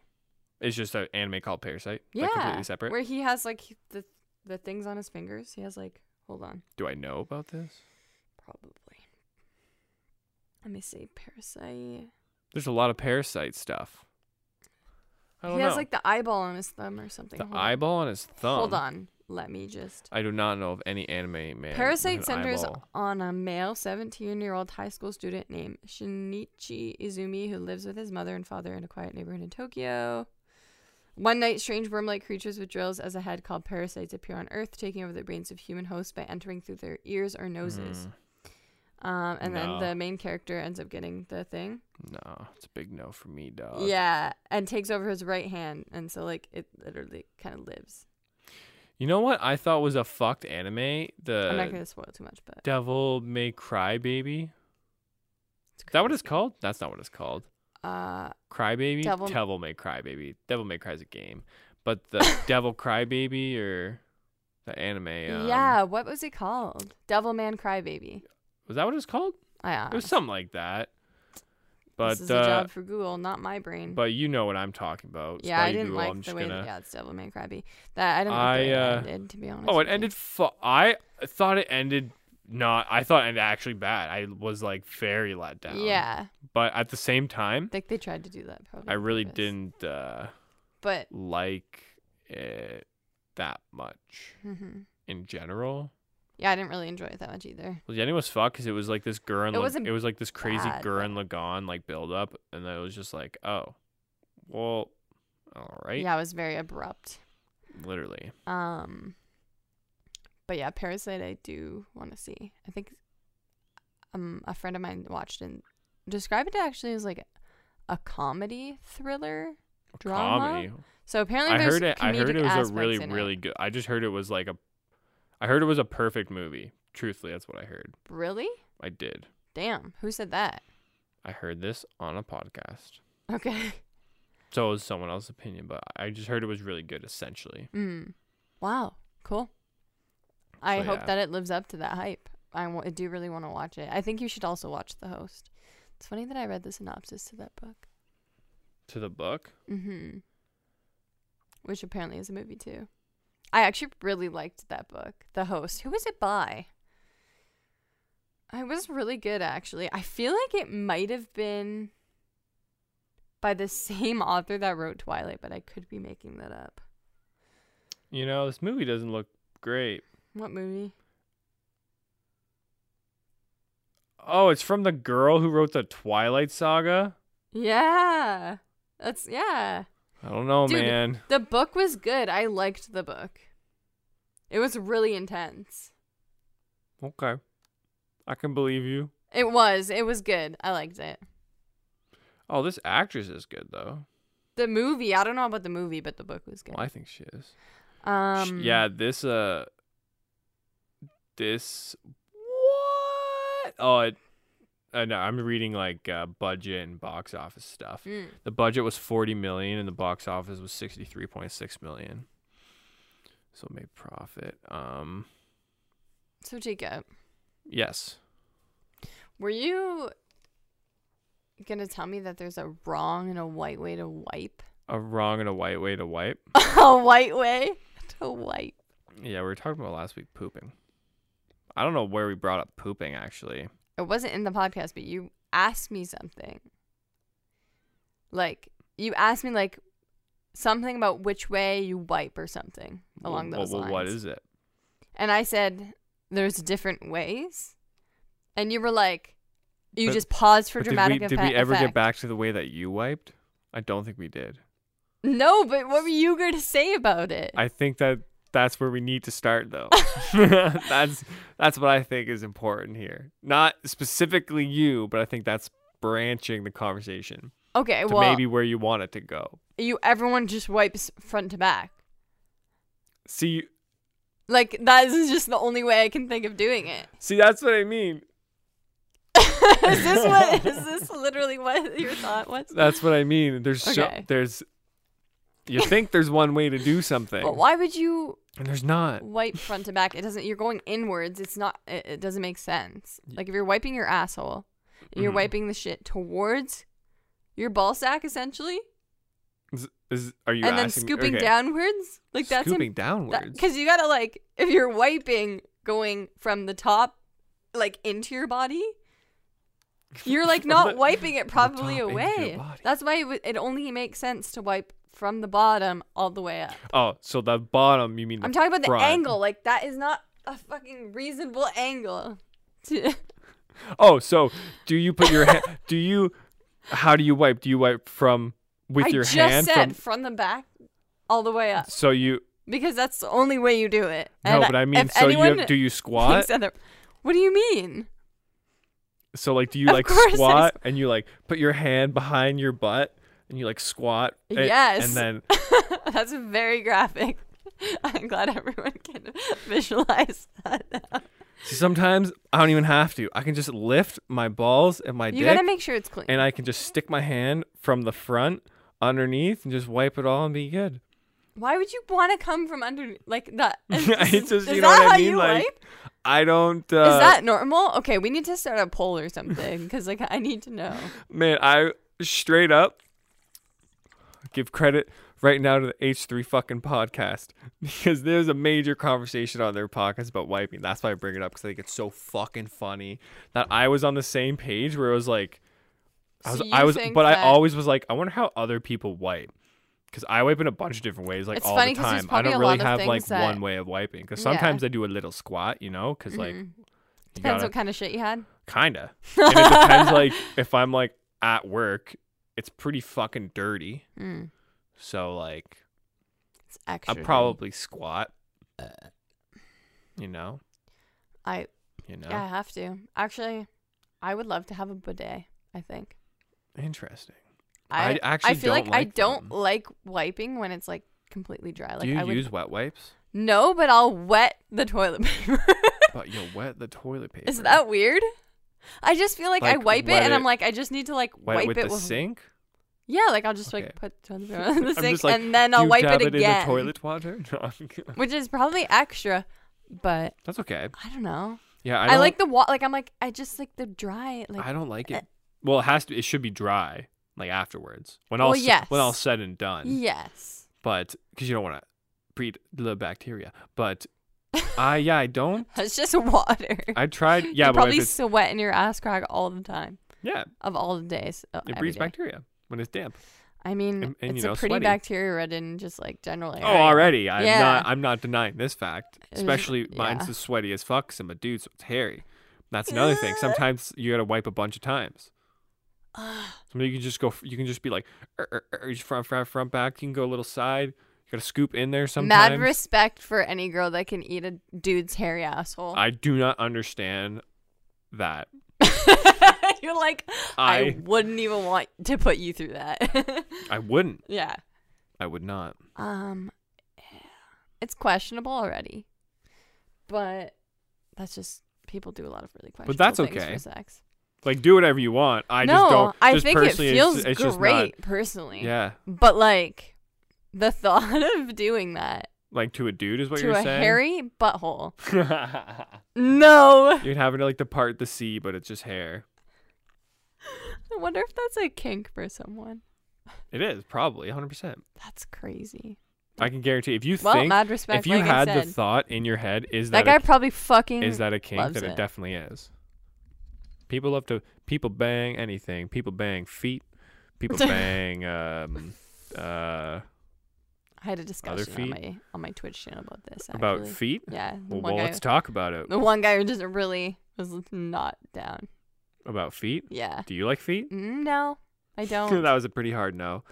Speaker 1: It's just an anime called Parasite.
Speaker 2: Yeah.
Speaker 1: like completely separate.
Speaker 2: Where he has like he- the the things on his fingers. He has like hold on.
Speaker 1: Do I know about this?
Speaker 2: Probably. Let me see. Parasite.
Speaker 1: There's a lot of Parasite stuff. I don't
Speaker 2: He
Speaker 1: know.
Speaker 2: has like the eyeball on his thumb or something.
Speaker 1: the
Speaker 2: Hold on.
Speaker 1: eyeball on his thumb.
Speaker 2: Hold on. Let me just.
Speaker 1: I do not know of any anime man.
Speaker 2: Parasite
Speaker 1: with an
Speaker 2: centers
Speaker 1: eyeball.
Speaker 2: on a male 17 year old high school student named Shinichi Izumi who lives with his mother and father in a quiet neighborhood in Tokyo. One night, strange worm like creatures with drills as a head called parasites appear on Earth, taking over the brains of human hosts by entering through their ears or noses.
Speaker 1: Mm,
Speaker 2: Um, and
Speaker 1: No.
Speaker 2: then the main character ends up getting the thing.
Speaker 1: no, it's a big no for me, dog.
Speaker 2: yeah, and takes over his right hand. And so, like, it literally kind of lives.
Speaker 1: You know what I thought was a fucked anime?
Speaker 2: I'm not
Speaker 1: The
Speaker 2: going to spoil too much, but.
Speaker 1: Devil May Cry Baby.
Speaker 2: It's
Speaker 1: Is that what
Speaker 2: crazy.
Speaker 1: it's called? That's not what it's called.
Speaker 2: Uh,
Speaker 1: Crybaby?
Speaker 2: Devil-
Speaker 1: Devil, May Cry Baby. Devil May Cry is a game. But the Devil Crybaby or the anime. Um,
Speaker 2: yeah, what was it called? Devil Man Crybaby.
Speaker 1: Was that what it's called?
Speaker 2: Yeah.
Speaker 1: It was something like that. But
Speaker 2: this is a
Speaker 1: uh,
Speaker 2: job for Google, not my brain.
Speaker 1: but you know what I'm talking about. It's
Speaker 2: yeah, I
Speaker 1: by
Speaker 2: didn't
Speaker 1: Google.
Speaker 2: like
Speaker 1: I'm
Speaker 2: the
Speaker 1: just
Speaker 2: way.
Speaker 1: gonna-
Speaker 2: That, yeah, it's Devil May Cry. That I don't know
Speaker 1: I,
Speaker 2: the way
Speaker 1: uh,
Speaker 2: it ended, to be honest.
Speaker 1: Oh,
Speaker 2: with
Speaker 1: it
Speaker 2: you.
Speaker 1: ended. Fu- I thought it ended. Not. I thought it ended actually bad. I was like very let down.
Speaker 2: Yeah,
Speaker 1: But at the same time,
Speaker 2: like they tried to do that. Probably.
Speaker 1: I
Speaker 2: on
Speaker 1: really
Speaker 2: purpose.
Speaker 1: didn't uh,
Speaker 2: But
Speaker 1: like it that much
Speaker 2: mhm.
Speaker 1: in general.
Speaker 2: yeah, I didn't really enjoy it that much either.
Speaker 1: Well, Jenny was fucked because it was like this Gurren.
Speaker 2: It
Speaker 1: It,
Speaker 2: wasn't
Speaker 1: it was like this crazy
Speaker 2: bad,
Speaker 1: Gurren Lagann like build up, and then it was just like, oh, well, all right,
Speaker 2: Yeah, it was very abrupt.
Speaker 1: literally.
Speaker 2: Um, but yeah, Parasite, I do want to see. I think um a friend of mine watched and described it actually as like a comedy thriller drama.
Speaker 1: Comedy.
Speaker 2: So apparently,
Speaker 1: I
Speaker 2: there's
Speaker 1: heard it. I heard
Speaker 2: comedic
Speaker 1: it was
Speaker 2: aspects
Speaker 1: a really,
Speaker 2: in it.
Speaker 1: really good. I just heard it was like a. I heard it was a perfect movie. Truthfully, that's what I heard.
Speaker 2: really
Speaker 1: I did.
Speaker 2: damn. Who said that?
Speaker 1: I heard this on a podcast.
Speaker 2: Okay.
Speaker 1: So it was someone else's opinion, but I just heard it was really good. Essentially,
Speaker 2: Mm. Wow. Cool. I
Speaker 1: So,
Speaker 2: hope
Speaker 1: yeah.
Speaker 2: that it lives up to that hype. I wa- I do really want to watch it. I think you should also watch The Host. It's funny that I read the synopsis to that book.
Speaker 1: to the book.
Speaker 2: Mm-hmm. Which apparently is a movie too. I actually really liked that book, The Host. Who was it by? It was really good actually. I feel like it might have been by the same author that wrote Twilight, but I could be making that up.
Speaker 1: You know, this movie doesn't look great.
Speaker 2: What movie?
Speaker 1: Oh, it's from the girl who wrote the Twilight Saga.
Speaker 2: Yeah. That's yeah.
Speaker 1: I don't know,
Speaker 2: Dude,
Speaker 1: man.
Speaker 2: The book was good. I liked the book. It was really intense.
Speaker 1: Okay, I can believe you.
Speaker 2: It was. It was good. I liked it.
Speaker 1: Oh, this actress is good though.
Speaker 2: The movie, I don't know about the movie, but the book was good.
Speaker 1: Well, I think she is. Sh-
Speaker 2: Um
Speaker 1: yeah, this uh this what? Oh, it, I know. I'm reading like uh, budget and box office stuff.
Speaker 2: mm,
Speaker 1: The budget was 40 million and the box office was 63.6 million. So it made profit. Um,
Speaker 2: So Jacob,
Speaker 1: yes.
Speaker 2: were you gonna tell me that there's a wrong and a white way to wipe?
Speaker 1: A wrong and a white way to wipe.
Speaker 2: a white way to wipe.
Speaker 1: Yeah, we were talking about last week pooping. I don't know where we brought up pooping actually.
Speaker 2: It wasn't in the podcast, but you asked me something. Like you asked me like something about which way you wipe or something along
Speaker 1: Well,
Speaker 2: those
Speaker 1: well,
Speaker 2: lines.
Speaker 1: What is it?
Speaker 2: And I said, "There's different ways," and you were like, "You
Speaker 1: But-
Speaker 2: just paused for
Speaker 1: But
Speaker 2: dramatic
Speaker 1: did we,
Speaker 2: effe-
Speaker 1: did we ever
Speaker 2: effect.
Speaker 1: get back to the way that you wiped? I don't think we did.
Speaker 2: No, but what were you going to say about it?
Speaker 1: I think that that's where we need to start though. that's that's what I think is important here. Not specifically you, but I think that's branching the conversation
Speaker 2: okay,
Speaker 1: to
Speaker 2: well,
Speaker 1: maybe where you want it to go.
Speaker 2: you everyone just wipes front to back.
Speaker 1: See,
Speaker 2: Like that is just the only way I can think of doing it.
Speaker 1: see that's what I mean.
Speaker 2: is this what? Is this literally what your thought was?
Speaker 1: That's what I mean. There's so,
Speaker 2: Okay.
Speaker 1: there's you think there's one way to do something,
Speaker 2: But why would you
Speaker 1: and there's not.
Speaker 2: wipe front to back? It doesn't. You're going inwards. It's not. It, it doesn't make sense. Like if you're wiping your asshole, and you're
Speaker 1: Mhm.
Speaker 2: wiping the shit towards your ball sack essentially,
Speaker 1: Is, is- are you
Speaker 2: and then
Speaker 1: asking me-
Speaker 2: scooping
Speaker 1: okay.
Speaker 2: downwards. Like that's im-
Speaker 1: scooping downwards?
Speaker 2: Because you gotta like, if you're wiping going from the top, like into your body, you're like
Speaker 1: From
Speaker 2: not
Speaker 1: the-
Speaker 2: wiping it
Speaker 1: from the
Speaker 2: probably
Speaker 1: top into your
Speaker 2: away.
Speaker 1: body.
Speaker 2: That's why it, w- it only makes sense to wipe from the bottom all the way up.
Speaker 1: oh, so the bottom you mean?
Speaker 2: I'm talking about the
Speaker 1: front.
Speaker 2: angle. Like that is not a fucking reasonable angle. to-
Speaker 1: Oh, so do you put your hand? Do you? How do you wipe? Do you wipe from with
Speaker 2: I
Speaker 1: your
Speaker 2: just
Speaker 1: hand?
Speaker 2: said
Speaker 1: from,
Speaker 2: the back all the way up
Speaker 1: so you
Speaker 2: because that's the only way you do it.
Speaker 1: no, but I mean,
Speaker 2: if
Speaker 1: so you
Speaker 2: anyone
Speaker 1: have, do you
Speaker 2: thinks
Speaker 1: squat?
Speaker 2: other- What do you mean?
Speaker 1: So like, do you
Speaker 2: Of
Speaker 1: like
Speaker 2: course I
Speaker 1: squat and you like put your hand behind your butt and you like squat? a-
Speaker 2: Yes.
Speaker 1: And then
Speaker 2: That's very graphic. I'm glad everyone can visualize that. now.
Speaker 1: see, sometimes I don't even have to. I can just lift my balls and my dick,
Speaker 2: You gotta make sure it's clean.
Speaker 1: and I can just stick my hand from the front underneath and just wipe it all and be good.
Speaker 2: Why would you want to come from under like that? Is,
Speaker 1: it's just
Speaker 2: is
Speaker 1: you know
Speaker 2: that
Speaker 1: what
Speaker 2: how
Speaker 1: I mean.
Speaker 2: you
Speaker 1: like
Speaker 2: wipe?
Speaker 1: I don't. Uh,
Speaker 2: is that normal? Okay, we need to start a poll or something because like I need to know.
Speaker 1: Man, I straight up give credit right now to the H3 fucking podcast because there's a major conversation on their podcast about wiping. That's why I bring it up because I think it's so fucking funny that I was on the same page where it was like, I was,
Speaker 2: So you
Speaker 1: I was,
Speaker 2: think
Speaker 1: but I
Speaker 2: that-
Speaker 1: always was like, I wonder how other people wipe. Because I wipe in a bunch of different ways, like
Speaker 2: It's
Speaker 1: all
Speaker 2: funny
Speaker 1: the
Speaker 2: 'cause there's
Speaker 1: time. I
Speaker 2: probably
Speaker 1: don't
Speaker 2: a
Speaker 1: really
Speaker 2: lot of
Speaker 1: have like
Speaker 2: things that-
Speaker 1: one way of wiping. Because
Speaker 2: Yeah.
Speaker 1: sometimes I do a little squat, you know, because like
Speaker 2: Mhm.
Speaker 1: you
Speaker 2: Depends
Speaker 1: gotta-
Speaker 2: what kind of shit you had.
Speaker 1: kinda. And it depends. Like if I'm like at work, it's pretty fucking dirty.
Speaker 2: Mm,
Speaker 1: So like
Speaker 2: it's extra.
Speaker 1: I
Speaker 2: dirty.
Speaker 1: probably squat. You know.
Speaker 2: I-
Speaker 1: You know.
Speaker 2: Yeah, I have to. Actually, I would love to have a bidet. I think.
Speaker 1: Interesting.
Speaker 2: I
Speaker 1: I actually
Speaker 2: I feel
Speaker 1: don't
Speaker 2: like, I
Speaker 1: like
Speaker 2: don't
Speaker 1: them.
Speaker 2: like wiping when it's like completely dry. Like
Speaker 1: Do you
Speaker 2: I would
Speaker 1: use wet wipes?
Speaker 2: No, but I'll wet the toilet paper.
Speaker 1: But you wet the toilet paper.
Speaker 2: Is that weird? I just feel like, I
Speaker 1: Like,
Speaker 2: wipe it
Speaker 1: wet
Speaker 2: and
Speaker 1: it-
Speaker 2: I'm like, I just need to like
Speaker 1: wet
Speaker 2: wipe
Speaker 1: it with the sink?
Speaker 2: Yeah, like I'll just
Speaker 1: Okay.
Speaker 2: like put toilet paper on the
Speaker 1: just
Speaker 2: sink
Speaker 1: like,
Speaker 2: and then
Speaker 1: Do
Speaker 2: I'll
Speaker 1: you
Speaker 2: wipe
Speaker 1: dab
Speaker 2: it
Speaker 1: it, in the
Speaker 2: again.
Speaker 1: toilet water? No, I'm kidding.
Speaker 2: Which is probably extra, but
Speaker 1: That's okay.
Speaker 2: I don't know.
Speaker 1: Yeah, I,
Speaker 2: I,
Speaker 1: don't,
Speaker 2: like the wa- like I'm like I just like the dry like eh.
Speaker 1: I don't like it. Well, it has to. It should be dry, like afterwards, when all
Speaker 2: Well,
Speaker 1: s-
Speaker 2: yes.
Speaker 1: when all said and done.
Speaker 2: yes.
Speaker 1: but because you don't want to breed the bacteria. But I yeah, I don't.
Speaker 2: It's just water.
Speaker 1: I tried. Yeah,
Speaker 2: You're
Speaker 1: but if
Speaker 2: probably
Speaker 1: it's,
Speaker 2: sweat in your ass crack all the time
Speaker 1: yeah,
Speaker 2: of all the days. uh,
Speaker 1: it
Speaker 2: every
Speaker 1: breeds
Speaker 2: day.
Speaker 1: bacteria when it's damp.
Speaker 2: I mean,
Speaker 1: and- and,
Speaker 2: it's
Speaker 1: you know,
Speaker 2: a pretty
Speaker 1: sweaty.
Speaker 2: bacteria ridden just like general area.
Speaker 1: Oh, already. I'm
Speaker 2: Yeah.
Speaker 1: not. I'm not denying this fact.
Speaker 2: It's-
Speaker 1: Especially mine's
Speaker 2: yeah.
Speaker 1: as sweaty as fuck. 'cause I'm a dude, so it's hairy. That's another
Speaker 2: Uh.
Speaker 1: thing. Sometimes you gotta wipe a bunch of times.
Speaker 2: Ah.
Speaker 1: So you can just go. You can just be like, er, er, er, just front, front, front, back. You can go a little side. You gotta scoop in there sometimes.
Speaker 2: Mad respect for any girl that can eat a dude's hairy asshole.
Speaker 1: I do not understand that.
Speaker 2: You're like, I,
Speaker 1: I
Speaker 2: wouldn't even want to put you through that.
Speaker 1: I wouldn't.
Speaker 2: yeah.
Speaker 1: I would not.
Speaker 2: Um, it's questionable already, but that's just people do a lot of really questionable
Speaker 1: But that's
Speaker 2: things
Speaker 1: okay.
Speaker 2: for sex.
Speaker 1: Like do whatever you want. I
Speaker 2: no,
Speaker 1: just don't.
Speaker 2: I
Speaker 1: just
Speaker 2: think it
Speaker 1: personally, it's-
Speaker 2: feels
Speaker 1: it's, just not-
Speaker 2: great personally.
Speaker 1: yeah,
Speaker 2: But like, the thought of doing that
Speaker 1: Like to a dude is what
Speaker 2: to
Speaker 1: you're
Speaker 2: a
Speaker 1: saying.
Speaker 2: hairy butthole.
Speaker 1: You'd
Speaker 2: No.
Speaker 1: have it like the part the C, but it's just hair.
Speaker 2: I wonder if that's a kink for someone.
Speaker 1: It is probably 100. percent
Speaker 2: That's crazy.
Speaker 1: I can guarantee. If you
Speaker 2: Well,
Speaker 1: think,
Speaker 2: mad respect.
Speaker 1: if you
Speaker 2: like
Speaker 1: had
Speaker 2: I
Speaker 1: the
Speaker 2: said,
Speaker 1: thought in your head, is
Speaker 2: that
Speaker 1: that,
Speaker 2: guy
Speaker 1: a,
Speaker 2: probably fucking.
Speaker 1: is that a kink?
Speaker 2: loves
Speaker 1: Then it.
Speaker 2: it.
Speaker 1: definitely is. People love to people bang anything. People bang feet. People bang um uh
Speaker 2: I had a discussion on
Speaker 1: feet?
Speaker 2: my on my Twitch channel about this. Actually.
Speaker 1: about feet.
Speaker 2: Yeah. the
Speaker 1: Well,
Speaker 2: one
Speaker 1: well
Speaker 2: guy,
Speaker 1: let's talk about it.
Speaker 2: the one guy who just really was not down.
Speaker 1: About feet.
Speaker 2: Yeah.
Speaker 1: Do you like feet?
Speaker 2: Mm, No, I don't.
Speaker 1: that was a pretty hard no.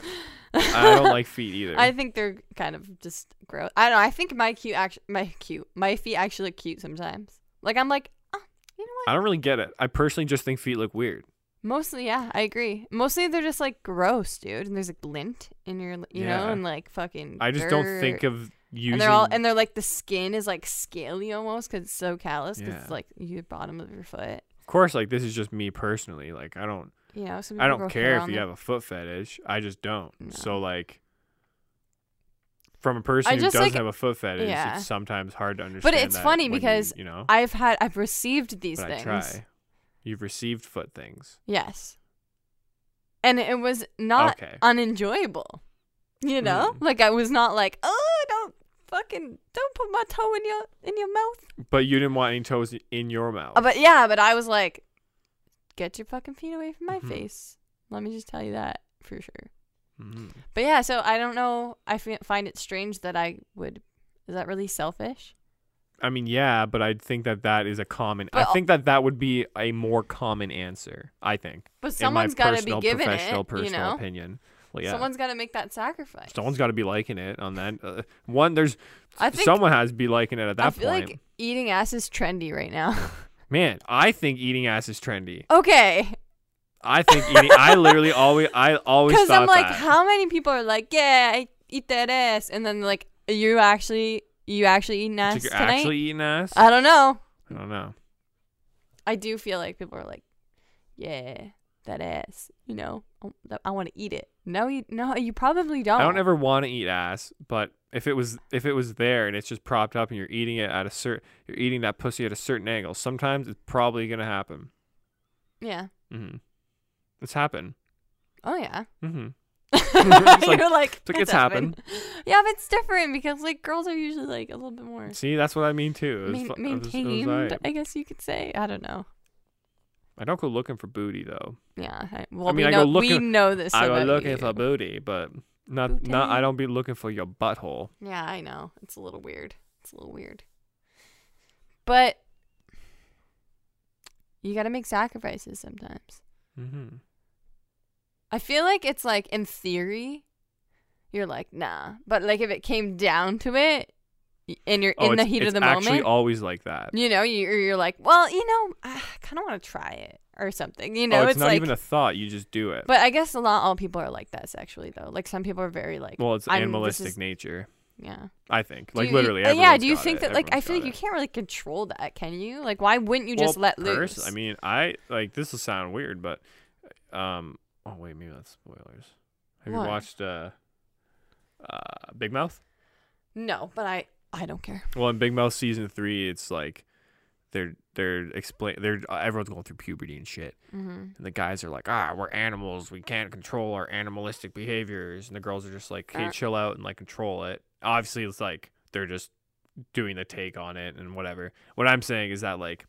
Speaker 1: I don't like feet either.
Speaker 2: I think they're kind of just gross. I don't know. I think my cute actually my cute my feet actually look cute sometimes. Like I'm like, oh, you know what?
Speaker 1: I don't really get it. I personally just think feet look weird.
Speaker 2: Mostly, yeah, I agree. Mostly they're just like gross, dude. And there's like lint in your, you know,
Speaker 1: Yeah.
Speaker 2: and like fucking.
Speaker 1: I just don't think
Speaker 2: dirt.
Speaker 1: of using.
Speaker 2: And they're all and they're like the skin is like scaly almost because it's so callous because
Speaker 1: Yeah.
Speaker 2: it's like your bottom of your foot.
Speaker 1: of course, like this is just me personally. Like I don't,
Speaker 2: You know, some
Speaker 1: I
Speaker 2: people
Speaker 1: don't
Speaker 2: grow hair
Speaker 1: care if
Speaker 2: on
Speaker 1: you
Speaker 2: their-
Speaker 1: have a foot fetish. I just don't.
Speaker 2: No.
Speaker 1: So like, from a person who
Speaker 2: just,
Speaker 1: doesn't
Speaker 2: like-
Speaker 1: have a foot fetish,
Speaker 2: yeah.
Speaker 1: it's sometimes hard to understand.
Speaker 2: But it's
Speaker 1: that
Speaker 2: funny
Speaker 1: when you-
Speaker 2: because
Speaker 1: you, know,
Speaker 2: I've had I've received these
Speaker 1: but
Speaker 2: things.
Speaker 1: I try. You've received foot things.
Speaker 2: Yes. And it was not
Speaker 1: Okay. Mm.
Speaker 2: unenjoyable. You know? Like I was not like, oh don't fucking don't put my toe in your in your mouth.
Speaker 1: But you didn't want any toes in your mouth.
Speaker 2: Uh, But yeah, but I was like, get your fucking feet away from my
Speaker 1: Mhm.
Speaker 2: face. Let me just tell you that for sure.
Speaker 1: Mhm.
Speaker 2: But yeah, so I don't know. I fi- find it strange that I would. Is that really selfish?
Speaker 1: I mean, yeah, but I think that that is a common.
Speaker 2: But
Speaker 1: I
Speaker 2: al-
Speaker 1: think that that would be a more common answer. I think
Speaker 2: But
Speaker 1: in my
Speaker 2: someone's got to be
Speaker 1: personal,
Speaker 2: given
Speaker 1: professional,
Speaker 2: it.
Speaker 1: personal
Speaker 2: you know,
Speaker 1: opinion. Well, yeah,
Speaker 2: someone's got to make that sacrifice.
Speaker 1: someone's got to be liking it on that. Uh, one, there's
Speaker 2: I think
Speaker 1: someone has to be liking it at that
Speaker 2: I feel
Speaker 1: point.
Speaker 2: like eating ass is trendy right now.
Speaker 1: Man, I think eating ass is trendy.
Speaker 2: okay,
Speaker 1: I think eating. I literally always, I always
Speaker 2: because
Speaker 1: thought
Speaker 2: I'm like,
Speaker 1: that.
Speaker 2: how many people are like, yeah, I eat that ass, and then like, you actually, you actually eating ass
Speaker 1: It's like you're
Speaker 2: tonight? Uh,
Speaker 1: actually eating ass.
Speaker 2: I don't know.
Speaker 1: I don't know.
Speaker 2: I do feel like people are like, yeah, that ass. You know, "Oh, th- I want to eat it. No, you no, you probably don't.
Speaker 1: I don't ever want to eat ass, but if it was if it was there and it's just propped up and you're eating it at a certain you're eating that pussy at a certain angle, sometimes it's probably gonna happen.
Speaker 2: Yeah.
Speaker 1: Mm-hmm. It's happened.
Speaker 2: Oh yeah.
Speaker 1: Mm-hmm. like-
Speaker 2: You're like,
Speaker 1: like, it's happened."
Speaker 2: Yeah, but it's different because like girls are usually like a little bit more
Speaker 1: See, that's what I mean too. It was
Speaker 2: Mm. main-
Speaker 1: fu- it was- it was
Speaker 2: maintained.
Speaker 1: alright.
Speaker 2: I guess you could say. I don't know.
Speaker 1: I don't go looking for booty though.
Speaker 2: Yeah. I, well,
Speaker 1: mean, I
Speaker 2: we
Speaker 1: go
Speaker 2: know we
Speaker 1: looking-
Speaker 2: know this.
Speaker 1: I go
Speaker 2: about
Speaker 1: looking
Speaker 2: you.
Speaker 1: for booty, but not not. I
Speaker 2: Booty.
Speaker 1: don't be looking for your butthole.
Speaker 2: Yeah, I know. It's a little weird. It's a little weird. But you got to make sacrifices sometimes.
Speaker 1: Mm-hmm.
Speaker 2: I feel like it's like in theory, you're like nah, but like if it came down to it, y- and you're in the heat of the
Speaker 1: Oh, actually
Speaker 2: moment,
Speaker 1: always like that.
Speaker 2: you know, you're, you're like, well, you know, I kind of want to try it or something. You know,
Speaker 1: oh, it's,
Speaker 2: it's,
Speaker 1: not
Speaker 2: like,
Speaker 1: even a thought. You just do it.
Speaker 2: but I guess not all people are like that sexually though. Like some people are very like,
Speaker 1: well, it's
Speaker 2: I'm- this
Speaker 1: animalistic
Speaker 2: is-
Speaker 1: nature.
Speaker 2: yeah.
Speaker 1: I think,
Speaker 2: Do
Speaker 1: like
Speaker 2: you-
Speaker 1: literally.
Speaker 2: uh, yeah.
Speaker 1: everyone's
Speaker 2: Do you
Speaker 1: got
Speaker 2: think
Speaker 1: it.
Speaker 2: that like I feel like
Speaker 1: Everyone's
Speaker 2: you
Speaker 1: got
Speaker 2: can't really control that, can you? Like, why wouldn't you
Speaker 1: it.
Speaker 2: just let
Speaker 1: Well,
Speaker 2: loose?
Speaker 1: pers- I mean, I like this will sound weird, but um. Oh wait, maybe that's spoilers. Have
Speaker 2: What?
Speaker 1: you watched uh, uh, Big Mouth?
Speaker 2: no, but I I don't care.
Speaker 1: Well, in Big Mouth season three, it's like they're they're explain they're everyone's going through puberty and shit,
Speaker 2: Mm-hmm.
Speaker 1: and the guys are like, ah, we're animals, we can't control our animalistic behaviors, and the girls are just like, hey,
Speaker 2: Uh.
Speaker 1: chill out and like control it. Obviously, it's like they're just doing the take on it and whatever. What I'm saying is that like,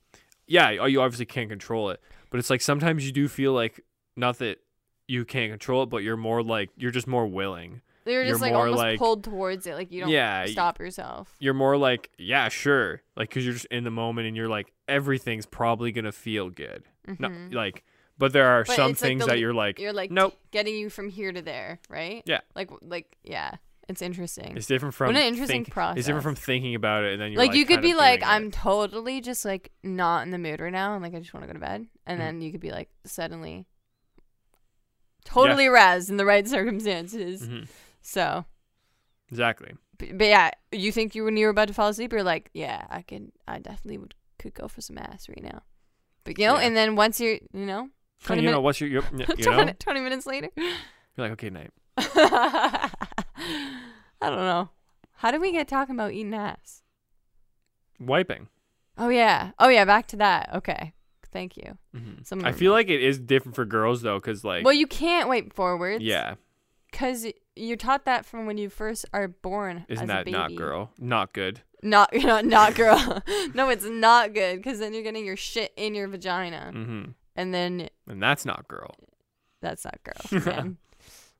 Speaker 1: yeah, you obviously can't control it, but it's like sometimes you do feel like not that you can't control it, but you're more like you're just more willing.
Speaker 2: They were
Speaker 1: You're
Speaker 2: just like
Speaker 1: more
Speaker 2: almost
Speaker 1: like-
Speaker 2: pulled towards it. Like you don't
Speaker 1: Yeah, y-
Speaker 2: stop yourself.
Speaker 1: you're more like, yeah, sure. Like, cause you're just in the moment and you're like, everything's probably gonna feel good.
Speaker 2: Mhm.
Speaker 1: No, like, but there are
Speaker 2: But
Speaker 1: some
Speaker 2: it's like
Speaker 1: things
Speaker 2: the
Speaker 1: that
Speaker 2: li-
Speaker 1: you're like,
Speaker 2: You're like
Speaker 1: nope.
Speaker 2: getting you from here to there, right?
Speaker 1: Yeah.
Speaker 2: Like like yeah, it's interesting.
Speaker 1: It's different from
Speaker 2: an interesting
Speaker 1: think- It's different from
Speaker 2: process.
Speaker 1: thinking about it and then you're
Speaker 2: like,
Speaker 1: like,
Speaker 2: you could
Speaker 1: kinda
Speaker 2: be like,
Speaker 1: doing it.
Speaker 2: I'm totally just like not in the mood right now, and like I just want to go to bed, and
Speaker 1: Mhm.
Speaker 2: then you could be like suddenly totally razzed in the right circumstances.
Speaker 1: Mhm.
Speaker 2: So,
Speaker 1: exactly.
Speaker 2: but, but yeah, you think you when you were about to fall asleep, you're like, yeah, I could, I definitely would could go for some ass right now. But you know,
Speaker 1: Yeah.
Speaker 2: and then once you're, you know,
Speaker 1: You
Speaker 2: 20
Speaker 1: know
Speaker 2: minute-
Speaker 1: what's your, your you
Speaker 2: 20,
Speaker 1: know
Speaker 2: 20 minutes later.
Speaker 1: you're like okay night
Speaker 2: I don't know. How did we get talking about eating ass?
Speaker 1: Wiping.
Speaker 2: Oh yeah. Oh yeah. Back to that. Okay. Thank you.
Speaker 1: Mm-hmm.
Speaker 2: Someone
Speaker 1: I feel like it is different for girls though, because like,
Speaker 2: Well, you can't wipe forwards.
Speaker 1: yeah,
Speaker 2: Because you're taught that from when you first are born.
Speaker 1: isn't
Speaker 2: as a
Speaker 1: that not
Speaker 2: baby.
Speaker 1: girl? Not good.
Speaker 2: Not not not girl. no, it's not good. Because then you're getting your shit in your vagina,
Speaker 1: Mm-hmm.
Speaker 2: and then
Speaker 1: And that's not girl.
Speaker 2: that's not girl. man.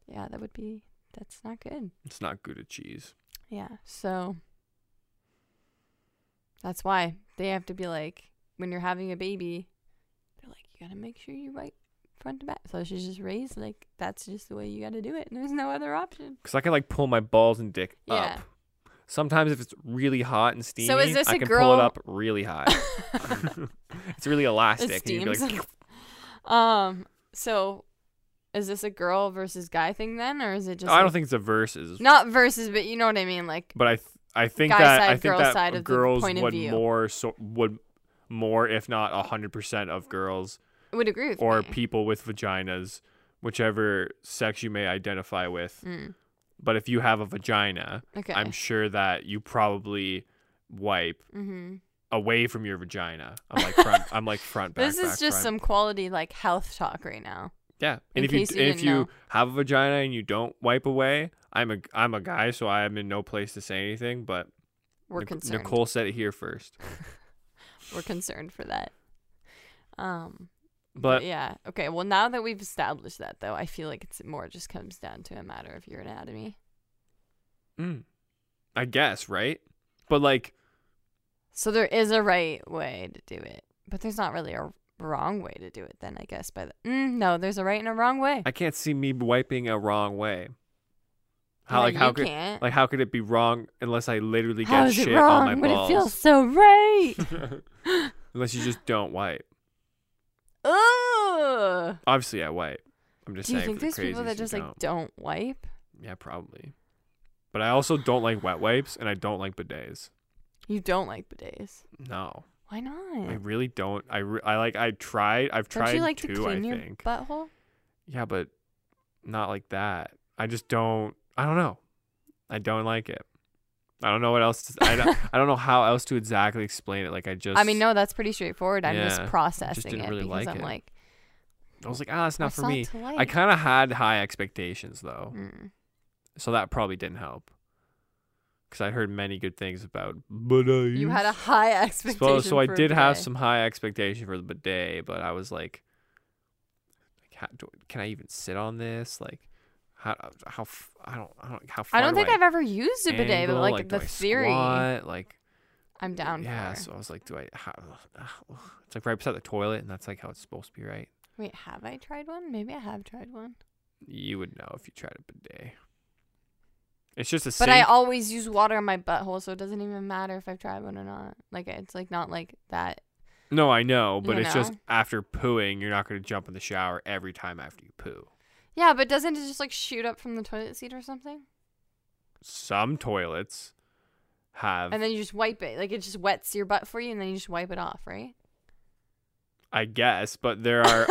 Speaker 2: yeah, that would be. That's not good.
Speaker 1: It's not Gouda cheese.
Speaker 2: Yeah. So that's why they have to be like when you're having a baby, they're like, you gotta make sure you right front to back. So she's just raised like that's just the way you gotta do it. And there's no other option.
Speaker 1: Cause I can like pull my balls and dick
Speaker 2: Yeah.
Speaker 1: up. Sometimes if it's really hot and steamy,
Speaker 2: this
Speaker 1: I
Speaker 2: a
Speaker 1: can
Speaker 2: girl-
Speaker 1: pull it up really high. it's really
Speaker 2: It
Speaker 1: elastic. and you'd be
Speaker 2: steams.
Speaker 1: like,
Speaker 2: um. So is this a girl versus guy thing then, or is it just?
Speaker 1: "Oh, I
Speaker 2: like-
Speaker 1: don't think it's a versus,
Speaker 2: Not versus, but you know what I mean. Like
Speaker 1: but I th- I think
Speaker 2: Guy
Speaker 1: that
Speaker 2: side,
Speaker 1: I think
Speaker 2: girl
Speaker 1: that
Speaker 2: side of the
Speaker 1: girls
Speaker 2: point of
Speaker 1: would
Speaker 2: view.
Speaker 1: more so would more if not hundred percent of girls
Speaker 2: I would agree with
Speaker 1: or
Speaker 2: me.
Speaker 1: people with vaginas, whichever sex you may identify with.
Speaker 2: Mm,
Speaker 1: But if you have a vagina,
Speaker 2: okay.
Speaker 1: I'm sure that you probably wipe
Speaker 2: mm-hmm.
Speaker 1: away from your vagina. I'm like front. I'm like front. Back,
Speaker 2: This is
Speaker 1: back,
Speaker 2: just
Speaker 1: front.
Speaker 2: some quality like health talk right now.
Speaker 1: Yeah,
Speaker 2: in
Speaker 1: and if
Speaker 2: case
Speaker 1: you,
Speaker 2: you
Speaker 1: and if
Speaker 2: didn't
Speaker 1: you
Speaker 2: know.
Speaker 1: have a vagina and you don't wipe away, I'm a I'm a guy, so I'm in no place to say anything. But
Speaker 2: We're
Speaker 1: Nic-
Speaker 2: concerned.
Speaker 1: Nicole said it here first.
Speaker 2: We're concerned for that. Um.
Speaker 1: But
Speaker 2: yeah, okay. Well, now that we've established that, though, I feel like it's more just comes down to a matter of your anatomy.
Speaker 1: mm, I guess right. But like,
Speaker 2: So there is a right way to do it, but there's not really a wrong way to do it. Then I guess by the mm, no, there's a right and a wrong way.
Speaker 1: I can't see me wiping a wrong way. How
Speaker 2: No,
Speaker 1: like
Speaker 2: you
Speaker 1: how could
Speaker 2: can't.
Speaker 1: like how could it be wrong unless I literally
Speaker 2: How
Speaker 1: get
Speaker 2: is
Speaker 1: shit
Speaker 2: it
Speaker 1: on my
Speaker 2: wrong? But it
Speaker 1: balls?
Speaker 2: feels so right.
Speaker 1: unless you just don't wipe.
Speaker 2: Ugh.
Speaker 1: Obviously, I wipe. I'm just
Speaker 2: Do you
Speaker 1: saying.
Speaker 2: think
Speaker 1: for the
Speaker 2: there's people
Speaker 1: crazies
Speaker 2: that
Speaker 1: who
Speaker 2: just
Speaker 1: don't.
Speaker 2: like don't wipe?
Speaker 1: Yeah, probably. But I also don't like wet wipes and I don't like bidets.
Speaker 2: You don't like bidets.
Speaker 1: No.
Speaker 2: Why
Speaker 1: I
Speaker 2: not?
Speaker 1: really don't. I, re- I like I tried. I've
Speaker 2: Don't
Speaker 1: tried
Speaker 2: you like
Speaker 1: two,
Speaker 2: to clean
Speaker 1: I
Speaker 2: your
Speaker 1: think.
Speaker 2: butthole?
Speaker 1: yeah, but not like that. I just don't I don't know. I don't like it. I don't know what else to, I, don't, I don't know how else to exactly explain it. Like I just
Speaker 2: I mean, no, that's pretty straightforward. I'm just
Speaker 1: Yeah, I just
Speaker 2: processing
Speaker 1: didn't
Speaker 2: it
Speaker 1: really
Speaker 2: because
Speaker 1: like
Speaker 2: I'm
Speaker 1: it.
Speaker 2: like,
Speaker 1: I was like, "Ah, it's not
Speaker 2: what's
Speaker 1: for me."
Speaker 2: to
Speaker 1: I
Speaker 2: like?
Speaker 1: kind of had high expectations though.
Speaker 2: Mm.
Speaker 1: So that probably didn't help. Cuz I heard many good things about bidets.
Speaker 2: You had a high expectation.
Speaker 1: So, so I
Speaker 2: for a
Speaker 1: did have
Speaker 2: bidet.
Speaker 1: some high expectation for the bidet, but I was like, like how, do, can I even sit on this? Like, how how f- I don't I don't how far
Speaker 2: I don't
Speaker 1: do
Speaker 2: think
Speaker 1: I
Speaker 2: I've ever used a bidet,
Speaker 1: angle?
Speaker 2: but like,
Speaker 1: do
Speaker 2: the
Speaker 1: I
Speaker 2: theory,
Speaker 1: squat? like
Speaker 2: I'm down
Speaker 1: yeah.
Speaker 2: for.
Speaker 1: So I was like, do I? How, ugh, it's like right beside the toilet, and that's like how it's supposed to be, right?
Speaker 2: Wait, have I tried one? Maybe I have tried one,
Speaker 1: You would know if you tried a bidet. It's just a
Speaker 2: but
Speaker 1: sink.
Speaker 2: I always use water in my butthole, so it doesn't even matter if I've tried one or not. Like it's like not like that.
Speaker 1: no, I know, but
Speaker 2: You
Speaker 1: it's just
Speaker 2: know.
Speaker 1: after pooing, you're not going to jump in the shower every time after you poo.
Speaker 2: Yeah, but doesn't it just like shoot up from the toilet seat or something?
Speaker 1: Some toilets have
Speaker 2: And then you just wipe it. Like it just wets your butt for you, and then you just wipe it off, right?
Speaker 1: I guess, but there are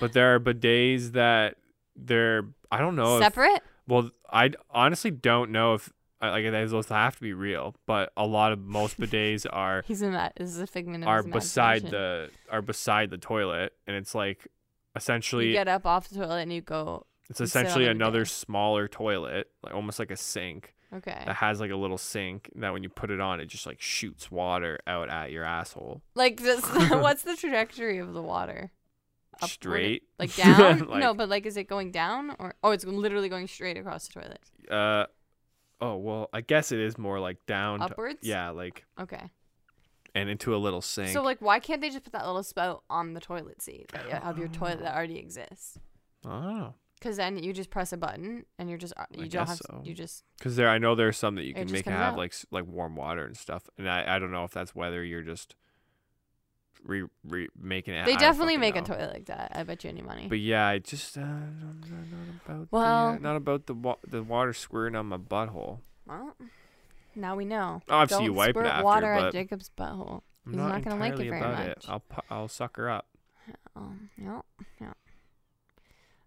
Speaker 1: but there are bidets that they're I don't know. If,
Speaker 2: Separate.
Speaker 1: well, I d- honestly don't know if I- like those have to be real, but a lot of most bidets are
Speaker 2: He's in that. This is a figment of
Speaker 1: are
Speaker 2: his
Speaker 1: beside
Speaker 2: imagination.
Speaker 1: the are beside the toilet, and it's like
Speaker 2: You
Speaker 1: essentially
Speaker 2: get up off the toilet and you go.
Speaker 1: it's
Speaker 2: you sit on
Speaker 1: essentially
Speaker 2: it and
Speaker 1: another
Speaker 2: down.
Speaker 1: smaller toilet, like almost like a sink
Speaker 2: Okay.
Speaker 1: that has like a little sink that when you put it on, it just like shoots water out at your asshole.
Speaker 2: Like this, what's the trajectory of the water? Upward?
Speaker 1: Straight,
Speaker 2: Like down?
Speaker 1: Like-
Speaker 2: no, but like is it going down or oh it's literally going straight across the toilet.
Speaker 1: Uh, oh well, I guess it is more like down. to-
Speaker 2: Upwards?
Speaker 1: yeah, like
Speaker 2: Okay.
Speaker 1: and into a little sink.
Speaker 2: So like why can't they just put that little spout on the toilet seat that you- of your toilet that already exists?
Speaker 1: oh,
Speaker 2: Cuz then you just press a button and you're just uh, you don't have
Speaker 1: guess so.
Speaker 2: you just
Speaker 1: because there, I know there are some that you
Speaker 2: It
Speaker 1: can
Speaker 2: just
Speaker 1: make
Speaker 2: comes
Speaker 1: have
Speaker 2: out.
Speaker 1: like s- like warm water and stuff, and I, I don't know if that's whether you're just re, re making it. I
Speaker 2: They
Speaker 1: don't
Speaker 2: definitely
Speaker 1: fucking
Speaker 2: make a
Speaker 1: know.
Speaker 2: toilet like that. I bet you any money.
Speaker 1: But yeah, I just uh, not, not about the,
Speaker 2: Well-
Speaker 1: uh, not about the wa- the water squirting on my butthole. Oh,
Speaker 2: well, now we know.
Speaker 1: Obviously,
Speaker 2: don't
Speaker 1: you wipe it
Speaker 2: squirt
Speaker 1: after,
Speaker 2: water
Speaker 1: but
Speaker 2: at Jacob's butthole.
Speaker 1: I'm
Speaker 2: He's
Speaker 1: not,
Speaker 2: not gonna like
Speaker 1: entirely
Speaker 2: it very
Speaker 1: about it.
Speaker 2: much.
Speaker 1: I'll pu- I'll suck her up.
Speaker 2: Um, yeah, yeah.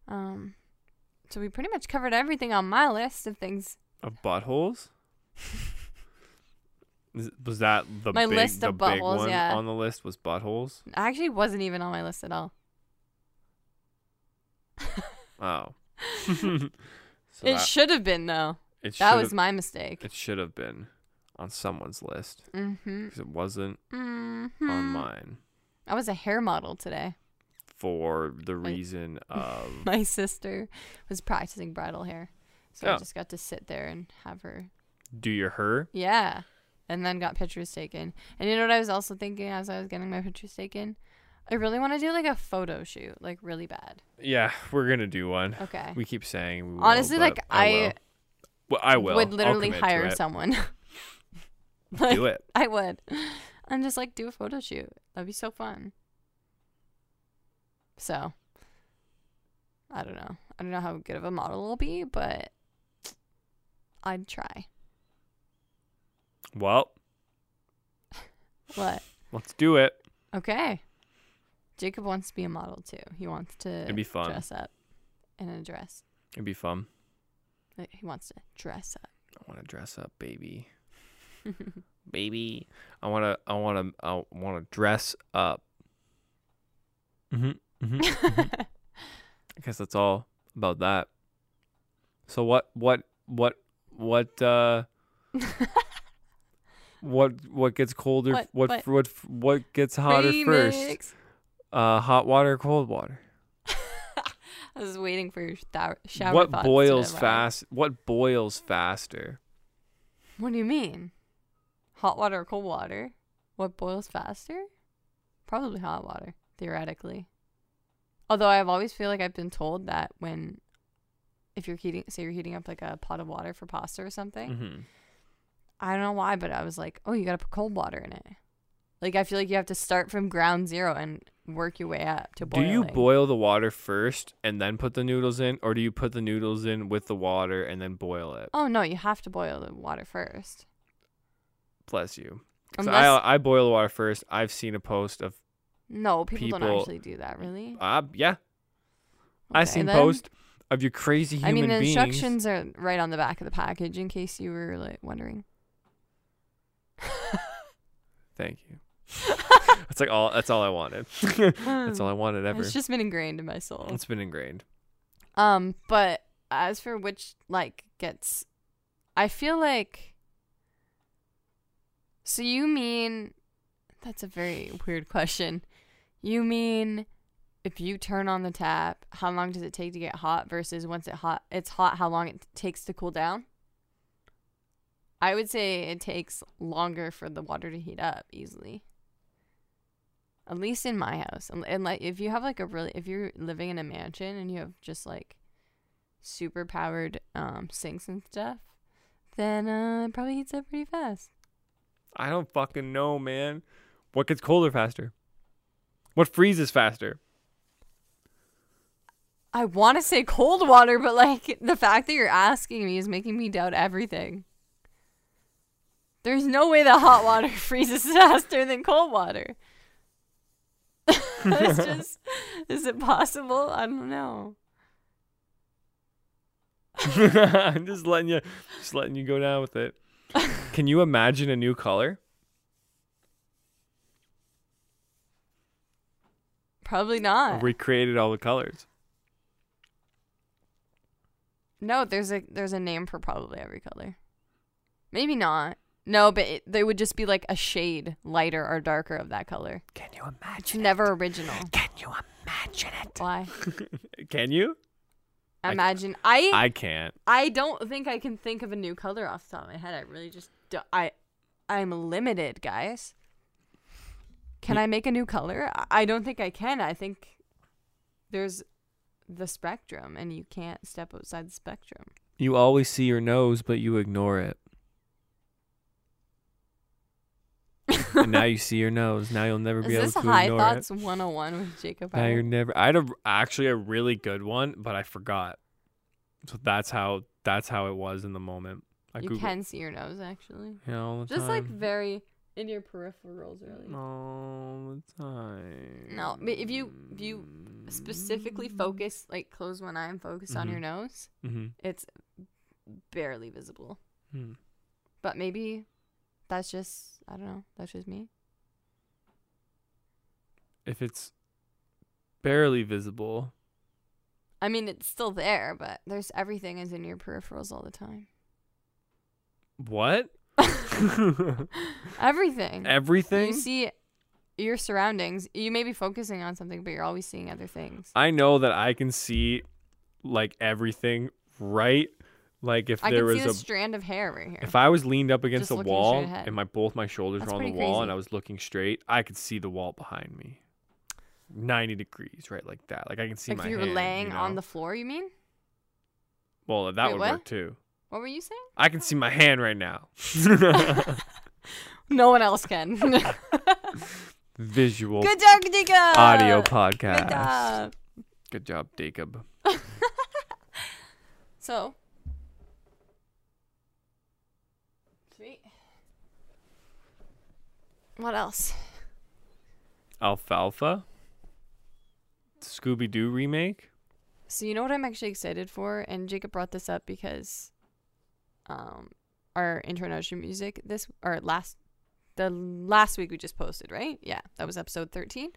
Speaker 2: Um, so we pretty much covered everything on my list of things.
Speaker 1: Of buttholes? Is- Was that the
Speaker 2: My
Speaker 1: big,
Speaker 2: list
Speaker 1: the
Speaker 2: of
Speaker 1: big
Speaker 2: buttholes,
Speaker 1: one
Speaker 2: yeah.
Speaker 1: on the list was buttholes?
Speaker 2: I actually wasn't even on my list at all.
Speaker 1: Oh, so
Speaker 2: it
Speaker 1: that,
Speaker 2: should have been though.
Speaker 1: it
Speaker 2: That
Speaker 1: should've-
Speaker 2: was my mistake.
Speaker 1: it should have been on someone's list
Speaker 2: Mm-hmm.
Speaker 1: because it wasn't
Speaker 2: Mm-hmm.
Speaker 1: on mine
Speaker 2: I was a hair model today.
Speaker 1: for the reason of
Speaker 2: My sister was practicing bridal hair, so I
Speaker 1: Oh.
Speaker 2: just got to sit there and have her
Speaker 1: do your her.
Speaker 2: Yeah. And then got pictures taken. And you know what I was also thinking as I was getting my pictures taken? I really want to do like a photo shoot, like really bad.
Speaker 1: Yeah, we're gonna do one.
Speaker 2: Okay.
Speaker 1: We keep saying we will,
Speaker 2: Honestly,
Speaker 1: but
Speaker 2: like
Speaker 1: I,
Speaker 2: I,
Speaker 1: will. Well, I will.
Speaker 2: would
Speaker 1: I'll
Speaker 2: literally
Speaker 1: commit to
Speaker 2: hire
Speaker 1: it.
Speaker 2: someone. like,
Speaker 1: Do it.
Speaker 2: I would. And just like do a photo shoot. That'd be so fun. So I don't know. I don't know how good of a model it'll be, but I'd try.
Speaker 1: Well,
Speaker 2: What?
Speaker 1: let's do it.
Speaker 2: Okay. Jacob wants to be a model too. He wants to
Speaker 1: It'd be fun.
Speaker 2: dress up in a dress.
Speaker 1: It'd be fun.
Speaker 2: Like, he wants to dress up.
Speaker 1: I want to dress up, baby. baby. I want to. I want to. I want to dress up. hmm
Speaker 2: Mm-hmm.
Speaker 1: hmm I guess that's all about that. So what? What? What? What? uh What? What gets colder?
Speaker 2: What-
Speaker 1: What?
Speaker 2: what-
Speaker 1: What? What, gets hotter first?
Speaker 2: Remix.
Speaker 1: Uh, hot water, or cold water.
Speaker 2: I was waiting for your shower. shower
Speaker 1: what
Speaker 2: thoughts to
Speaker 1: boils
Speaker 2: arrive.
Speaker 1: fast? What boils faster?
Speaker 2: What do you mean? Hot water or cold water? What boils faster? Probably hot water, theoretically. Although I've always feel like I've been told that when, if you're heating, say you're heating up like a pot of water for pasta or something,
Speaker 1: Mm-hmm.
Speaker 2: I don't know why, but I was like, oh, you got to put cold water in it. Like, I feel like you have to start from ground zero and work your way up to
Speaker 1: Do
Speaker 2: boiling.
Speaker 1: you boil the water first and then put the noodles in, or do you put the noodles in with the water and then boil it?
Speaker 2: Oh, no, you have to boil the water first.
Speaker 1: Bless you. 'Cause
Speaker 2: Unless,
Speaker 1: I uh, I boil the water first. I've seen a post of
Speaker 2: no, people, don't
Speaker 1: people-
Speaker 2: actually do that, really.
Speaker 1: uh, yeah. I've
Speaker 2: Okay,
Speaker 1: seen
Speaker 2: then.
Speaker 1: post of you crazy
Speaker 2: I
Speaker 1: human
Speaker 2: mean, the
Speaker 1: beings.
Speaker 2: instructions are right on the back of the package in case you were like wondering.
Speaker 1: Thank you. That's like all. That's all I wanted. that's all I wanted ever.
Speaker 2: It's just been ingrained in my soul.
Speaker 1: It's been ingrained.
Speaker 2: Um, but as for which like gets, I feel like. So you mean, that's a very weird question. You mean, if you turn on the tap, how long does it take to get hot versus once it hot it's hot, how long it t- takes to cool down? I would say it takes longer for the water to heat up easily. At least in my house, and, and like if you have like a really if you're living in a mansion and you have just like super powered um, sinks and stuff, then uh, it probably heats up pretty fast.
Speaker 1: I don't fucking know, man. What gets colder faster? What freezes faster?
Speaker 2: I want to say cold water, but like the fact that you're asking me is making me doubt everything. There's no way that hot water freezes faster than cold water. it's just, is it possible? I don't know.
Speaker 1: I'm just letting you, just letting you go down with it. Can you imagine a new color?
Speaker 2: Probably not.
Speaker 1: We created all the colors.
Speaker 2: No, there's a there's a name for probably every color. Maybe not. No, but it, they would just be like a shade lighter or darker of that color.
Speaker 1: Can you
Speaker 2: It's
Speaker 1: imagine?
Speaker 2: never original.
Speaker 1: Can you imagine it?
Speaker 2: Why?
Speaker 1: Can you? I-
Speaker 2: Imagine I,
Speaker 1: I can't.
Speaker 2: I don't think I can think of a new color off the top of my head. I really just do I I'm limited, guys. Can I make a new color? I- I don't think I can. I think there's the spectrum and you can't step outside the spectrum.
Speaker 1: You always see your nose, but you ignore it. And now you see your nose. Now you'll never
Speaker 2: Is
Speaker 1: be able
Speaker 2: this
Speaker 1: to
Speaker 2: High
Speaker 1: ignore
Speaker 2: Thoughts
Speaker 1: it.
Speaker 2: 101 with Jacob?
Speaker 1: Now
Speaker 2: Howard?
Speaker 1: you're never. I had a, actually a really good one, but I forgot. So that's how that's how it was in the moment. I
Speaker 2: you
Speaker 1: googled.
Speaker 2: can see your nose actually.
Speaker 1: Yeah, all the
Speaker 2: Just like
Speaker 1: time.
Speaker 2: very in your peripherals, really.
Speaker 1: all the time.
Speaker 2: No, but if you if you specifically focus, like close one eye and focus on
Speaker 1: Mhm.
Speaker 2: your nose,
Speaker 1: Mhm.
Speaker 2: it's barely visible.
Speaker 1: Hmm.
Speaker 2: But maybe that's just I don't know. That's just me.
Speaker 1: If it's barely visible,
Speaker 2: I mean, it's still there, but there's everything is in your peripherals all the time.
Speaker 1: what?
Speaker 2: Everything.
Speaker 1: Everything?
Speaker 2: You see your surroundings. You may be focusing on something, but you're always seeing other things.
Speaker 1: I know that I can see like everything right. Like if
Speaker 2: I
Speaker 1: there
Speaker 2: can
Speaker 1: was
Speaker 2: see the
Speaker 1: a
Speaker 2: strand of hair right here.
Speaker 1: if I was leaned up against
Speaker 2: Just
Speaker 1: the
Speaker 2: looking straight
Speaker 1: wall
Speaker 2: ahead.
Speaker 1: and my both my shoulders
Speaker 2: That's
Speaker 1: were on the
Speaker 2: pretty
Speaker 1: wall
Speaker 2: crazy.
Speaker 1: and I was looking straight, I could see the wall behind me. 90 degrees, right? Like that. Like I can see
Speaker 2: like
Speaker 1: my
Speaker 2: if you were
Speaker 1: hand,
Speaker 2: laying
Speaker 1: you
Speaker 2: on
Speaker 1: know?
Speaker 2: the floor, you mean?
Speaker 1: Well, that
Speaker 2: Wait,
Speaker 1: would
Speaker 2: what?
Speaker 1: work too.
Speaker 2: What were you saying?
Speaker 1: I can see my hand right now.
Speaker 2: No one else can. Good
Speaker 1: Visual
Speaker 2: job, Jacob.
Speaker 1: audio
Speaker 2: Good
Speaker 1: podcast.
Speaker 2: job.
Speaker 1: Good job, Jacob.
Speaker 2: So. Sweet. What else?
Speaker 1: Alfalfa. Scooby Doo remake.
Speaker 2: So you know what I'm actually excited for, and Jacob brought this up because, um, our intro and outro music this or last, the last week we just posted, right? Yeah, that was episode 13,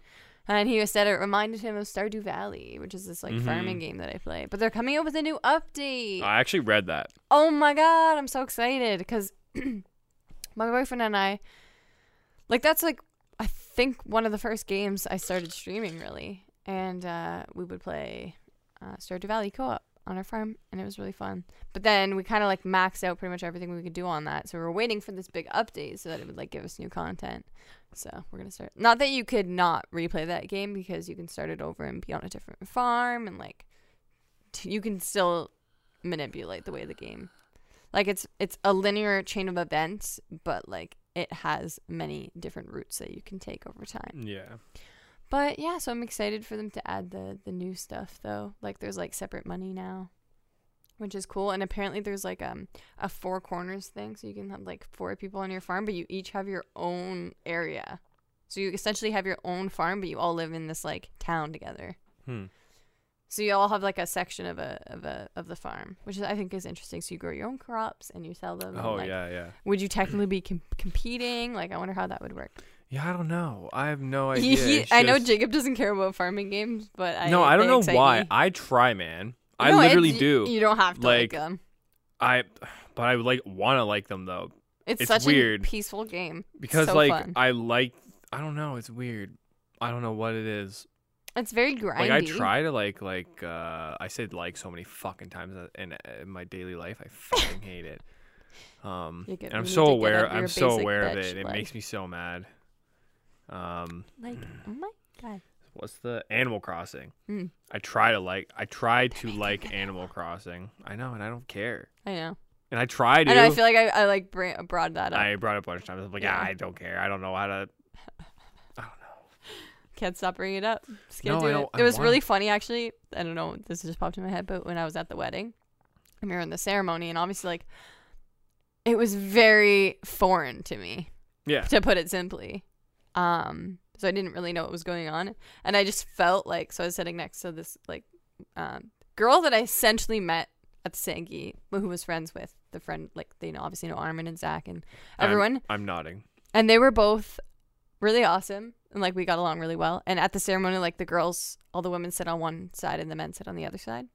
Speaker 2: and he said it reminded him of Stardew Valley, which is this like
Speaker 1: Mhm.
Speaker 2: farming game that I play. But they're coming up with a new update.
Speaker 1: I actually read that.
Speaker 2: Oh my god, I'm so excited because my boyfriend and I, like that's like I think one of the first games I started streaming really, and uh, we would play uh, Stardew Valley co-op on our farm, and it was really fun. But then we kind of like maxed out pretty much everything we could do on that, so we were waiting for this big update so that it would like give us new content. So we're gonna start. Not that you could not replay that game because you can start it over and be on a different farm, and like t- you can still manipulate the way the game like it's it's a linear chain of events but like it has many different routes that you can take over time
Speaker 1: Yeah.
Speaker 2: but yeah so i'm excited for them to add the the new stuff though like there's like separate money now which is cool and apparently there's like um a four corners thing so you can have like four people on your farm but you each have your own area so you essentially have your own farm but you all live in this like town together
Speaker 1: Hmm.
Speaker 2: so you all have like a section of a of a of the farm, which is, I think is interesting. So you grow your own crops and you sell them. and,
Speaker 1: Oh
Speaker 2: like,
Speaker 1: yeah, yeah.
Speaker 2: Would you technically be com- competing? Like, I wonder how that would work.
Speaker 1: Yeah, I don't know. I have no idea.
Speaker 2: He- he-
Speaker 1: It's
Speaker 2: I know
Speaker 1: just-
Speaker 2: Jacob doesn't care about farming games, but I
Speaker 1: no, I don't
Speaker 2: they
Speaker 1: know
Speaker 2: excite
Speaker 1: why.
Speaker 2: me.
Speaker 1: I try, man. I
Speaker 2: No,
Speaker 1: literally
Speaker 2: it's-
Speaker 1: do.
Speaker 2: You don't have to like,
Speaker 1: Like,
Speaker 2: um, them.
Speaker 1: I, but I like want to like them though
Speaker 2: It's,
Speaker 1: it's
Speaker 2: such
Speaker 1: weird.
Speaker 2: a peaceful game.
Speaker 1: because
Speaker 2: So
Speaker 1: like
Speaker 2: fun.
Speaker 1: I like I don't know. It's weird. I don't know what it is.
Speaker 2: It's very grindy.
Speaker 1: Like I try to like like uh I said like so many fucking times in, in my daily life. I fucking hate it. Um,
Speaker 2: You get-
Speaker 1: and
Speaker 2: you
Speaker 1: I'm
Speaker 2: need
Speaker 1: so
Speaker 2: to get
Speaker 1: aware.
Speaker 2: over your
Speaker 1: I'm so
Speaker 2: basic
Speaker 1: aware of
Speaker 2: bitch
Speaker 1: it. It
Speaker 2: life.
Speaker 1: makes me so mad. Um,
Speaker 2: Like, oh my god.
Speaker 1: what's the Animal Crossing?
Speaker 2: Mm.
Speaker 1: I try to like. I try to like Animal Crossing. I know, and I don't care.
Speaker 2: I know.
Speaker 1: And I try to.
Speaker 2: I know. I feel like I, I like bra- brought that up.
Speaker 1: I brought it up a bunch of times. I'm like, yeah,
Speaker 2: Yeah.
Speaker 1: I don't care. I don't know how to.
Speaker 2: Can't stop bringing it up. Just can't
Speaker 1: No,
Speaker 2: do
Speaker 1: I
Speaker 2: it.
Speaker 1: don't- I
Speaker 2: it was
Speaker 1: wanna-
Speaker 2: really funny, actually. I don't know. This just popped in my head, but when I was at the wedding, and we were in the ceremony, and obviously, like, it was very foreign to me,
Speaker 1: Yeah.
Speaker 2: to put it simply. Um, so I didn't really know what was going on, and I just felt like so I was sitting next to this like um, girl that I essentially met at the Sankey, who was friends with the friend like they know obviously know Armin and Zach and
Speaker 1: I'm-
Speaker 2: everyone
Speaker 1: I'm nodding.
Speaker 2: and they were both really awesome and like we got along really well and at the ceremony like the girls all the women sit on one side and the men sit on the other side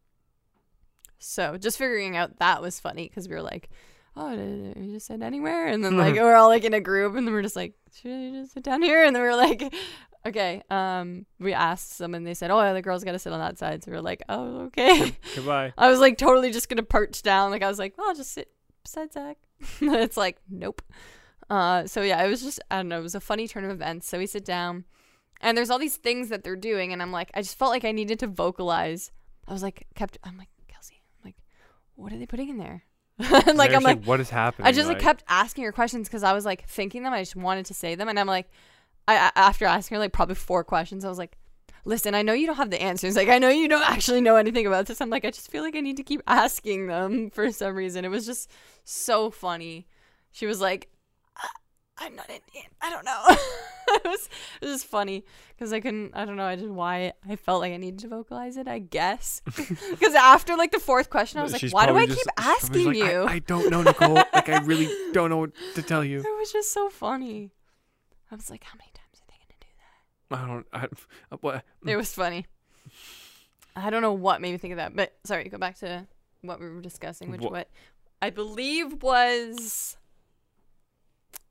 Speaker 2: so just figuring out that was funny because we were like oh did you just sit anywhere and then like we're all like in a group and then we're just like should you just sit down here and then we were like okay um we asked them and they said oh the girls gotta sit on that side so we are like oh okay
Speaker 1: Goodbye.
Speaker 2: I was like totally just gonna perch down. Like I was like, well, I'll just sit beside Zach. it's like, nope. Uh, so yeah, it was just I don't know. It was a funny turn of events. So we sit down, and there's all these things that they're doing, and I'm like, I just felt like I needed to vocalize. I was like, kept. I'm like, Kelsey. I'm like, what are they putting in there? And, like
Speaker 1: They're just
Speaker 2: I'm like,
Speaker 1: what is happening?
Speaker 2: I just like kept asking her questions because I was like thinking them. I just wanted to say them, and I'm like, I a- after asking her like probably four questions, I was like, listen, I know you don't have the answers. Like I know you don't actually know anything about this. I'm like, I just feel like I need to keep asking them for some reason. It was just so funny. She was like, "Uh, I'm not Indian. I don't know. it, was, it was funny because I couldn't. I don't know. I just why I felt like I needed to vocalize it. I guess because after like the fourth question, I was like,
Speaker 1: She's
Speaker 2: why do
Speaker 1: probably
Speaker 2: I
Speaker 1: just-
Speaker 2: keep
Speaker 1: she's
Speaker 2: asking
Speaker 1: probably like,
Speaker 2: you?
Speaker 3: I don't know, Nicole. like I really don't know what to tell you.
Speaker 2: It was just so funny. I was like, how many times are they gonna
Speaker 3: I
Speaker 2: do
Speaker 3: don't. I,
Speaker 1: uh,
Speaker 3: what?
Speaker 2: that? It was funny. I don't know what made me think of that, but sorry, go back to what we were discussing, which
Speaker 1: Wha-
Speaker 2: what I believe was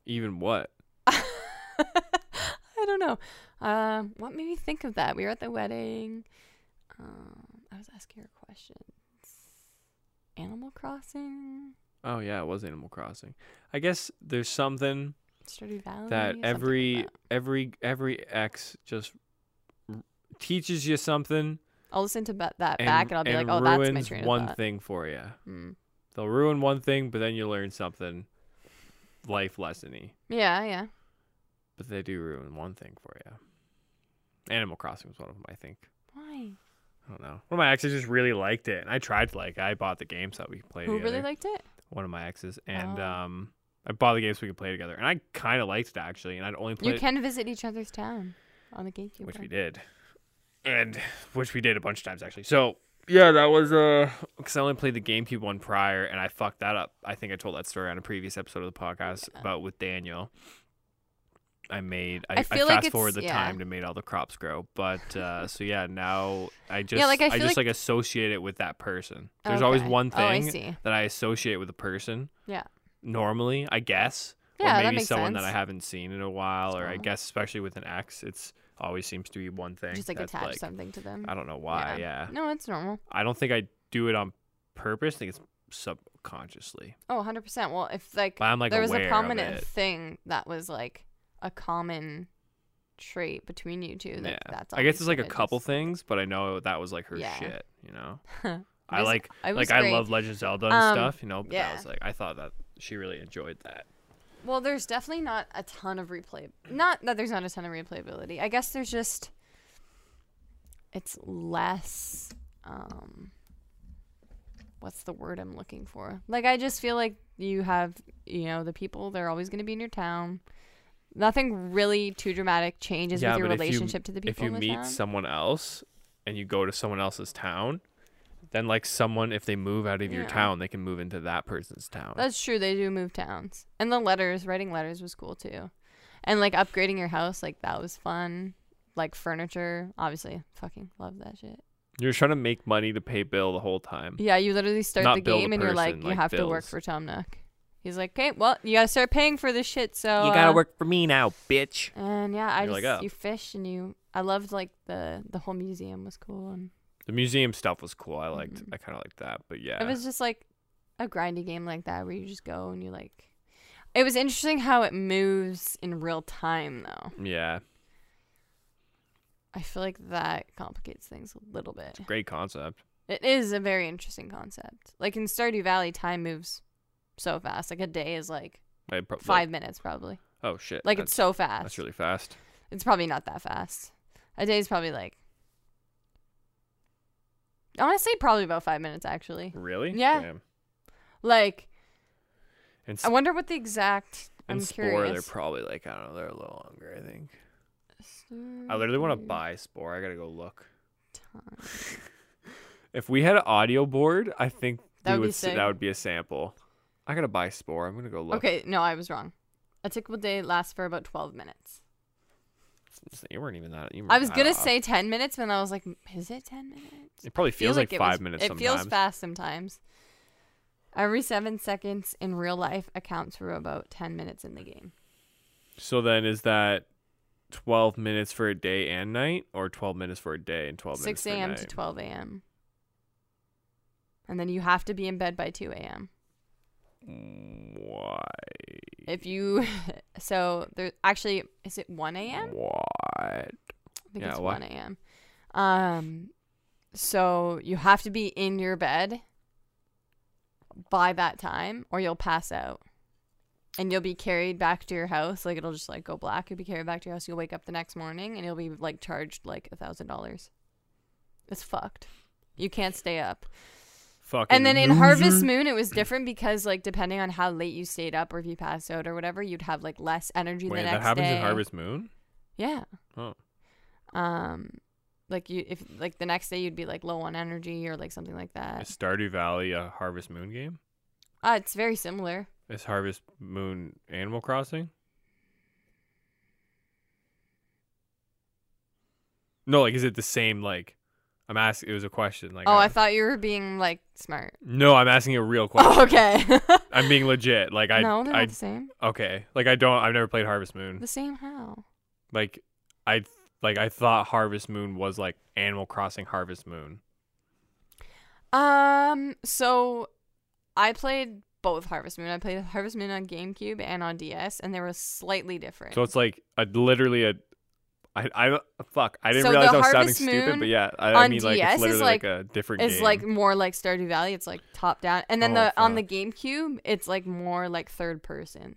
Speaker 1: Even what?
Speaker 2: I don't know. Um, what made me think of that? We were at the wedding. Um, I was asking her questions. Animal Crossing,
Speaker 1: Oh yeah, it was Animal Crossing. I guess there's something
Speaker 2: Stardew Valley.
Speaker 1: that
Speaker 2: Oh, something like
Speaker 1: every
Speaker 2: that.
Speaker 1: every every ex just r- teaches you something
Speaker 2: I'll listen to ba- that
Speaker 1: and,
Speaker 2: back and I'll be like,
Speaker 1: and
Speaker 2: oh, that's my
Speaker 1: ruins
Speaker 2: train
Speaker 1: one
Speaker 2: of thought.
Speaker 1: thing for you.
Speaker 2: Hmm.
Speaker 1: They'll ruin one thing, but then you learn something life lessony.
Speaker 2: Yeah, yeah.
Speaker 1: But they do ruin one thing for you. Animal Crossing was one of them, I think.
Speaker 2: Why?
Speaker 1: I don't know. One of my exes just really liked it, and I tried to like. I bought the game so that we could play
Speaker 2: Who
Speaker 1: together.
Speaker 2: really liked it?
Speaker 1: one of my exes, and
Speaker 2: Oh.
Speaker 1: um, I bought the game so we could play together, and I kind of liked it actually, and I'd only played
Speaker 2: you can visit each other's town on the GameCube.
Speaker 1: which
Speaker 2: one.
Speaker 1: we did, and which we did a bunch of times actually. So yeah, that was uh, because I only played the GameCube one prior, and I fucked that up. I think I told that story on a previous episode of the podcast
Speaker 2: Yeah.
Speaker 1: about with Daniel. I made
Speaker 2: I
Speaker 1: I, I,
Speaker 2: feel
Speaker 1: fast
Speaker 2: like
Speaker 1: forward
Speaker 2: it's-
Speaker 1: the
Speaker 2: yeah.
Speaker 1: time to made all the crops grow, but uh, so yeah, now I just
Speaker 2: like, I
Speaker 1: I,
Speaker 2: feel
Speaker 1: just
Speaker 2: like-
Speaker 1: like associate it with that person. There's always
Speaker 2: Okay.
Speaker 1: one
Speaker 2: Oh, I
Speaker 1: thing
Speaker 2: see.
Speaker 1: that I associate with a person.
Speaker 2: Yeah.
Speaker 1: Normally, I guess.
Speaker 2: Yeah,
Speaker 1: or
Speaker 2: that
Speaker 1: maybe
Speaker 2: makes
Speaker 1: someone that I
Speaker 2: sense.
Speaker 1: haven't seen in a while,
Speaker 2: That's
Speaker 1: or I
Speaker 2: normal.
Speaker 1: guess especially with an ex, it's always seems to be one thing.
Speaker 2: Just like
Speaker 1: that's,
Speaker 2: attach something to them.
Speaker 1: I don't know why. Yeah.
Speaker 2: No, it's normal.
Speaker 1: I don't think I do it on purpose. I think it's subconsciously.
Speaker 2: Oh, 100%. Well, if like
Speaker 1: But I'm like
Speaker 2: there was
Speaker 1: aware
Speaker 2: a prominent
Speaker 1: of it.
Speaker 2: thing that was like a common trait between you two. That,
Speaker 1: yeah.
Speaker 2: that's
Speaker 1: I guess
Speaker 2: obvious,
Speaker 1: it's like
Speaker 2: but
Speaker 1: a
Speaker 2: it
Speaker 1: couple
Speaker 2: just-
Speaker 1: things, but I know that was like her
Speaker 2: Yeah.
Speaker 1: shit. You know,
Speaker 2: It
Speaker 1: I
Speaker 2: was-
Speaker 1: like
Speaker 2: it was
Speaker 1: like I
Speaker 2: great.
Speaker 1: love Legend of Zelda and
Speaker 2: Um,
Speaker 1: stuff. You know, but
Speaker 2: yeah.
Speaker 1: that was like I thought that she really enjoyed that.
Speaker 2: Well, there's definitely not a ton of replay. Not that there's not a ton of replayability. I guess there's just it's less. Um, what's the word I'm looking for? Like I just feel like you have you know the people. They're always going to be in your town. Nothing really too dramatic changes
Speaker 1: Yeah,
Speaker 2: with your
Speaker 1: but if you-
Speaker 2: relationship to the people
Speaker 1: if you
Speaker 2: in the
Speaker 1: meet
Speaker 2: town.
Speaker 1: someone else and you go to someone else's town, then like someone if they move out of your
Speaker 2: Yeah.
Speaker 1: town, they can move into that person's town.
Speaker 2: That's true. They do move towns. And the letters, writing letters was cool too. And like upgrading your house, like that was fun. Like furniture, obviously, fucking love that shit.
Speaker 1: You're trying to make money to pay bill the whole time.
Speaker 2: Yeah, you literally start
Speaker 1: Not
Speaker 2: the
Speaker 1: build a
Speaker 2: game and you're like,
Speaker 1: person,
Speaker 2: you
Speaker 1: like,
Speaker 2: have to work
Speaker 1: bills.
Speaker 2: for Tom Nook. He's like, okay, well, you gotta start paying for this shit. So
Speaker 3: You gotta
Speaker 2: uh,
Speaker 3: work for me now, bitch.
Speaker 2: And yeah, I
Speaker 1: You're
Speaker 2: just
Speaker 1: like, oh.
Speaker 2: you fish and you. I loved like the the whole museum was cool and
Speaker 1: The museum stuff was cool. I liked.
Speaker 2: Mhm.
Speaker 1: I kind of liked that. But yeah,
Speaker 2: It was just like a grindy game like that where you just go and you like. It was interesting how it moves in real time though.
Speaker 1: yeah,
Speaker 2: I feel like that complicates things a little bit.
Speaker 1: great concept.
Speaker 2: It is a very interesting concept. Like in Stardew Valley, time moves so fast. Like a day is like
Speaker 1: I pro-
Speaker 2: five minutes probably.
Speaker 1: oh shit!
Speaker 2: Like
Speaker 1: that's,
Speaker 2: it's so fast.
Speaker 1: that's really fast.
Speaker 2: It's probably not that fast. A day is probably like. Honestly, probably about five minutes actually.
Speaker 1: Really?
Speaker 2: Yeah.
Speaker 1: Damn.
Speaker 2: Like
Speaker 1: And,
Speaker 2: I
Speaker 1: s-
Speaker 2: wonder what the exact. I'm
Speaker 1: and Spore, they're
Speaker 2: curious.
Speaker 1: probably like I don't know. They're a little longer. I think. Oh, I literally want to
Speaker 2: Mm.
Speaker 1: buy Spore. I gotta go look.
Speaker 2: Time.
Speaker 1: If we had an audio board, I think
Speaker 2: That
Speaker 1: we
Speaker 2: would be
Speaker 1: would s-
Speaker 2: sick.
Speaker 1: that would be a sample. I gotta buy Spore. I'm gonna go look.
Speaker 2: Okay, no, I was wrong. A typical day lasts for about twelve minutes.
Speaker 1: You weren't even that. You
Speaker 2: I
Speaker 1: weren't
Speaker 2: was
Speaker 1: that
Speaker 2: gonna
Speaker 1: off.
Speaker 2: say ten minutes, but then I was like, is it ten minutes?
Speaker 1: it probably
Speaker 2: feel
Speaker 1: feels like,
Speaker 2: it
Speaker 1: five
Speaker 2: was-
Speaker 1: minutes.
Speaker 2: It
Speaker 1: sometimes.
Speaker 2: feels fast sometimes. Every seven seconds in real life accounts for about ten minutes in the game.
Speaker 1: So then, is that twelve minutes for a day and night, or twelve minutes for a day and twelve
Speaker 2: Six a.m.
Speaker 1: minutes
Speaker 2: to
Speaker 1: for night?
Speaker 2: twelve a.m. And then you have to be in bed by two a.m.
Speaker 1: Why?
Speaker 2: If you, so there actually is it one a.m.
Speaker 1: What?
Speaker 2: I think
Speaker 1: Yeah,
Speaker 2: it's
Speaker 1: why?
Speaker 2: one a.m. Um, so you have to be in your bed by that time, or you'll pass out, and you'll be carried back to your house. Like it'll just like go black. You'll be carried back to your house. You'll wake up the next morning, and you'll be like charged like a thousand dollars. It's fucked. You can't stay up.
Speaker 1: Fucking
Speaker 2: And then in
Speaker 1: loser.
Speaker 2: Harvest Moon, it was different because, like, depending on how late you stayed up or if you passed out or whatever, you'd have like less energy
Speaker 1: Wait,
Speaker 2: the next
Speaker 1: that happens
Speaker 2: day.
Speaker 1: in Harvest Moon?
Speaker 2: Yeah.
Speaker 1: Oh.
Speaker 2: Um, like you, if like the next day you'd be like low on energy or like something like that.
Speaker 1: Is Stardew Valley a Harvest Moon game?
Speaker 2: Uh, it's very similar.
Speaker 1: Is Harvest Moon Animal Crossing? No, like is it the same like I'm asking it was a question like
Speaker 2: oh,
Speaker 1: I-
Speaker 2: I thought you were being like smart.
Speaker 1: No, I'm asking a real question.
Speaker 2: Oh, okay.
Speaker 1: I'm being legit. Like I
Speaker 2: no, they're
Speaker 1: I
Speaker 2: not the same.
Speaker 1: okay. Like I don't I've never played Harvest Moon.
Speaker 2: The same how?
Speaker 1: Like I like I thought Harvest Moon was like Animal Crossing Harvest Moon.
Speaker 2: Um, so I played both Harvest Moon. I played Harvest Moon on GameCube and on DS, and they were slightly different.
Speaker 1: So it's like a literally a I I fuck. I didn't
Speaker 2: So
Speaker 1: realize
Speaker 2: the
Speaker 1: I was sounding
Speaker 2: Harvest
Speaker 1: stupid,
Speaker 2: Moon
Speaker 1: but yeah, I, I
Speaker 2: on
Speaker 1: mean like
Speaker 2: DS
Speaker 1: it's
Speaker 2: is
Speaker 1: literally
Speaker 2: like-
Speaker 1: like, a different
Speaker 2: it's
Speaker 1: game.
Speaker 2: like more like Stardew Valley. It's like top down, and then
Speaker 1: Oh,
Speaker 2: the on the
Speaker 1: fuck.
Speaker 2: GameCube, it's like more like third person.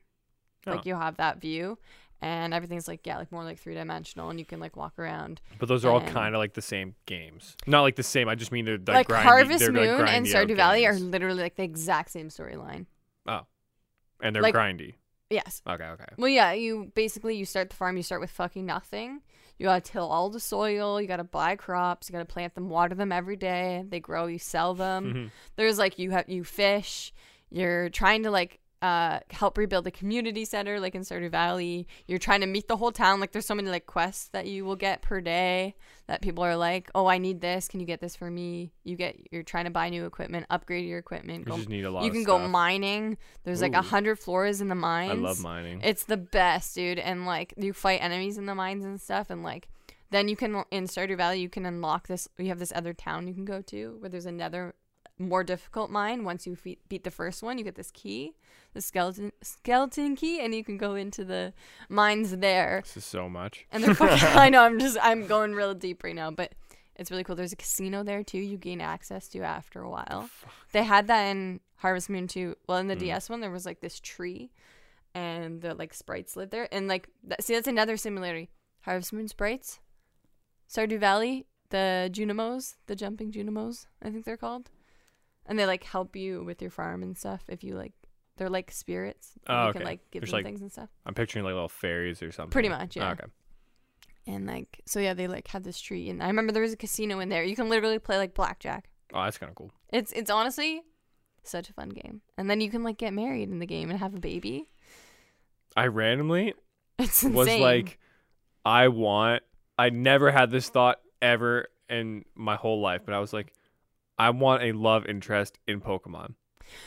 Speaker 1: Oh.
Speaker 2: Like you have that view, and everything's like yeah, like more like three dimensional, and you can like walk around.
Speaker 1: but those are all
Speaker 2: and-
Speaker 1: kind of like the same games. Not like the same. I just mean they're like,
Speaker 2: Like,
Speaker 1: grindy,
Speaker 2: Harvest
Speaker 1: they're,
Speaker 2: Moon
Speaker 1: like,
Speaker 2: and
Speaker 1: grindy out
Speaker 2: Stardew Valley are
Speaker 1: games.
Speaker 2: literally like the exact same storyline.
Speaker 1: and they're
Speaker 2: like-
Speaker 1: grindy.
Speaker 2: Yes,
Speaker 1: Okay, okay.
Speaker 2: Well, yeah, you basically you start the farm. You start with fucking nothing. You gotta till all the soil. You gotta buy crops. You gotta plant them, water them every day. They grow. Um, You sell them.
Speaker 1: Mhm.
Speaker 2: There's like you have you fish. You're trying to like uh help rebuild the community center like in Stardew Valley. You're trying to meet the whole town. Like there's so many like quests that you will get per day that people are like, oh, I need this. Can you get this for me? You get you're trying to buy new equipment, upgrade your equipment.
Speaker 1: We
Speaker 2: Go,
Speaker 1: just need a lot.
Speaker 2: you
Speaker 1: of
Speaker 2: can go
Speaker 1: stuff.
Speaker 2: mining. There's like a
Speaker 1: Ooh.
Speaker 2: hundred floors in the mines.
Speaker 1: I love mining.
Speaker 2: It's the best, dude. And like you fight enemies in the mines and stuff, and like then you can in Stardew Valley you can unlock this. You have this other town you can go to where there's another more difficult mine. Once you fe- beat the first one, you get this key, the skeleton skeleton key, and you can go into the mines there.
Speaker 1: This is so much.
Speaker 2: And they're fucking. I know. I'm just. I'm going real deep right now, but it's really cool. There's a casino there too. You gain access to after a while. They had that in Harvest Moon too. Well, in the
Speaker 1: Mm.
Speaker 2: DS one, there was like this tree, and the like sprites lived there. And like, that, see, that's another similarity. Harvest Moon sprites, Sardew Valley, the Junimos, the jumping Junimos, I think they're called, and they like help you with your farm and stuff if you like. They're like spirits. and
Speaker 1: Oh,
Speaker 2: you
Speaker 1: okay.
Speaker 2: can like give
Speaker 1: There's,
Speaker 2: them
Speaker 1: like-
Speaker 2: things and stuff.
Speaker 1: I'm picturing like little fairies or something.
Speaker 2: Pretty much, yeah.
Speaker 1: Okay.
Speaker 2: And like, so yeah, they like had this tree, and I remember there was a casino in there. You can literally play like blackjack.
Speaker 1: Oh, that's kind of cool.
Speaker 2: It's it's honestly such a fun game. And then you can like get married in the game and have a baby.
Speaker 1: I randomly
Speaker 2: It's insane.
Speaker 1: was like, I want. I never had this thought ever in my whole life, but I was like, I want a love interest in Pokemon.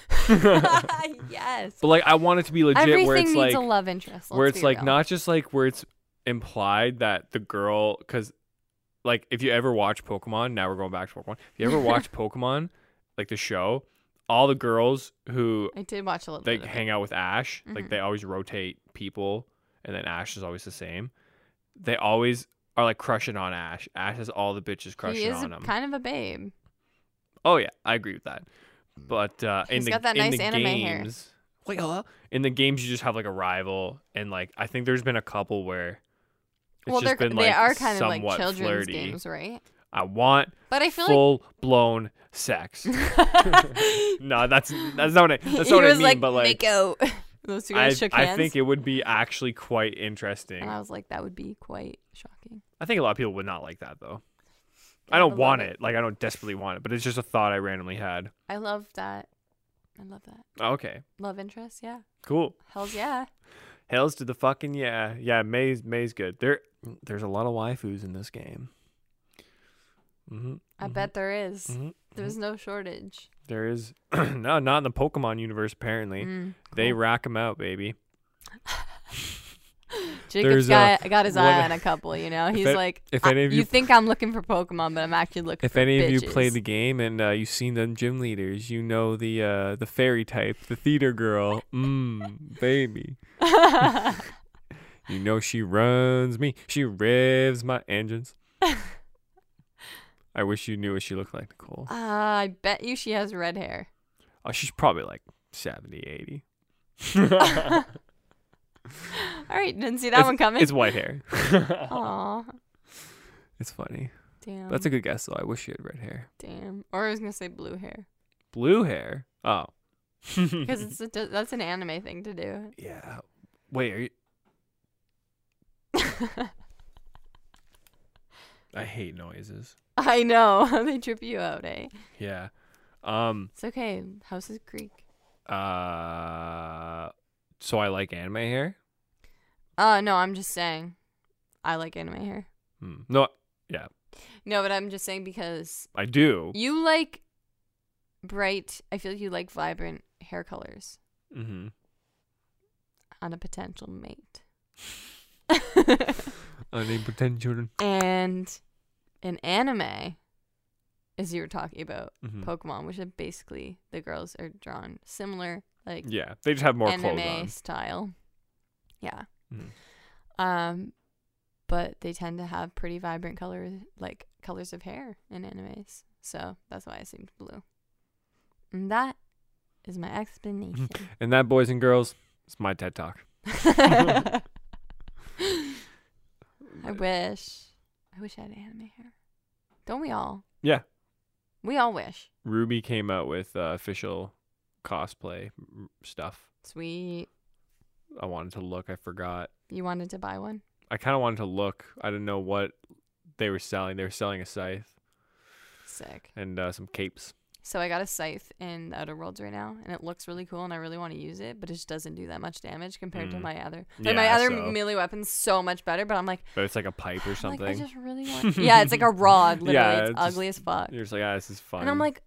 Speaker 1: but
Speaker 2: yes.
Speaker 1: like, I want it to be legit,
Speaker 2: Everything
Speaker 1: where it's
Speaker 2: needs
Speaker 1: like,
Speaker 2: a love interest.
Speaker 1: where
Speaker 2: let's
Speaker 1: it's
Speaker 2: be
Speaker 1: like
Speaker 2: real.
Speaker 1: not just like where it's implied that the girl, because like if you ever watch Pokemon, now we're going back to Pokemon. If you ever watch Pokemon, like the show, all the girls who
Speaker 2: I did watch a little
Speaker 1: they
Speaker 2: bit. of it.
Speaker 1: hang out with Ash.
Speaker 2: Mhm.
Speaker 1: Like they always rotate people, and then Ash is always the same. They always are like crushing on Ash. Ash has all the bitches crushing
Speaker 2: He is
Speaker 1: on
Speaker 2: a-
Speaker 1: him.
Speaker 2: kind of a babe.
Speaker 1: oh yeah, I agree with that. But uh, in
Speaker 2: He's
Speaker 1: the
Speaker 2: got that
Speaker 1: in
Speaker 2: nice
Speaker 1: the
Speaker 2: anime hair.
Speaker 1: games, wait, hello? In the games, you just have like a rival, and like I think there's been a couple where it's
Speaker 2: well, they're
Speaker 1: just been
Speaker 2: they
Speaker 1: like
Speaker 2: are kind of like
Speaker 1: somewhat
Speaker 2: children's
Speaker 1: flirty.
Speaker 2: games, right?
Speaker 1: I want
Speaker 2: But I feel
Speaker 1: full blown sex.
Speaker 2: like
Speaker 1: no, that's that's not what I, that's
Speaker 2: he
Speaker 1: not what I
Speaker 2: was
Speaker 1: mean.
Speaker 2: like,
Speaker 1: but like.
Speaker 2: make out. Those two
Speaker 1: I,
Speaker 2: guys shook hands.
Speaker 1: I think it would be actually quite interesting.
Speaker 2: and I was like, that would be quite shocking.
Speaker 1: I think a lot of people would not like that though.
Speaker 2: Yeah,
Speaker 1: I
Speaker 2: I
Speaker 1: don't
Speaker 2: love
Speaker 1: want
Speaker 2: it.
Speaker 1: it. Like I don't desperately want it, but it's just a thought I randomly had. Oh,
Speaker 2: I love that. I love that.
Speaker 1: Okay.
Speaker 2: Love interest, yeah.
Speaker 1: Cool.
Speaker 2: Hells yeah.
Speaker 1: Hells to the fucking yeah. Yeah, May's May's good. There there's a lot of waifus in this game. Mm-hmm,
Speaker 2: I bet there is.
Speaker 1: Mhm,
Speaker 2: There's no shortage.
Speaker 1: there is no not in the Pokemon universe apparently.
Speaker 2: Mm,
Speaker 1: They
Speaker 2: cool.
Speaker 1: rack them out, baby.
Speaker 2: Jacob's
Speaker 1: there's
Speaker 2: got, got his eye
Speaker 1: one-
Speaker 2: on a couple, you know? He's
Speaker 1: a-
Speaker 2: like,
Speaker 1: if
Speaker 2: "I-
Speaker 1: any of
Speaker 2: you,
Speaker 1: you-
Speaker 2: think I'm looking for Pokemon, but I'm actually looking
Speaker 1: If
Speaker 2: for
Speaker 1: any of you
Speaker 2: bitches."
Speaker 1: played the game and uh, you've seen them gym leaders, you know the uh, the fairy type, the theater girl. Mmm, baby. You know she runs me. She revs my engines. I wish you knew what she looked like, Nicole.
Speaker 2: Ah, I bet you she has red hair.
Speaker 1: Oh, she's probably like 70, 80.
Speaker 2: All right, didn't see that
Speaker 1: It's-
Speaker 2: one coming.
Speaker 1: It's white hair.
Speaker 2: Aw,
Speaker 1: it's funny.
Speaker 2: damn.
Speaker 1: That's a good guess, though. I wish she had red hair.
Speaker 2: damn. Or I was going to say blue hair.
Speaker 1: Blue hair. Oh.
Speaker 2: because it's a, that's an anime thing to do.
Speaker 1: yeah. Wait, are you I hate noises.
Speaker 2: I know they trip you out, eh?
Speaker 1: Yeah. Um
Speaker 2: It's okay. House is Greek.
Speaker 1: uh so I like anime hair?
Speaker 2: Uh no, I'm just saying, I like anime hair.
Speaker 1: Hmm. No,
Speaker 2: No, but I'm just saying because
Speaker 1: I do.
Speaker 2: you like bright. I feel like you like vibrant hair colors
Speaker 1: Mhm.
Speaker 2: on a potential mate.
Speaker 1: Any potential?
Speaker 2: and an anime, as you were talking about
Speaker 1: Mhm.
Speaker 2: Pokemon, which is basically the girls are drawn similar, like
Speaker 1: Yeah, they just have more clothes
Speaker 2: anime
Speaker 1: on.
Speaker 2: style. Yeah.
Speaker 1: Mhm.
Speaker 2: Um, but they tend to have pretty vibrant colors, like colors of hair in animes. So that's why I seemed blue. And that is my explanation.
Speaker 1: And that, boys and girls, it's my TED talk.
Speaker 2: I wish. I wish I had anime hair. Don't we all?
Speaker 1: Yeah.
Speaker 2: We all wish.
Speaker 1: Ruby came out with uh, official cosplay m- stuff.
Speaker 2: Sweet.
Speaker 1: I wanted to look. I forgot.
Speaker 2: You wanted to buy one?
Speaker 1: I kind of wanted to look. I didn't know what they were selling. They were selling a scythe
Speaker 2: Sick.
Speaker 1: and uh, some capes.
Speaker 2: So I got a scythe in the Outer Worlds right now, and it looks really cool, and I really want to use it, but it just doesn't do that much damage compared to
Speaker 1: Mm.
Speaker 2: my other. Like my
Speaker 1: Yeah,
Speaker 2: other
Speaker 1: so-
Speaker 2: melee weapon's so much better, but I'm like,
Speaker 1: But it's like a pipe or
Speaker 2: I'm like, I
Speaker 1: something.
Speaker 2: just really want. yeah, it's like a rod. Literally,
Speaker 1: Yeah,
Speaker 2: it's
Speaker 1: it's just-
Speaker 2: ugly as fuck.
Speaker 1: You're just like, ah, this is fun.
Speaker 2: And I'm like,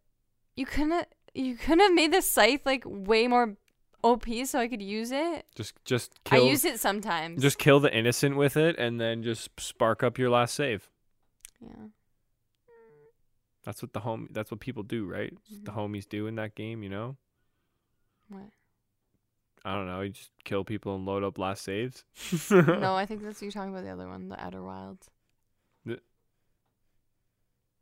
Speaker 2: you couldn't, have- you couldn't have made this scythe like way more OP so I could use it.
Speaker 1: just, just kill,
Speaker 2: I use it sometimes.
Speaker 1: just kill the innocent with it, and then just spark up your last save.
Speaker 2: yeah.
Speaker 1: That's what the home. That's what people do, right? It's what The homies do in that game, you know.
Speaker 2: Mm-hmm. What?
Speaker 1: I don't know. You just kill people and load up last saves.
Speaker 2: no, I think that's you talking about the other one, the Outer Wilds.
Speaker 1: The-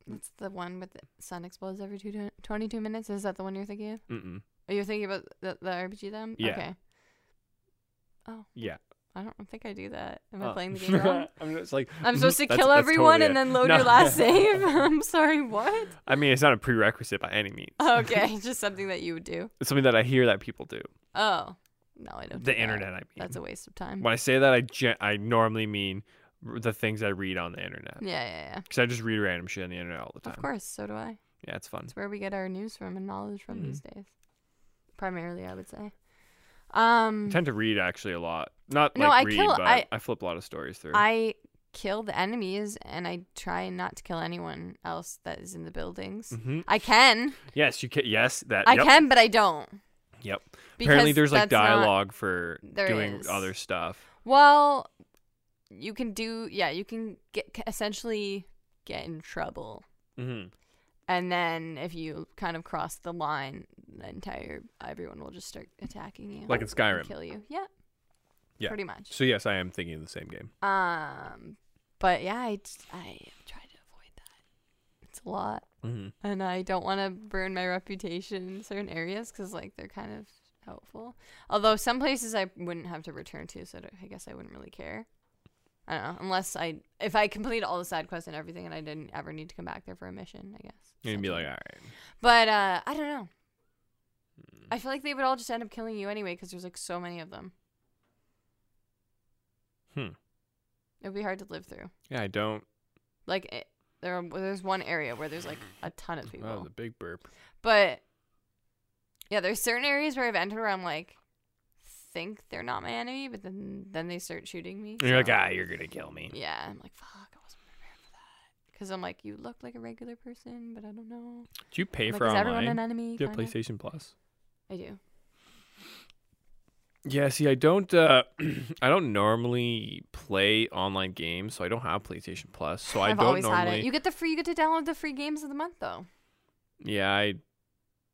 Speaker 2: That's the one with the sun explodes every two, 22 minutes. Is that the one you're thinking of?
Speaker 1: Mm-mm.
Speaker 2: Are you thinking about the, the RPG then?
Speaker 1: Yeah.
Speaker 2: Okay. Oh,
Speaker 1: Yeah.
Speaker 2: I don't think I do that. Am I
Speaker 1: Oh.
Speaker 2: playing the game wrong?
Speaker 1: I'm just like
Speaker 2: I'm supposed to
Speaker 1: Mm-hmm. that's-
Speaker 2: kill
Speaker 1: that's
Speaker 2: everyone
Speaker 1: totally
Speaker 2: and
Speaker 1: it.
Speaker 2: then load
Speaker 1: No.
Speaker 2: your last save? I'm sorry, what?
Speaker 1: I mean, it's not a prerequisite by any means.
Speaker 2: Okay, just something that you would do.
Speaker 1: It's something that I hear that people do.
Speaker 2: Oh. No, I don't. do
Speaker 1: The
Speaker 2: that.
Speaker 1: internet, I mean.
Speaker 2: That's a waste of time.
Speaker 1: when I say that, I gen- I normally mean r- the things I read on the internet
Speaker 2: Yeah, yeah,
Speaker 1: because I just read random shit on the internet all the
Speaker 2: yeah.
Speaker 1: time.
Speaker 2: Of course, so do I.
Speaker 1: Yeah, it's fun.
Speaker 2: It's where we get our news from and knowledge from
Speaker 1: Mhm.
Speaker 2: these days. Primarily, I would say.
Speaker 1: I
Speaker 2: Um,
Speaker 1: tend to read actually a lot. Not
Speaker 2: No,
Speaker 1: like
Speaker 2: I
Speaker 1: read,
Speaker 2: kill-
Speaker 1: but
Speaker 2: I-
Speaker 1: I, flip a lot of stories through.
Speaker 2: I kill the enemies and I try not to kill anyone else that is in the buildings.
Speaker 1: hmm
Speaker 2: I can,
Speaker 1: Yes, you can. Yes, that.
Speaker 2: I
Speaker 1: Uh, yep.
Speaker 2: can, but I don't.
Speaker 1: Yep.
Speaker 2: Because
Speaker 1: Apparently, there's like
Speaker 2: that's not-
Speaker 1: dialogue for
Speaker 2: There
Speaker 1: doing
Speaker 2: is.
Speaker 1: other stuff.
Speaker 2: well, you can do. Yeah, you can get essentially get in trouble.
Speaker 1: Mm-hmm.
Speaker 2: And then if you kind of cross the line, the entire everyone will just start attacking you.
Speaker 1: Like in
Speaker 2: and
Speaker 1: Skyrim.
Speaker 2: Kill you. Yeah.
Speaker 1: Yeah.
Speaker 2: Pretty much.
Speaker 1: So yes, I am thinking of the same game.
Speaker 2: Um, but yeah, I, just- I try to avoid that. It's a lot,
Speaker 1: Mm-hmm.
Speaker 2: and I don't want to burn my reputation in certain areas because like they're kind of helpful. Although some places I wouldn't have to return to, so I don't- I guess I wouldn't really care. I don't know, unless I if I complete all the side quests and everything, and I didn't ever need to come back there for a mission. I guess.
Speaker 1: You'd be like, ah.
Speaker 2: essentially.
Speaker 1: all right.
Speaker 2: But uh, I don't know. I feel like they would all just end up killing you anyway because there's like so many of them.
Speaker 1: Hmm.
Speaker 2: It would be hard to live through.
Speaker 1: Yeah, I don't.
Speaker 2: Like it, there, are, there's one area where there's like a ton of people.
Speaker 1: Wow, the big burp.
Speaker 2: But yeah, there's certain areas where I've entered where I'm like, think they're not my enemy, but then then they start shooting me.
Speaker 1: And you're like,
Speaker 2: so-
Speaker 1: ah, you're gonna kill me.
Speaker 2: Yeah, I'm like, fuck, I wasn't prepared for that. Because I'm like, you look like a regular person, but I don't know.
Speaker 1: Do you pay
Speaker 2: like,
Speaker 1: for
Speaker 2: is everyone
Speaker 1: online?
Speaker 2: an enemy?
Speaker 1: Do you have
Speaker 2: kinda?
Speaker 1: PlayStation Plus?
Speaker 2: I do.
Speaker 1: Yeah, see, I don't, uh, I don't normally play online games, so I don't have PlayStation Plus. So I
Speaker 2: I've
Speaker 1: don't
Speaker 2: always
Speaker 1: normally.
Speaker 2: had it. You get the free. You get to download the free games of the month, though.
Speaker 1: Yeah, I.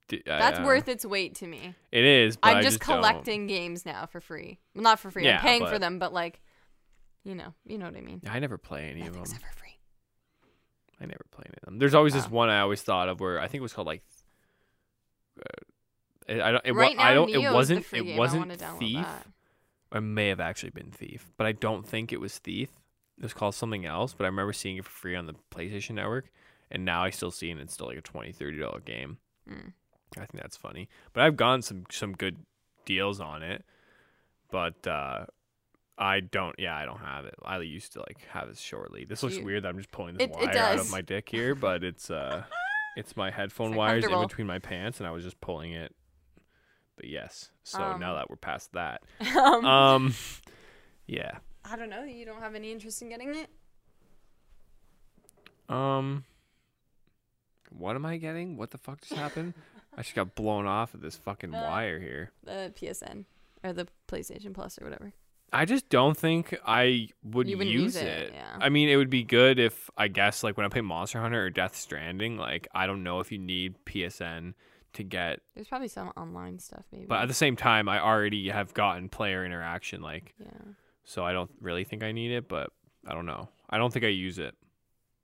Speaker 1: d- I,
Speaker 2: That's
Speaker 1: uh,
Speaker 2: worth its weight to me.
Speaker 1: It is. But
Speaker 2: I'm
Speaker 1: I
Speaker 2: just,
Speaker 1: don't.
Speaker 2: collecting games now for free. Well, not for free.
Speaker 1: Yeah,
Speaker 2: I'm paying for
Speaker 1: but-
Speaker 2: them, but like, you know, you know what I mean.
Speaker 1: I never play any of
Speaker 2: Nothing
Speaker 1: them.
Speaker 2: except for free.
Speaker 1: I never play any of them. There's always this
Speaker 2: Oh.
Speaker 1: one I always thought of where I think it was called like. Uh, I I don't. It, wa-
Speaker 2: right now,
Speaker 1: I don't.
Speaker 2: Neo
Speaker 1: it wasn't.
Speaker 2: Is the free
Speaker 1: it
Speaker 2: game. I
Speaker 1: wasn't
Speaker 2: wanna download
Speaker 1: Thief.
Speaker 2: That.
Speaker 1: It may have actually been Thief, but I don't think it was Thief. It was called something else, but I remember seeing it for free on the PlayStation Network, and now I still see it. And it's still like a 20 dollars game.
Speaker 2: Mm.
Speaker 1: I think that's funny. But I've gotten some some good deals on it. But uh I don't yeah, I don't have it. I used to like have it shortly. This looks
Speaker 2: You-
Speaker 1: weird that I'm just pulling this
Speaker 2: It- it
Speaker 1: wire out
Speaker 2: does.
Speaker 1: of my dick here, but it's uh it's my headphone
Speaker 2: like
Speaker 1: wires in
Speaker 2: comfortable.
Speaker 1: between my pants and I was just pulling it. But yes. So now
Speaker 2: Um,
Speaker 1: that we're past that.
Speaker 2: um,
Speaker 1: Um yeah.
Speaker 2: I don't know. You don't have any interest in getting it?
Speaker 1: Um, what am I getting? What the fuck just happened? I just got blown off of this fucking
Speaker 2: Uh.
Speaker 1: wire here.
Speaker 2: The PSN or the PlayStation Plus or whatever.
Speaker 1: I just don't think I would
Speaker 2: You wouldn't
Speaker 1: use,
Speaker 2: use
Speaker 1: it.
Speaker 2: it, yeah.
Speaker 1: I mean, it would be good if I guess like when I play Monster Hunter or Death Stranding, like I don't know if you need PSN to get,
Speaker 2: There's probably some online stuff maybe.
Speaker 1: but at the same time, I already have gotten player interaction, like
Speaker 2: yeah.
Speaker 1: so I don't really think I need it, but I don't know. I don't think I use it,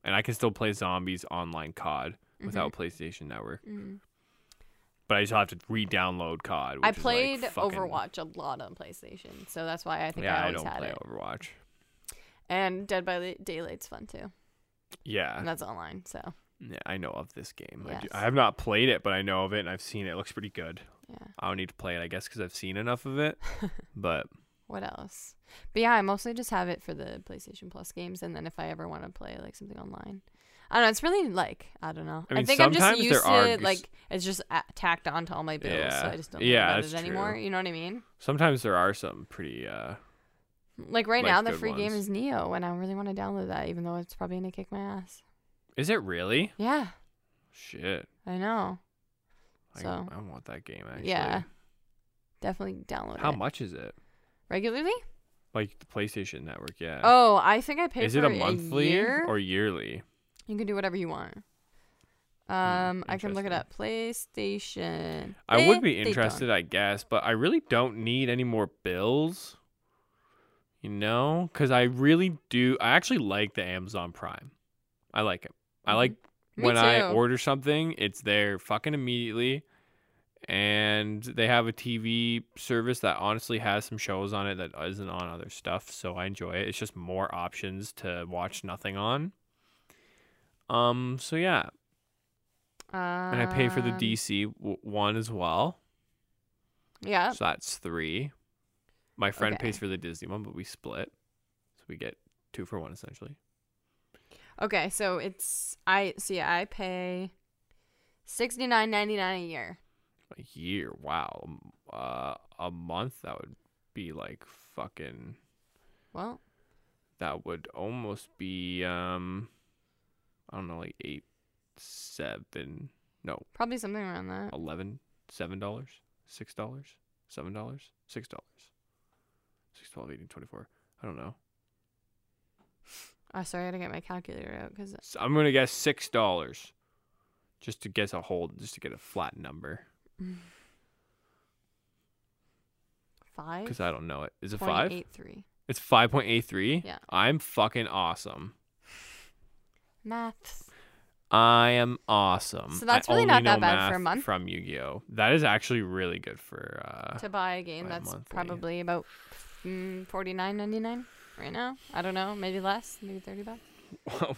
Speaker 1: and I can still play zombies online COD without
Speaker 2: Mm-hmm.
Speaker 1: PlayStation Network.
Speaker 2: Mhm.
Speaker 1: but I just have to re-download COD.
Speaker 2: I
Speaker 1: which is, like,
Speaker 2: played
Speaker 1: fucking-
Speaker 2: Overwatch a lot on PlayStation, so that's why I think
Speaker 1: Yeah,
Speaker 2: I
Speaker 1: I,
Speaker 2: always
Speaker 1: don't
Speaker 2: had
Speaker 1: play
Speaker 2: it.
Speaker 1: Overwatch.
Speaker 2: And Dead by Li- Daylight's fun too, and
Speaker 1: Yeah,
Speaker 2: that's online. So
Speaker 1: yeah, I know of this game. I, ju-
Speaker 2: Yes.
Speaker 1: I have not played it, but I know of it and I've seen it. It looks pretty good.
Speaker 2: yeah.
Speaker 1: I don't need to play it, I guess, because I've seen enough of it. But
Speaker 2: What else? But yeah, I mostly just have it for the PlayStation Plus games, and then if I ever want to play like something online, I don't know. It's really like I don't know.
Speaker 1: I
Speaker 2: I,
Speaker 1: mean,
Speaker 2: think I'm just
Speaker 1: sometimes
Speaker 2: used
Speaker 1: there
Speaker 2: to
Speaker 1: are
Speaker 2: it,
Speaker 1: goose-
Speaker 2: like it's just a- tacked onto all my bills, so
Speaker 1: Yeah.
Speaker 2: I just don't
Speaker 1: Yeah,
Speaker 2: yeah, think about
Speaker 1: that's
Speaker 2: it
Speaker 1: true.
Speaker 2: anymore. You know what I mean?
Speaker 1: sometimes there are some pretty. uh
Speaker 2: Like right
Speaker 1: Like
Speaker 2: now, the
Speaker 1: good
Speaker 2: free game
Speaker 1: ones.
Speaker 2: is Neo, and I really want to download that, even though it's probably gonna kick my ass.
Speaker 1: Is it really?
Speaker 2: Yeah,
Speaker 1: Shit.
Speaker 2: I know.
Speaker 1: I,
Speaker 2: So-
Speaker 1: I want that game actually.
Speaker 2: Yeah, definitely download
Speaker 1: How
Speaker 2: it
Speaker 1: much is it?
Speaker 2: regularly.
Speaker 1: Like the PlayStation Network? Yeah.
Speaker 2: Oh, I think I paid
Speaker 1: Uh, is
Speaker 2: for
Speaker 1: it a monthly
Speaker 2: year.
Speaker 1: or yearly?
Speaker 2: You can do whatever you want. Um, I can look
Speaker 1: Hmm, interesting.
Speaker 2: it up. PlayStation.
Speaker 1: I would be
Speaker 2: PlayStation.
Speaker 1: interested, I guess, but I really don't need any more bills. You know, because I really do. I actually like the Amazon Prime. I like it. I
Speaker 2: Mhm.
Speaker 1: like
Speaker 2: Me
Speaker 1: when I
Speaker 2: too.
Speaker 1: order something, it's there fucking immediately. And they have a TV service that honestly has some shows on it that isn't on other stuff, so I enjoy it. It's just more options to watch nothing on. Um. So yeah, and I pay for the
Speaker 2: Um,
Speaker 1: DC w- one as well.
Speaker 2: Um, Yeah.
Speaker 1: So that's three. My friend
Speaker 2: Oh. Okay.
Speaker 1: pays for the Disney one, but we split. So we get two for one essentially.
Speaker 2: Okay, so it's I see. I pay sixty nine ninety nine a year.
Speaker 1: A year. Wow. Um, Uh, a month that would be like fucking
Speaker 2: Well,
Speaker 1: that would almost be um I don't know, like eight seven no,
Speaker 2: probably something around that.
Speaker 1: eleven, seven dollars, six dollars, seven dollars, six dollars. Six, twelve, eighteen, twenty-four. I don't know.
Speaker 2: Oh, sorry, I gotta get my calculator out because
Speaker 1: So I'm gonna guess six dollars, just to guess a whole, just to get a flat number,
Speaker 2: five.
Speaker 1: because I don't know it. Is it
Speaker 2: point
Speaker 1: five?
Speaker 2: eight three.
Speaker 1: It's five point eight three.
Speaker 2: Yeah.
Speaker 1: I'm fucking awesome.
Speaker 2: Maths.
Speaker 1: I am awesome.
Speaker 2: So that's
Speaker 1: I
Speaker 2: really
Speaker 1: only
Speaker 2: not that
Speaker 1: know
Speaker 2: bad for a
Speaker 1: math
Speaker 2: month.
Speaker 1: From Yu-Gi-Oh, that is actually really good for. Uh,
Speaker 2: to buy a game
Speaker 1: buy
Speaker 2: that's
Speaker 1: monthly.
Speaker 2: probably about mm, forty nine ninety nine right now. I don't know, maybe less, maybe thirty bucks.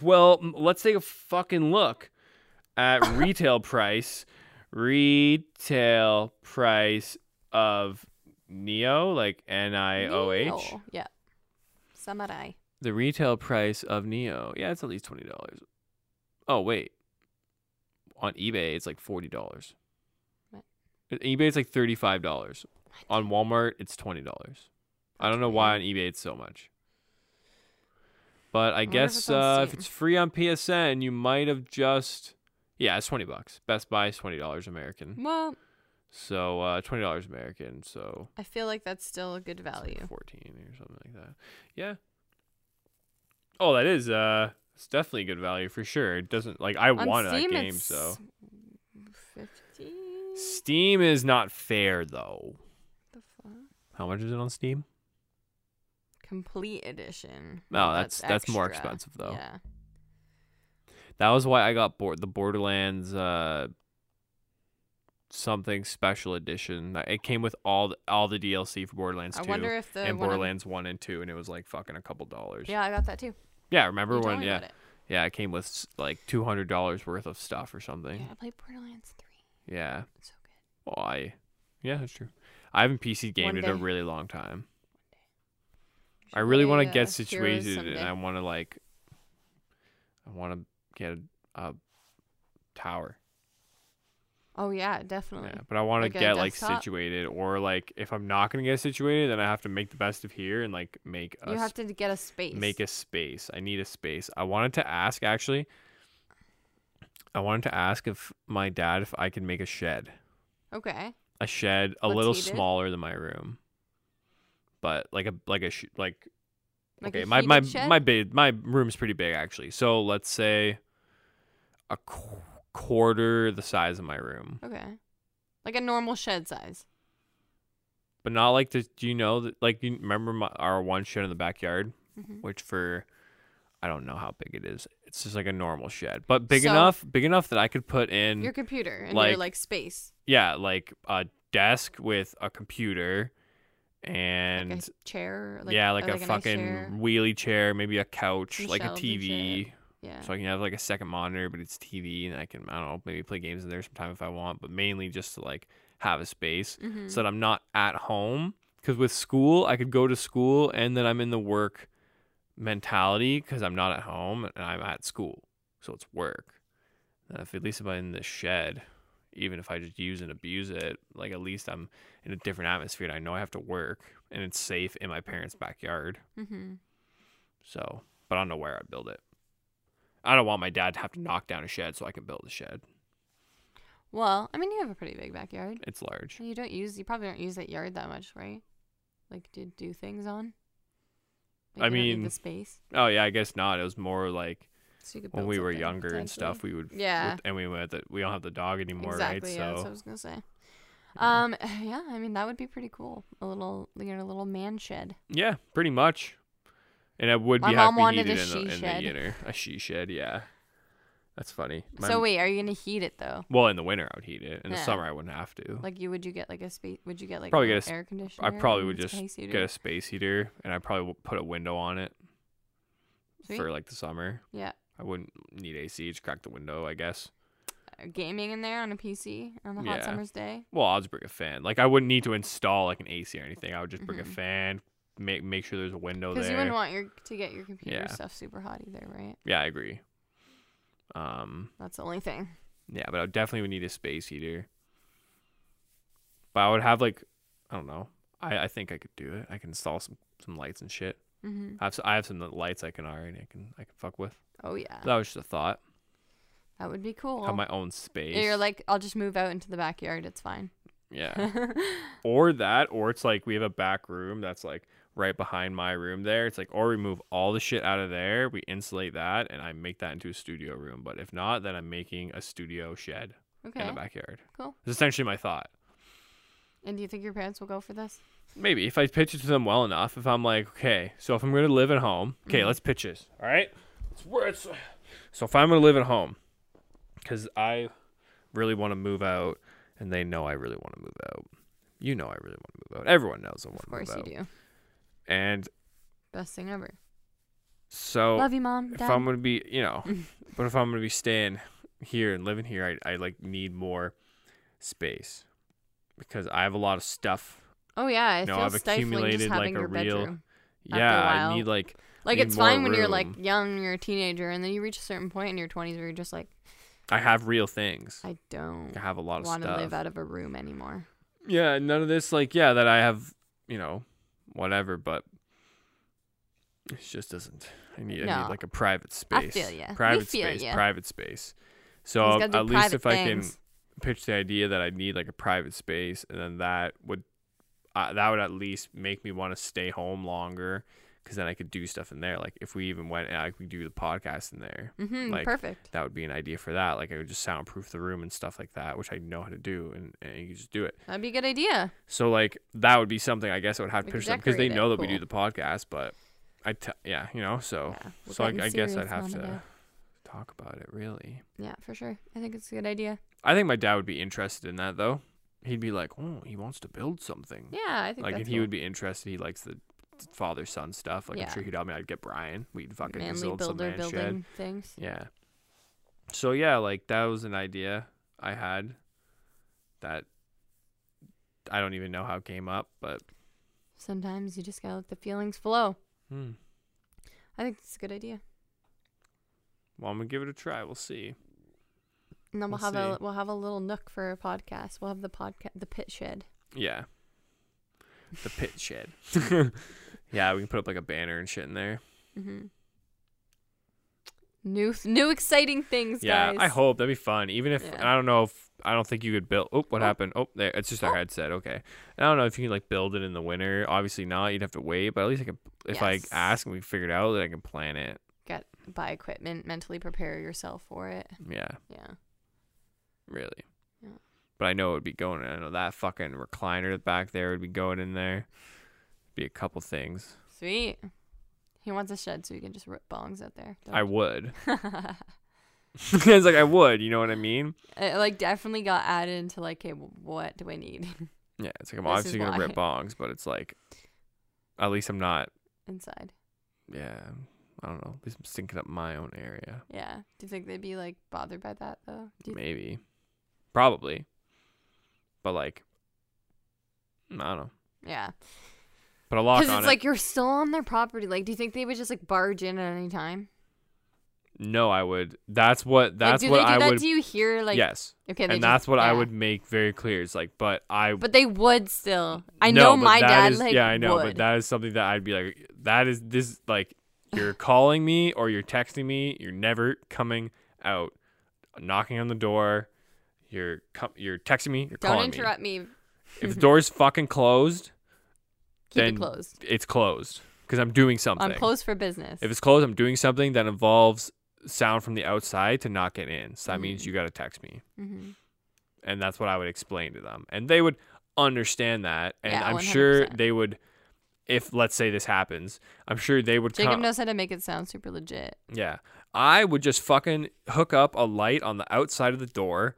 Speaker 1: well, m- let's take a fucking look at retail price. Retail price of Neo, like N I O H.
Speaker 2: Neil. Yeah. Samurai.
Speaker 1: The retail price of Neo, yeah, it's at least twenty dollars. Oh wait, on eBay it's like forty dollars.
Speaker 2: What?
Speaker 1: eBay it's like thirty five dollars. On Walmart it's twenty dollars. I don't know why on eBay it's so much. But I,
Speaker 2: wonder if
Speaker 1: guess
Speaker 2: it's on
Speaker 1: uh, if
Speaker 2: Steam.
Speaker 1: it's free on PSN, you might have just yeah, it's twenty bucks. Best Buy is twenty dollars American,
Speaker 2: Well,
Speaker 1: so uh, twenty dollars American, so
Speaker 2: I feel like that's still a good
Speaker 1: it's like
Speaker 2: value.
Speaker 1: 14 or something like that. Yeah. Oh, that is uh it's definitely good value for sure. It doesn't like I
Speaker 2: On
Speaker 1: want that
Speaker 2: Steam,
Speaker 1: game,
Speaker 2: it's
Speaker 1: so
Speaker 2: fifty.
Speaker 1: Steam is not fair though.
Speaker 2: The fuck?
Speaker 1: How much is it on Steam?
Speaker 2: Oh, Complete edition.
Speaker 1: No, that's- that's more
Speaker 2: extra.
Speaker 1: expensive, though.
Speaker 2: Yeah.
Speaker 1: That was why I got bored the Borderlands uh something special edition. Like, It came with all the, all the DLC for Borderlands
Speaker 2: I
Speaker 1: 2
Speaker 2: wonder if the
Speaker 1: and
Speaker 2: one on-
Speaker 1: Borderlands 1 and 2 and it was like fucking a couple dollars.
Speaker 2: yeah, I got that too.
Speaker 1: Yeah, remember
Speaker 2: You told
Speaker 1: when
Speaker 2: me
Speaker 1: yeah.
Speaker 2: about it.
Speaker 1: Yeah, it came with s- like $200 worth of stuff or something.
Speaker 2: Yeah, I played Borderlands three.
Speaker 1: Yeah.
Speaker 2: It's so good.
Speaker 1: I, yeah, that's true. I haven't PC
Speaker 2: One
Speaker 1: gamed in a
Speaker 2: day.
Speaker 1: really long time. I
Speaker 2: Should
Speaker 1: really
Speaker 2: play,
Speaker 1: want
Speaker 2: uh,
Speaker 1: to get
Speaker 2: Heroes
Speaker 1: situated, and
Speaker 2: someday.
Speaker 1: I want to like, I want to get a, a tower.
Speaker 2: Oh yeah, definitely.
Speaker 1: Yeah, but I want to
Speaker 2: Like a
Speaker 1: get like
Speaker 2: desktop?
Speaker 1: situated, or like if I'm not gonna get situated, then I have to make the best of here and like make a
Speaker 2: You
Speaker 1: s-
Speaker 2: have to get a space.
Speaker 1: make a space. I need a space. I wanted to ask actually. I wanted to ask if my dad if I could make a shed,
Speaker 2: Okay.
Speaker 1: a shed a
Speaker 2: What's
Speaker 1: little
Speaker 2: heated?
Speaker 1: smaller than my room, but like a like a sh- like
Speaker 2: Like
Speaker 1: okay
Speaker 2: a
Speaker 1: my my
Speaker 2: heated shed?
Speaker 1: my big my room's pretty big actually. So let's say a qu- quarter the size of my room.
Speaker 2: Okay. Like a normal shed size.
Speaker 1: but not like this. Do you know that? Like, you remember my, our one shed in the backyard,
Speaker 2: Mhm.
Speaker 1: which for I don't know how big it is. It's just like a normal shed, but big
Speaker 2: So-
Speaker 1: enough, big enough that I could put in
Speaker 2: Your computer and your
Speaker 1: Mm. like-
Speaker 2: like space.
Speaker 1: yeah, like a desk with a computer and
Speaker 2: like a chair. Like,
Speaker 1: yeah,
Speaker 2: or,
Speaker 1: like a,
Speaker 2: nice
Speaker 1: fucking
Speaker 2: chair.
Speaker 1: wheelie chair, maybe a couch,
Speaker 2: And a
Speaker 1: like a
Speaker 2: shelf and
Speaker 1: TV.
Speaker 2: Yeah.
Speaker 1: So I can have like a second monitor, but it's TV, and I can I don't know maybe play games in there sometime if I want, but mainly just to like have a space
Speaker 2: Mhm.
Speaker 1: so that I'm not at home. Because with school, I could go to school and then I'm in the work mentality because I'm not at home and I'm at school, so it's work. And if at least if I'm in the shed, even if I just use and abuse it, like at least I'm in a different atmosphere. And I know I have to work and it's safe in my parents' backyard.
Speaker 2: hmm
Speaker 1: So, but I don't know where I'd build it. I don't want my dad to have to knock down a shed so I can build a shed.
Speaker 2: Well, I mean, you have a pretty big backyard.
Speaker 1: It's large.
Speaker 2: You don't use. You probably don't use that yard that much, right? Like to do things on.
Speaker 1: I
Speaker 2: you don't need
Speaker 1: mean-
Speaker 2: the space.
Speaker 1: Oh yeah, I guess not. It was more like
Speaker 2: So you could
Speaker 1: when
Speaker 2: build
Speaker 1: we were
Speaker 2: something,
Speaker 1: younger and stuff,
Speaker 2: potentially.
Speaker 1: we would
Speaker 2: Yeah.
Speaker 1: with- and we went that we don't have the dog anymore,
Speaker 2: exactly. yeah,
Speaker 1: right? So Mm-hmm.
Speaker 2: that's what I was gonna say.
Speaker 1: Yeah.
Speaker 2: Um, yeah, I mean that would be pretty cool. A little, you know, a little man shed.
Speaker 1: yeah, pretty much. And I would
Speaker 2: My
Speaker 1: be
Speaker 2: mom
Speaker 1: happy
Speaker 2: wanted
Speaker 1: heated
Speaker 2: a
Speaker 1: in, the,
Speaker 2: she
Speaker 1: in the
Speaker 2: shed.
Speaker 1: winter. A she shed, yeah. That's funny. My
Speaker 2: so
Speaker 1: m- Oh.
Speaker 2: wait, are you gonna heat it though?
Speaker 1: well, in the winter I would heat it. In the
Speaker 2: Yeah.
Speaker 1: summer I wouldn't have to.
Speaker 2: Like, you would you get like a space? Would you get like
Speaker 1: Probably
Speaker 2: an
Speaker 1: get a sp-
Speaker 2: air conditioner?
Speaker 1: I probably
Speaker 2: and
Speaker 1: would just
Speaker 2: space heater?
Speaker 1: get a space heater, and I probably would put a window on it
Speaker 2: Sweet.
Speaker 1: for like the summer.
Speaker 2: yeah
Speaker 1: I wouldn't need AC. Just crack the window, I guess.
Speaker 2: uh, gaming in there on a PC on the hot
Speaker 1: Yeah.
Speaker 2: summer's day.
Speaker 1: Well, I'll just bring a fan. Like I wouldn't need to install like an AC or anything. I would just bring
Speaker 2: Mhm.
Speaker 1: a fan. Make make sure there's a window Oh, there.
Speaker 2: Because you wouldn't want your to get your computer
Speaker 1: Yeah.
Speaker 2: stuff super hot either, right?
Speaker 1: Yeah, I agree. Um,
Speaker 2: That's the only thing.
Speaker 1: yeah, but I definitely would need a space heater. But I would have like, I don't know. I, I think I could do it. I can install some, some lights and shit.
Speaker 2: hmm
Speaker 1: I have s- I have some lights I can already I can I can fuck with.
Speaker 2: Oh yeah,
Speaker 1: That was just a thought.
Speaker 2: that would be cool.
Speaker 1: Have my own space.
Speaker 2: You're like, I'll just move out into the backyard. It's fine.
Speaker 1: yeah. or that, or it's like we have a back room that's like right behind my room there. It's like or we move all the shit out of there, we insulate that, and I make that into a studio room. But if not, then I'm making a studio shed in
Speaker 2: okay.
Speaker 1: the backyard.
Speaker 2: Cool.
Speaker 1: It's essentially my thought.
Speaker 2: And do you think your parents will go for this?
Speaker 1: Maybe if I pitch it to them well enough, if I'm like, okay, so if I'm gonna live at home, okay,
Speaker 2: Mm-hmm.
Speaker 1: let's pitch this. All right, it's where it's. So if I'm gonna live at home, because I really want to move out, and they know I really want to move out. You know I really want to move out. Everyone knows I want
Speaker 2: Of
Speaker 1: to move
Speaker 2: course
Speaker 1: out.
Speaker 2: you do.
Speaker 1: And
Speaker 2: Best thing ever.
Speaker 1: so
Speaker 2: Love you, mom.
Speaker 1: Oh, if
Speaker 2: Dad.
Speaker 1: I'm gonna be, you know, but if I'm gonna be staying here and living here, I, I like need more space because I have a lot of stuff.
Speaker 2: oh yeah, I
Speaker 1: No,
Speaker 2: feel
Speaker 1: I've
Speaker 2: stifling just
Speaker 1: accumulated, like,
Speaker 2: having
Speaker 1: a
Speaker 2: your
Speaker 1: real-
Speaker 2: bedroom. After a
Speaker 1: yeah, I
Speaker 2: while.
Speaker 1: need like
Speaker 2: Like
Speaker 1: need
Speaker 2: it's
Speaker 1: more
Speaker 2: fine when you're like
Speaker 1: room.
Speaker 2: young, you're a teenager, and then you reach a certain point in your 20s where you're just like,
Speaker 1: I have real things.
Speaker 2: I don't
Speaker 1: I have a lot of
Speaker 2: want to
Speaker 1: stuff.
Speaker 2: live out of a room anymore.
Speaker 1: yeah, none of this like yeah that I have, you know, whatever, but it just doesn't. I need, I
Speaker 2: No.
Speaker 1: need like a private
Speaker 2: I
Speaker 1: space.
Speaker 2: feel ya. We
Speaker 1: Private
Speaker 2: feel
Speaker 1: space,
Speaker 2: ya.
Speaker 1: private space. So
Speaker 2: You just gotta do
Speaker 1: at least
Speaker 2: private
Speaker 1: if
Speaker 2: things.
Speaker 1: I can pitch the idea that I need like a private space and then that would uh, that would at least make me want to stay home longer cuz then I could do stuff in there like if we even went and I could do the podcast in there.
Speaker 2: Mm-hmm,
Speaker 1: like,
Speaker 2: perfect.
Speaker 1: That would be an idea for that. Like I would just soundproof the room and stuff like that, which I know how to do and, and you could just do it.
Speaker 2: That'd be a good idea.
Speaker 1: So like that would be something I guess I would have to
Speaker 2: We could
Speaker 1: pitch them because they
Speaker 2: decorate it,
Speaker 1: know that we do
Speaker 2: cool.
Speaker 1: the podcast, but I t- yeah, you know, so
Speaker 2: Yeah, we're
Speaker 1: Oh, so I,
Speaker 2: getting
Speaker 1: I guess I'd
Speaker 2: serious
Speaker 1: have
Speaker 2: now
Speaker 1: to
Speaker 2: today.
Speaker 1: talk about it really.
Speaker 2: Yeah, for sure. I think it's a good idea.
Speaker 1: I think my dad would be interested in that though. He'd be like, "Oh, he wants to build something."
Speaker 2: Yeah, I think
Speaker 1: like
Speaker 2: that's
Speaker 1: and he would be interested. He likes the father son stuff. Like
Speaker 2: Yeah.
Speaker 1: I'm sure he'd help me. I'd get Brian. We'd fucking just
Speaker 2: manly
Speaker 1: build some
Speaker 2: builder
Speaker 1: man
Speaker 2: building
Speaker 1: shed.
Speaker 2: things.
Speaker 1: Yeah. So yeah, like that was an idea I had that I don't even know how it came up, but
Speaker 2: Sometimes you just gotta let the feelings flow.
Speaker 1: hmm.
Speaker 2: I think it's a good idea.
Speaker 1: well, I'm gonna give it a try. We'll see.
Speaker 2: And then we'll,
Speaker 1: We'll
Speaker 2: have a
Speaker 1: see.
Speaker 2: we'll have a little nook for a podcast. We'll have the podcast the pit shed.
Speaker 1: Yeah, the pit shed. yeah, we can put up like a banner and shit in there.
Speaker 2: Mm-hmm. New new exciting things,
Speaker 1: yeah,
Speaker 2: guys.
Speaker 1: I hope that'd be fun. Even if
Speaker 2: Yeah.
Speaker 1: I don't know if I don't think you could build. Oh, what
Speaker 2: Oh.
Speaker 1: happened? Oh, there. It's just our
Speaker 2: Oh.
Speaker 1: headset. Okay. And I don't know if you can like build it in the winter. Obviously not. You'd have to wait. But at least I can. If I
Speaker 2: Yes.
Speaker 1: ask and we figure it out, then I can plan it.
Speaker 2: Buy equipment, mentally prepare yourself for it.
Speaker 1: Yeah,
Speaker 2: Yeah.
Speaker 1: really.
Speaker 2: Yeah.
Speaker 1: But I know it would be going. I know that fucking recliner back there would be going in there. Be a couple things.
Speaker 2: Sweet. He wants a shed so he can just rip bongs out there.
Speaker 1: I would.
Speaker 2: Don't-
Speaker 1: it's like I would. You know what I mean?
Speaker 2: it like definitely got added into like, okay, wh- what do I need?
Speaker 1: Yeah. It's like I'm
Speaker 2: This is
Speaker 1: obviously gonna
Speaker 2: why.
Speaker 1: rip bongs, but it's like, at least I'm not.
Speaker 2: inside.
Speaker 1: Yeah. I don't know. At least I'm stinking up my own area.
Speaker 2: Yeah. Do you think they'd be like bothered by that though? Do you
Speaker 1: Maybe. Probably. But like I don't know.
Speaker 2: yeah.
Speaker 1: Put a lock
Speaker 2: Because
Speaker 1: on
Speaker 2: it's
Speaker 1: it.
Speaker 2: like you're still on their property. Like, do you think they would just like barge in at any time?
Speaker 1: no, I would. That's what. That's
Speaker 2: like, do
Speaker 1: what
Speaker 2: they do
Speaker 1: I
Speaker 2: that
Speaker 1: would.
Speaker 2: to you here? Like,
Speaker 1: yes,
Speaker 2: okay, they
Speaker 1: and
Speaker 2: just-
Speaker 1: that's what I
Speaker 2: yeah.
Speaker 1: would make very clear. It's like, but I.
Speaker 2: But they would still. I
Speaker 1: no,
Speaker 2: know
Speaker 1: but
Speaker 2: my
Speaker 1: that
Speaker 2: dad
Speaker 1: is-
Speaker 2: like
Speaker 1: Yeah, I know,
Speaker 2: would.
Speaker 1: but that is something that I'd be like. That is this like you're calling me or you're texting me. You're never coming out. Knocking on the door. You're com- you're texting me. You're
Speaker 2: Don't
Speaker 1: calling
Speaker 2: interrupt Mm-hmm. me.
Speaker 1: me. If the door's fucking closed,
Speaker 2: Keep
Speaker 1: Then
Speaker 2: it closed.
Speaker 1: it's closed because I'm doing something.
Speaker 2: I'm closed for business.
Speaker 1: If it's closed, I'm doing something that involves sound from the outside to not get in. So that
Speaker 2: Mm.
Speaker 1: means you got to text me.
Speaker 2: Mhm.
Speaker 1: And that's what I would explain to them. And they would understand that. And
Speaker 2: Yeah,
Speaker 1: I'm sure
Speaker 2: 100%.
Speaker 1: they would, if let's say this happens, I'm sure they would
Speaker 2: Jacob
Speaker 1: come.
Speaker 2: knows how to make it sound super legit.
Speaker 1: yeah. I would just fucking hook up a light on the outside of the door.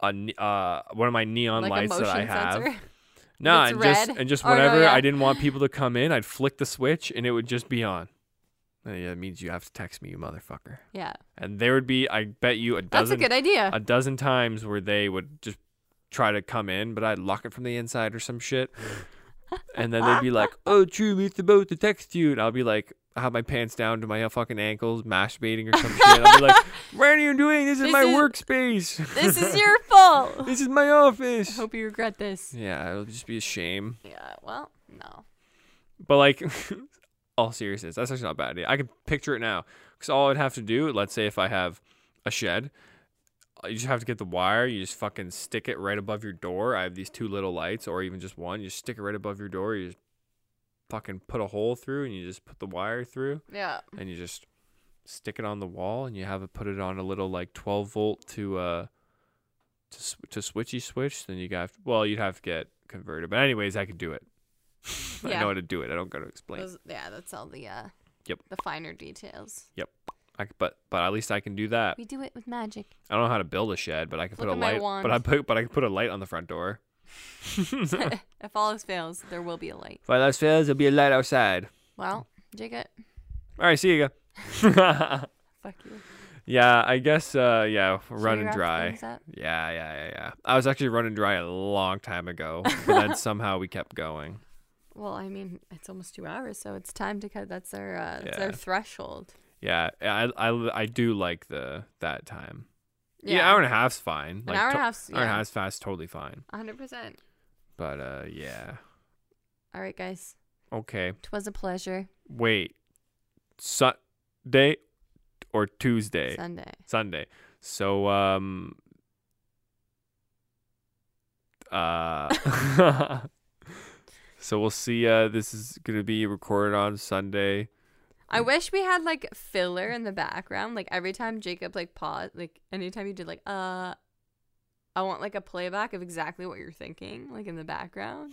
Speaker 1: A, ne- uh, one of my neon
Speaker 2: like a
Speaker 1: lights
Speaker 2: motion
Speaker 1: that I have.
Speaker 2: sensor.
Speaker 1: No,
Speaker 2: It's
Speaker 1: and
Speaker 2: red.
Speaker 1: just and just
Speaker 2: Or no,
Speaker 1: whenever
Speaker 2: yeah.
Speaker 1: I didn't want people to come in, I'd flick the switch and it would just be on. And yeah, it means you have to text me, you motherfucker.
Speaker 2: yeah.
Speaker 1: And there would be, I bet you, a
Speaker 2: That's a
Speaker 1: dozen
Speaker 2: good idea.
Speaker 1: a dozen times where they would just try to come in, but I'd lock it from the inside or some shit. And then they'd be like, "Oh, true, it's about to text you," and I'll be like, I have my pants down to my fucking ankles, masturbating or some shit. I'll be like, "What are you doing? This is
Speaker 2: This
Speaker 1: my
Speaker 2: is-
Speaker 1: workspace.
Speaker 2: this is your fault.
Speaker 1: this is my
Speaker 2: I
Speaker 1: office."
Speaker 2: hope you regret this.
Speaker 1: Yeah, it'll just be a shame.
Speaker 2: Yeah, well,
Speaker 1: Mm.
Speaker 2: no.
Speaker 1: But like, all seriousness, that's actually not a bad idea. I can picture it now because all I'd have to do, let's say if I have a shed, uh, you just have to get the wire. You just fucking stick it right above your door. I have these two little lights, or even just one. You just stick it right above your door. You just fucking put a hole through, and you just put the wire through,
Speaker 2: Yeah.
Speaker 1: and you just stick it on the wall, and you have it put it on a little like twelve volt to uh to s- to switchy switch. Then you got well, you'd have to get converted. But anyways, I could do it. I
Speaker 2: Yeah.
Speaker 1: know how to do it. I don't gotta explain.
Speaker 2: Those- yeah, that's all the uh
Speaker 1: Yep.
Speaker 2: the finer details.
Speaker 1: I, c- but but at least I can do that.
Speaker 2: We do it with magic.
Speaker 1: I don't know how to build a shed, but I can put a
Speaker 2: Look at my
Speaker 1: light.
Speaker 2: wand.
Speaker 1: But I put but I can put a light on the front door. if
Speaker 2: if all else fails, there will be a light.
Speaker 1: I last fails, there'll be a light outside.
Speaker 2: Well, Jacob,
Speaker 1: All right, see you. Again.
Speaker 2: fuck you.
Speaker 1: yeah, I guess. Uh, yeah, we're
Speaker 2: Should we
Speaker 1: running
Speaker 2: wrap
Speaker 1: dry.
Speaker 2: things up?
Speaker 1: Yeah, yeah, yeah, yeah. I was actually running dry a long time ago, but then somehow we kept going.
Speaker 2: Well, I mean, it's almost two hours, so it's time to cut. That's our uh, that's our
Speaker 1: Yeah.
Speaker 2: threshold.
Speaker 1: Yeah, I, I, I do like the that time. Yeah, hour and a half's fine.
Speaker 2: an hour and a
Speaker 1: to-
Speaker 2: half.
Speaker 1: Hour and a
Speaker 2: Yeah,
Speaker 1: half's fast, totally fine.
Speaker 2: hundred percent.
Speaker 1: But uh, yeah.
Speaker 2: All right, guys,
Speaker 1: Okay.
Speaker 2: twas a pleasure.
Speaker 1: wait sunday or tuesday
Speaker 2: Sunday.
Speaker 1: sunday so um uh so we'll see uh this is gonna be recorded on sunday
Speaker 2: I wish we had like filler in the background. Like every time Jacob like pause, like anytime you did like uh, I want like a playback of exactly what you're thinking, like in the background.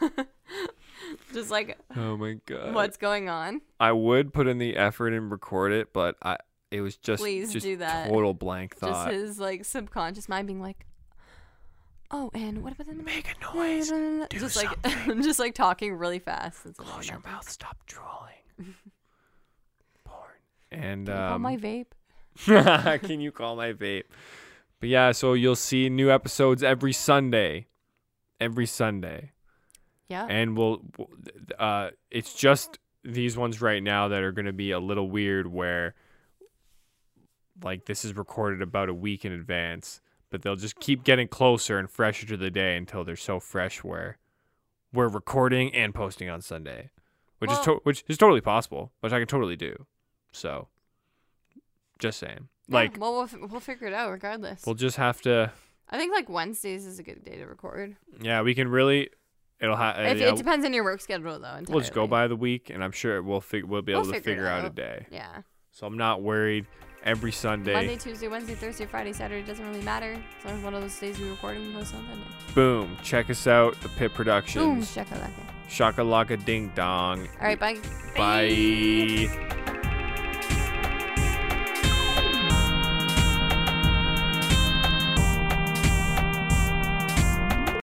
Speaker 2: Just like
Speaker 1: oh my god
Speaker 2: what's going on?
Speaker 1: i would put in the effort and record it but i it was just
Speaker 2: Please
Speaker 1: just
Speaker 2: do that.
Speaker 1: total blank thought
Speaker 2: Just his like subconscious mind being like, oh, and what about the
Speaker 1: make a noise Do
Speaker 2: Just like just like talking really fast. It's like,
Speaker 1: close
Speaker 2: oh,
Speaker 1: your
Speaker 2: no.
Speaker 1: mouth stop drooling porn and
Speaker 2: Can you call
Speaker 1: um
Speaker 2: my vape.
Speaker 1: Can you call my vape? But yeah, so you'll see new episodes every Sunday. every Sunday,
Speaker 2: Yeah.
Speaker 1: and we'll. w- Uh, it's just these ones right now that are going to be a little weird, where like this is recorded about a week in advance, but they'll just keep getting closer and fresher to the day until they're so fresh where we're recording and posting on Sunday, which is
Speaker 2: Well-
Speaker 1: to- which is totally possible, which I can totally do. So, just saying,
Speaker 2: Yeah,
Speaker 1: like
Speaker 2: well, we'll, f- we'll figure it out regardless.
Speaker 1: we'll just have to.
Speaker 2: I think like Wednesdays is a good day to record.
Speaker 1: Yeah, we can really. It'll have.
Speaker 2: if, It depends on your work schedule though. Entirely.
Speaker 1: We'll just go by the week, and I'm sure we'll fig- we'll be
Speaker 2: We'll
Speaker 1: able to
Speaker 2: figure it
Speaker 1: figure out. a
Speaker 2: out.
Speaker 1: day.
Speaker 2: Yeah.
Speaker 1: So I'm not worried. Every Sunday,
Speaker 2: Monday, Tuesday, Wednesday, Thursday, Friday, Saturday doesn't really matter. It's only one of those days we record and we post on Sunday.
Speaker 1: boom! Check us out, the Pit
Speaker 2: Boom,
Speaker 1: Productions,
Speaker 2: shakalaka.
Speaker 1: Shaka Laka Ding Dong.
Speaker 2: All right, bye.
Speaker 1: Bye.